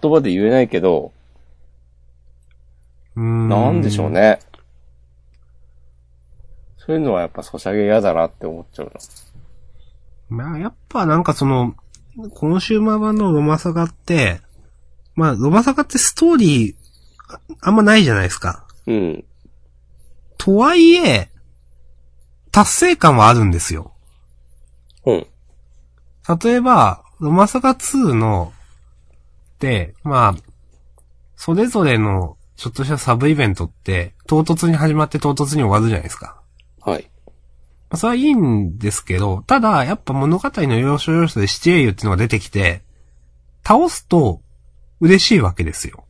Speaker 1: 言葉で言えないけど、
Speaker 2: うん。
Speaker 1: なんでしょう。ね。そういうのはやっぱソシャゲ嫌だなって思っちゃう
Speaker 2: まあ、やっぱなんかその、コンシューマー版のロマサガって、まあ、ロマサガってストーリー、ああんまないじゃないですか。
Speaker 1: の。うん。
Speaker 2: とはいえ、達成感はあるんですよ。
Speaker 1: うん。
Speaker 2: 例えば、ロマサガ2の、で、まあ、それぞれの、ちょっとしたサブイベントって、唐突に始まって唐突に終わるじゃないですか。
Speaker 1: はい。
Speaker 2: まあそれはいいんですけど、ただ、やっぱ物語の要所要所で七英雄っていうのが出てきて、倒すと嬉しいわけですよ。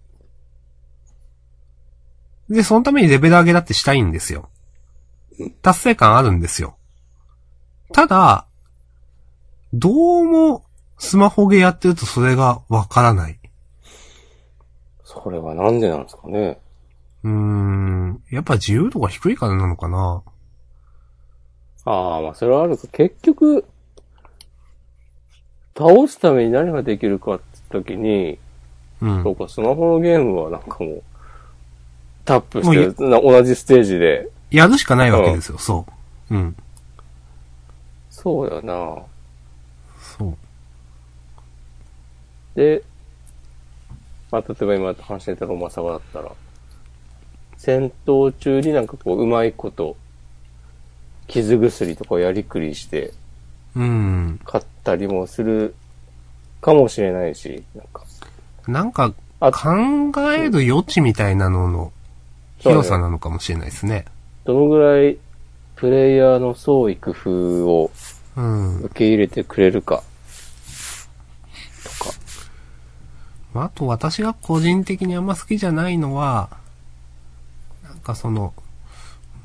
Speaker 2: で、そのためにレベル上げだってしたいんですよ。達成感あるんですよ。ただ、どうも、スマホゲーやってるとそれがわからない。
Speaker 1: それはなんでなんですかね。
Speaker 2: うーん、やっぱ自由度が低いからなのかな
Speaker 1: ああ、まあそれはあるか。結局、倒すために何ができるかって時に、
Speaker 2: うん。
Speaker 1: そうか、スマホのゲームはなんかもう、タップし
Speaker 2: もう
Speaker 1: て、な同じステージで。
Speaker 2: やるしかないわけですよ、そう。うん。
Speaker 1: そうだな
Speaker 2: そう。
Speaker 1: で、まあ、例えば今話してたロマサガだったら、戦闘中になんかこう、うまいこと、傷薬とかをやりくりして、
Speaker 2: うん。
Speaker 1: 買ったりもするかもしれないし、なんか、
Speaker 2: なんか、
Speaker 1: あ
Speaker 2: 考える余地みたいなのの広さなのかもしれないですね。
Speaker 1: どのぐらい、プレイヤーの創意工夫を
Speaker 2: うん。
Speaker 1: 受け入れてくれるか。
Speaker 2: まああと私が個人的にあんま好きじゃないのは、なんかその、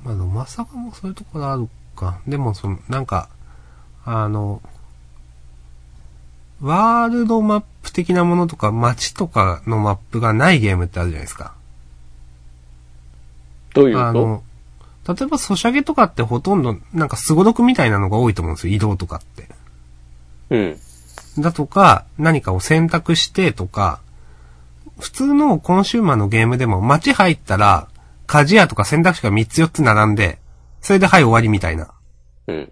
Speaker 2: まあ、でもまさかもそういうところあるか。でもその、なんか、あの、ワールドマップ的なものとか街とかのマップがないゲームってあるじゃないですか。
Speaker 1: どういう
Speaker 2: あ
Speaker 1: こ
Speaker 2: の、例えばソシャゲとかってほとんど、なんかスゴロクみたいなのが多いと思うんですよ、移動とかって。
Speaker 1: とうん。
Speaker 2: だとか、何かを選択してとか、普通のコンシューマーのゲームでも街入ったら、鍛冶屋とか選択肢が3つ4つ並んで、それではい終わりみたいな。
Speaker 1: うん。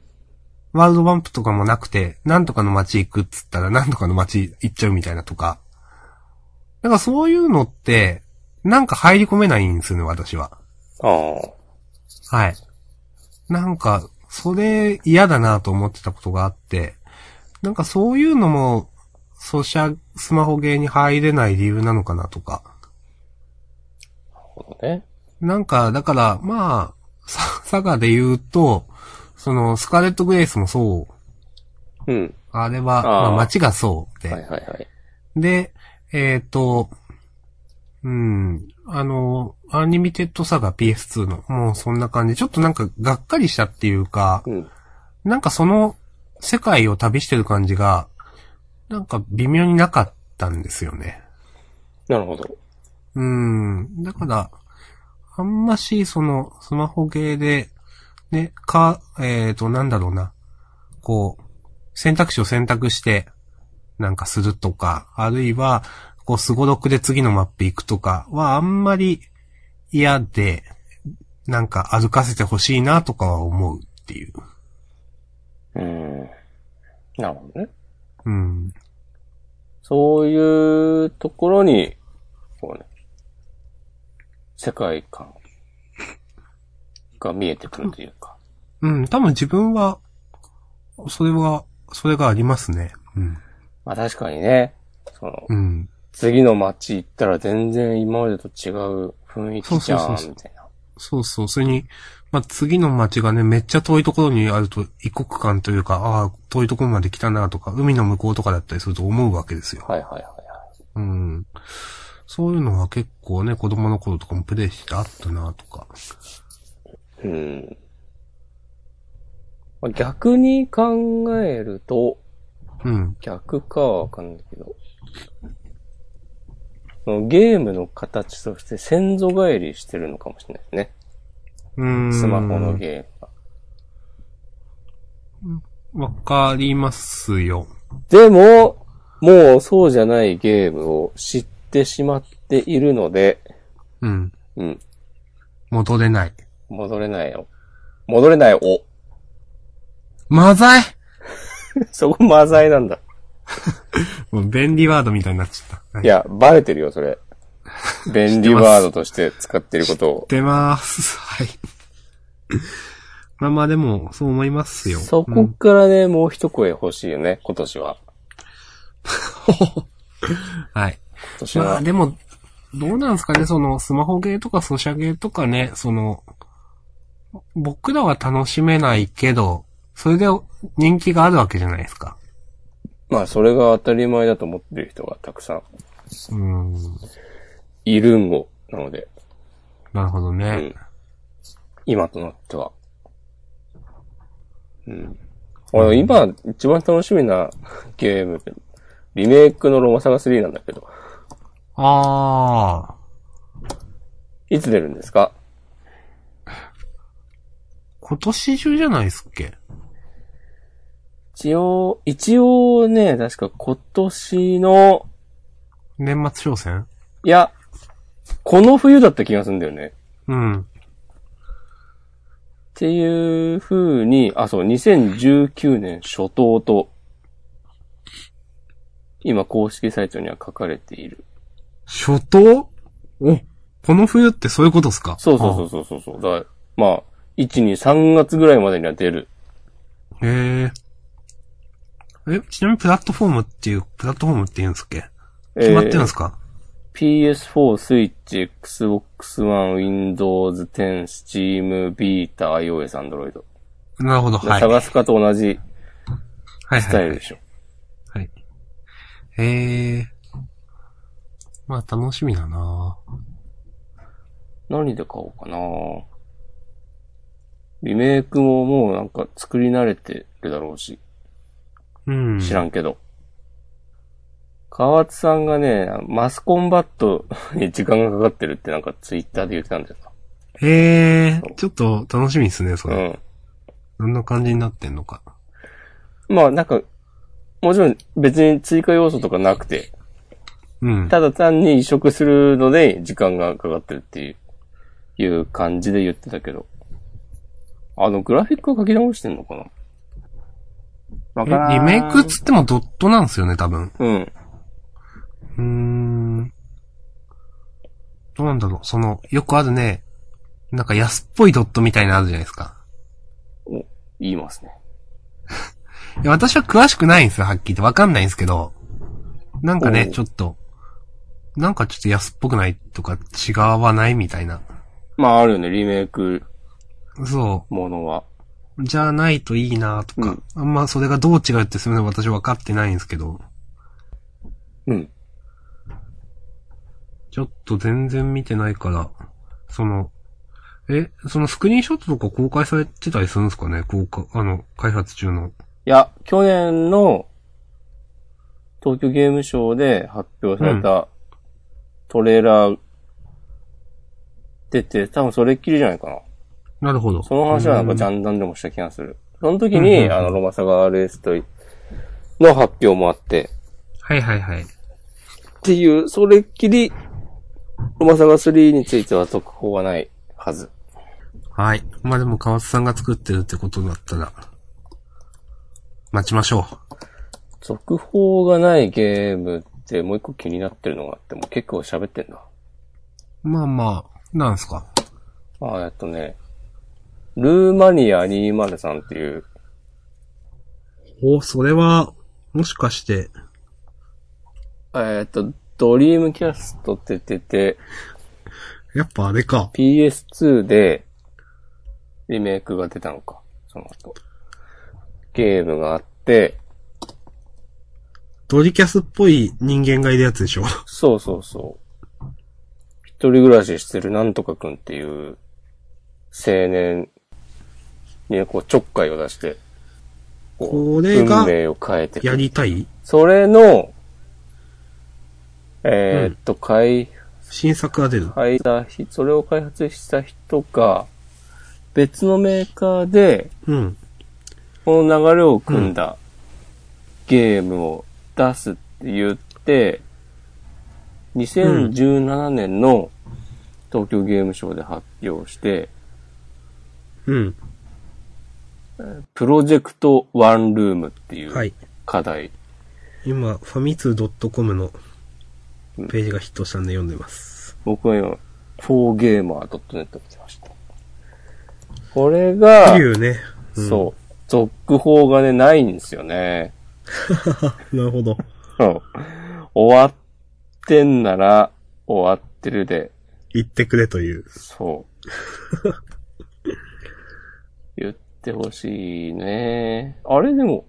Speaker 2: ワールドバンプとかもなくて、なんとかの街行くっつったら、なんとかの街行っちゃうみたいなとか。なんかそういうのって、なんか入り込めないんですよね、私は。
Speaker 1: ああ。
Speaker 2: はい。なんか、それ嫌だなと思ってたことがあって、なんかそういうのも、ソシャ、スマホゲーに入れない理由なのかなとか。
Speaker 1: ほどね。
Speaker 2: なんか、だから、まあ、さ、サガで言うと、その、スカーレット・グレイスもそう。
Speaker 1: うん。
Speaker 2: あれは、
Speaker 1: あー
Speaker 2: まあ、街がそうで。
Speaker 1: はいはいはい。
Speaker 2: で、えっ、と、うん、あの、アニミテッドサガ PS2 の、もうそんな感じ。ちょっとなんか、がっかりしたっていうか、
Speaker 1: うん。
Speaker 2: なんかその世界を旅してる感じが、なんか微妙になかったんですよね。
Speaker 1: なるほど。
Speaker 2: うーん。だから、あんまし、その、スマホゲーで、ね、か、えっ、と、なんだろうな。こう、選択肢を選択して、なんかするとか、あるいは、こう、スゴロクで次のマップ行くとかは、あんまり嫌で、なんか歩かせてほしいなとかは思うっていう。
Speaker 1: うん。なるほどね。
Speaker 2: うん。
Speaker 1: そういうところに、こうね、世界観が見えてくるというか。
Speaker 2: うん、多分自分は、それは、それがありますね。うん。
Speaker 1: まあ確かにね、その、
Speaker 2: うん。
Speaker 1: 次の街行ったら全然今までと違う雰囲気じゃ、
Speaker 2: そうそうそうんそう
Speaker 1: みたいな。
Speaker 2: そうそう。それに、まあ、次の街がね、めっちゃ遠いところにあると、異国感というか、ああ、遠いところまで来たなとか、海の向こうとかだったりすると思うわけですよ。
Speaker 1: はいはいはいはい。
Speaker 2: うん。そういうのは結構ね、子供の頃とかもプレイしてあったなとか。
Speaker 1: うん。まあ逆に考えると、
Speaker 2: うん。
Speaker 1: 逆かはわかんないけど、そのゲームの形として先祖返りしてるのかもしれないですね。
Speaker 2: うん。
Speaker 1: スマホのゲームが。
Speaker 2: わかりますよ。
Speaker 1: でも、もうそうじゃないゲームを知ってしまっているので、
Speaker 2: うん。
Speaker 1: うん、
Speaker 2: 戻れない。
Speaker 1: 戻れないよ。戻れないお。
Speaker 2: マザイ
Speaker 1: そこマザイなんだ。
Speaker 2: もう便利ワードみたいになっちゃった。
Speaker 1: いや、バレてるよ、それ。 便利ワードとして使ってることを
Speaker 2: っ。てます。はい。まあまあでも、そう思いますよ。
Speaker 1: そうこ
Speaker 2: ん
Speaker 1: からね、もう一声欲しいよね、今年は。
Speaker 2: は
Speaker 1: 今
Speaker 2: い。
Speaker 1: 年
Speaker 2: まあ
Speaker 1: は。
Speaker 2: でも、どうなんですかね、その、スマホゲーとかソシャゲとかね、その、僕らは楽しめないけど、それで人気があるわけじゃないですか。
Speaker 1: まあ、それが当たり前だと思ってる人がたくさん
Speaker 2: うん。
Speaker 1: いるんご、なので、
Speaker 2: なるほど
Speaker 1: う
Speaker 2: ね
Speaker 1: ん。。今となっては。うん。俺、今、一番楽しみなゲーム、リメイクのロマサガ3なんだけど、
Speaker 2: あ
Speaker 1: いつ出るんですか
Speaker 2: ー、今年中じゃないっすっけ
Speaker 1: 一応、一応ね、確か今年の、
Speaker 2: 年末商戦
Speaker 1: いや、この冬だった気がするんだよね。
Speaker 2: うん。
Speaker 1: っていう風に、あ、そう、2019年初頭と、今公式サイトには書かれている。
Speaker 2: 初冬お、この冬ってそういうことっすか
Speaker 1: そうそうそうそうそうそう。だからまあ、1、2、3月ぐらいまでには出る。
Speaker 2: う。へえ。え、ちなみにプラットフォームっていう、プラットフォームって言うんですっけ決まってるんですか、
Speaker 1: えー PS4、Switch、Xbox One、Windows 10、Steam、Beta、iOS、Android。
Speaker 2: なるほど、はい。
Speaker 1: 探すかと同じ
Speaker 2: はい
Speaker 1: ス
Speaker 2: は
Speaker 1: タ
Speaker 2: い
Speaker 1: イ
Speaker 2: は
Speaker 1: ル
Speaker 2: い
Speaker 1: で。しょ。
Speaker 2: はい。へえ。まあ楽しみだな
Speaker 1: 何で買おうかなリメイクももうなんか作り慣れてるだろうし。
Speaker 2: うん。
Speaker 1: 知らんけど。川津さんがね、マスコンバット に時間がかかってるってなんかツイッターで言ってたんだよ
Speaker 2: へえ、ちょっと楽しみですね、そ
Speaker 1: な。
Speaker 2: れ。
Speaker 1: うん。
Speaker 2: どんな感じになってんのか。
Speaker 1: まあなんか、もちろん別に追加要素とかなくて、
Speaker 2: うん。
Speaker 1: ただ単に移植するので時間がかかってるっていう、いう感じで言ってたけど。あの、グラフィックを書き直してんのかなわからん
Speaker 2: えリメイクっつってもドットなんですよね、多分。
Speaker 1: うん。
Speaker 2: うーん。どうなんだろう。その、よくあるね、なんか安っぽいドットみたいなのあるじゃないですか。
Speaker 1: 言いますね。
Speaker 2: いや私は詳しくないんですよ、はっきり言って。わかんないんですけど。なんかね、
Speaker 1: おう
Speaker 2: ちょっと、なんかちょっと安っぽくないとか違わないみたいな。
Speaker 1: まああるよね、リメイク
Speaker 2: そ
Speaker 1: ものは。
Speaker 2: う。じゃないといいなとか。あんまそれがどう違うってすみません、私わかってないんですけど。
Speaker 1: うん。
Speaker 2: ちょっと全然見てないから、その、え、そのスクリーンショットとか公開されてたりするんですかね公開、あの、開発中の。
Speaker 1: いや、去年の東京ゲームショウで発表されたトレーラー出て、多分それっきりじゃないかな。
Speaker 2: なるほど。
Speaker 1: その話はなんかジ
Speaker 2: ん。
Speaker 1: ャンダンでもした気がする。その時
Speaker 2: うんうんう
Speaker 1: に、
Speaker 2: ん
Speaker 1: あの、ロマサガ RS といの発表もあって、
Speaker 2: はいはいはい。
Speaker 1: っていう、それっきり、ロマサガ3については続報はないはず。
Speaker 2: はい。まあでも川津さんが作ってるってことだったら、待ちましょ
Speaker 1: 続報がないゲームってもう一個気になってるのがあって、もう結構喋ってんな。
Speaker 2: う。まあまあ、なんすか。
Speaker 1: あーえっとね、ルーマニア203っていう、
Speaker 2: お、それは、もしかして、
Speaker 1: えーっと、ドリームキャストって出てて、
Speaker 2: やっぱあれか。
Speaker 1: PS2 でリメイクが出たのか、その後。ゲームがあって、
Speaker 2: ドリキャスっぽい人間がいるやつで しょ。
Speaker 1: そうそうそう。一人暮らししてるなんとかくんっていう青年にこうちょっかいを出して、こう
Speaker 2: これが
Speaker 1: 運命を変えていく
Speaker 2: やりたい
Speaker 1: それの、えーっと、開
Speaker 2: 新作が出る。
Speaker 1: 開発した、それを開発した人が、別のメーカーで、
Speaker 2: うん。
Speaker 1: この流れを組んだゲームを出すって言って、2017年の東京ゲームショウで発表して、
Speaker 2: うん。
Speaker 1: プロジェクトワンルームってい
Speaker 2: は
Speaker 1: う
Speaker 2: い。
Speaker 1: 課題
Speaker 2: 今、ファミツー .com のページがヒットしたんで読んでます。
Speaker 1: 僕は今、4gamer.net 来てました。これが、
Speaker 2: いうね。うん
Speaker 1: そう、続報がね、ないんですよね。
Speaker 2: なるほど。
Speaker 1: うん終わってんなら、終わってるで、
Speaker 2: 言ってくれという。
Speaker 1: そう。ってほしいね。あれでも、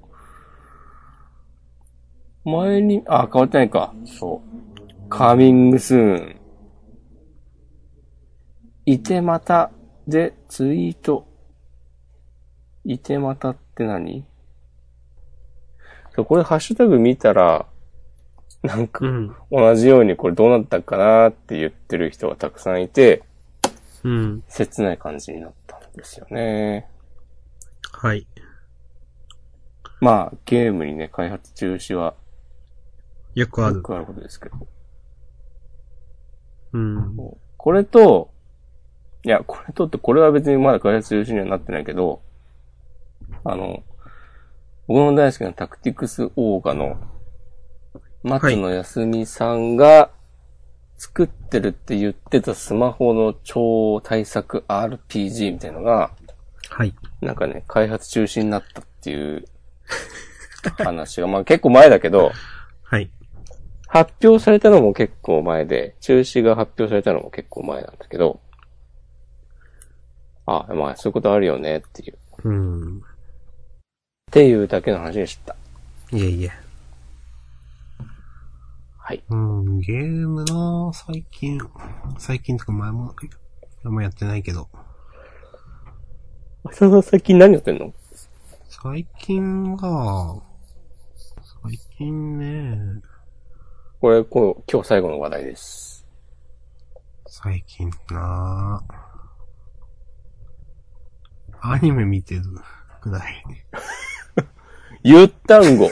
Speaker 1: 前に、あ、変わってないか。そう。カーミングスーン。いてまたでツイート。いてまたって何そう、これハッシュタグ見たら、なんか
Speaker 2: うん。
Speaker 1: 同じようにこれどうなったかなって言ってる人がたくさんいて、
Speaker 2: うん。
Speaker 1: 切ない感じになったんですよね。
Speaker 2: はい。
Speaker 1: まあ、ゲームにね、開発中止は
Speaker 2: よくあ
Speaker 1: よ
Speaker 2: る。
Speaker 1: くあることですけど。
Speaker 2: うん。
Speaker 1: これと、いや、これとって、これは別にまだ開発中心にはなってないけど、あの、僕の大好きなタクティクスオーガの、松野康美さんが作ってるって言ってたスマホの超対策 RPG みたいのが、
Speaker 2: はい。
Speaker 1: なんかね、開発中止になったっていう話が、まあ結構前だけど、
Speaker 2: はい。
Speaker 1: 発表されたのも結構前で、中止が発表されたのも結構前なんだけど、あ、まあそういうことあるよねっていう、っ
Speaker 2: うん。
Speaker 1: ていうだけの話でした。
Speaker 2: いえいえ。
Speaker 1: はい。
Speaker 2: うん、ゲームな最近、最近とか前も、あんまやってないけど、
Speaker 1: 浅田最近何やってんの
Speaker 2: 最近が、最近ね、
Speaker 1: これこう、今日最後の話題です。
Speaker 2: 最近なアニメ見てるくらい。
Speaker 1: ゆったんご。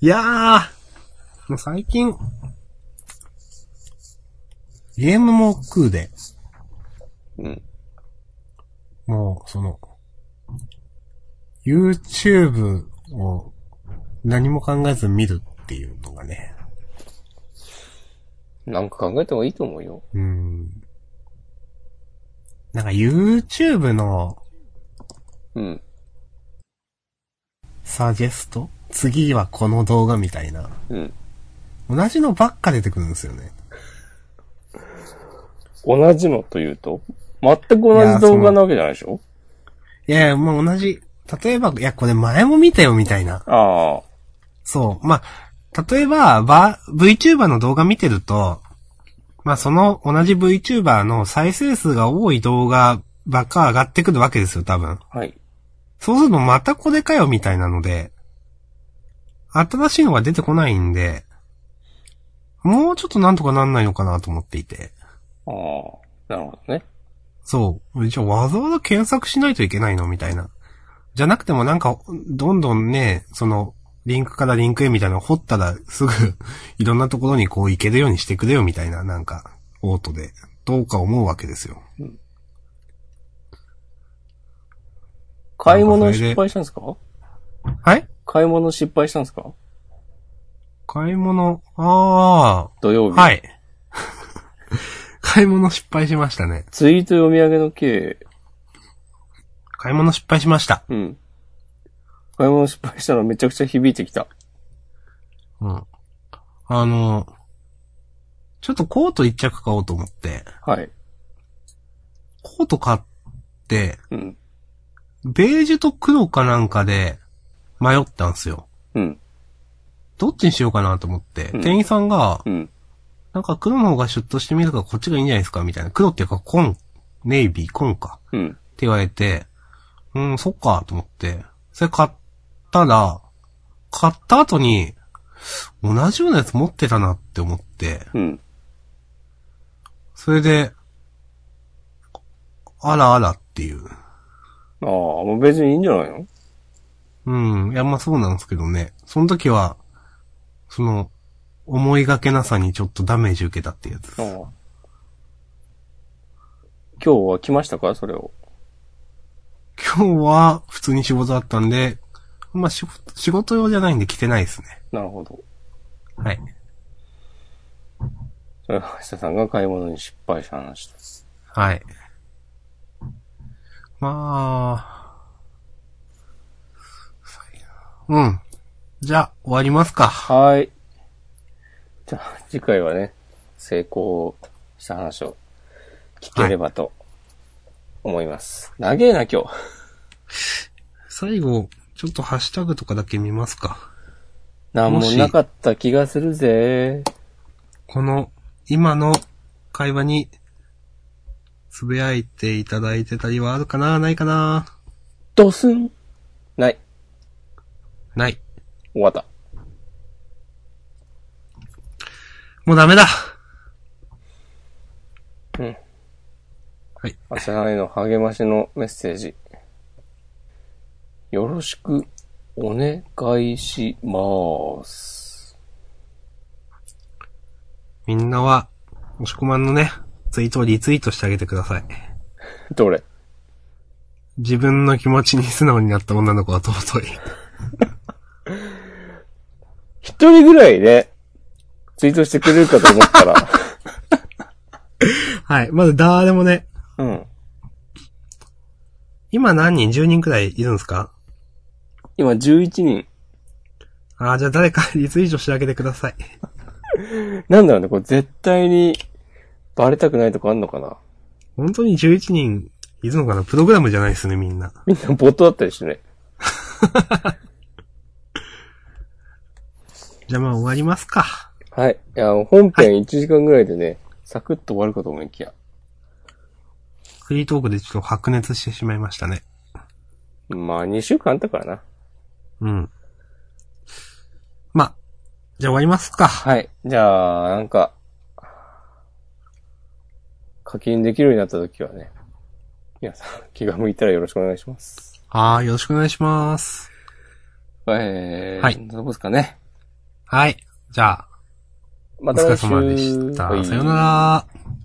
Speaker 2: いやーもう最近、ゲームも食うで、
Speaker 1: うん。
Speaker 2: もう、その、YouTube を何も考えず見るっていうのがね、
Speaker 1: なんか考えた方がいいと思うよ。
Speaker 2: うん。なんか YouTube の
Speaker 1: うん。
Speaker 2: サジェスト次はこの動画みたいな。
Speaker 1: うん。
Speaker 2: 同じのばっか出てくるんですよね。
Speaker 1: 同じのというと、全く同じ動画なわけじゃないでしょ
Speaker 2: いやいや、まあ、同じ。例えば、いや、これ前も見たよみたいな。
Speaker 1: ああ。
Speaker 2: そう。まあ、例えば、ば、VTuber の動画見てると、まあ、その同じ VTuber の再生数が多い動画ばっか上がってくるわけですよ、多分。
Speaker 1: はい。
Speaker 2: そうするとまたこれかよみたいなので、新しいのが出てこないんで、もうちょっとなんとかなんないのかなと思っていて。
Speaker 1: ああ。なるほどね。
Speaker 2: そう。じゃあわざわざ検索しないといけないのみたいな。じゃなくてもなんか、どんどんね、その、リンクからリンクへみたいなのを掘ったらすぐ、 いろんなところにこう行けるようにしてくれよみたいな、なんか、オートで、どうか思うわけですよ。
Speaker 1: 買い物失敗したんですか
Speaker 2: はい
Speaker 1: 買い物失敗したんですか
Speaker 2: 買い物、あ
Speaker 1: 土曜
Speaker 2: あ、
Speaker 1: 日。
Speaker 2: はい。 買い物失敗しましたね。
Speaker 1: ツイート読み上げの経
Speaker 2: 買い物失敗しました。
Speaker 1: うん。買い物失敗したらめちゃくちゃ響いてきた。
Speaker 2: うん。あの、ちょっとコート一着買おうと思って、
Speaker 1: はい。
Speaker 2: コート買って、
Speaker 1: うん。
Speaker 2: ベージュと黒かなんかで迷ったんすよ。
Speaker 1: うん。
Speaker 2: どっちにしようかなと思って、
Speaker 1: うん
Speaker 2: 店員さんが、
Speaker 1: うん。
Speaker 2: なんか黒の方がシュッとしてみるからこっちがいいんじゃないですかみたいな。黒っていうか、紺、ネイビー、紺か。
Speaker 1: うん。
Speaker 2: って言われて、うん、そっか、と思って。それ買ったら、買った後に、同じようなやつ持ってたなって思って、
Speaker 1: うん。
Speaker 2: それで、あらあらっていう。
Speaker 1: ああ、もう別にいいんじゃないの
Speaker 2: うん。いや、まあそうなんですけどね。その時は、その、思いがけなさにちょっとダメージ受けたってやつ。
Speaker 1: ああ。今日は来ましたかそれを。
Speaker 2: 今日は普通に仕事だったんで、まあ仕事、仕事用じゃないんで着てないですね。
Speaker 1: なるほど。
Speaker 2: はい。
Speaker 1: それは橋田さんが買い物に失敗した話です。
Speaker 2: はい。まあ、うん。じゃあ、終わりますか。
Speaker 1: はい。じゃあ、次回はね、成功した話を聞ければと思います。長えな、今日。
Speaker 2: 最後、ちょっとハッシュタグとかだけ見ますか。
Speaker 1: なんも
Speaker 2: もし
Speaker 1: なかった気がするぜ。
Speaker 2: この、今の会話に、つぶやいていただいてたりはあるかなないかな
Speaker 1: ドスンない。
Speaker 2: ない。
Speaker 1: 終わった。
Speaker 2: もうダメだ
Speaker 1: うん。
Speaker 2: はい。
Speaker 1: あちらへの励ましのメッセージ。よろしくお願いします。
Speaker 2: みんなは、押し込まんのね、ツイートをリツイートしてあげてください。
Speaker 1: どれ
Speaker 2: 自分の気持ちに素直になった女の子は尊い。
Speaker 1: 一人ぐらいね、ツイートしてくれるかと思ったら。
Speaker 2: はい。まず誰もね、
Speaker 1: うん。
Speaker 2: 今何人 ?10 人くらいいるんですか
Speaker 1: 今11人。
Speaker 2: ああ、じゃあ誰かリツイートしてあげてください。
Speaker 1: なんだろうね、これ絶対にバレたくないとかあんのかな
Speaker 2: 本当に11人いるのかなプログラムじゃないですね、みんな。
Speaker 1: みんなボットだったりしてね。
Speaker 2: じゃあまあ終わりますか。
Speaker 1: はい。いや、本編1時間ぐらいでね、サクッと終わるかと思いきや。
Speaker 2: フリートークでちょっと白熱してしまいましたね。
Speaker 1: まあ、2週間あったからな。
Speaker 2: うん。まあ、じゃあ終わりますか。
Speaker 1: はい。じゃあ、なんか、課金できるようになった時はね、皆さん気が向いたらよろしくお願いします。
Speaker 2: ああ、よろしくお願いします。
Speaker 1: えー、
Speaker 2: はい
Speaker 1: どうですかね。
Speaker 2: はい。じゃあ、
Speaker 1: ま
Speaker 2: お疲
Speaker 1: た
Speaker 2: れ
Speaker 1: 来週。
Speaker 2: 様でした。さような
Speaker 1: はい
Speaker 2: ら。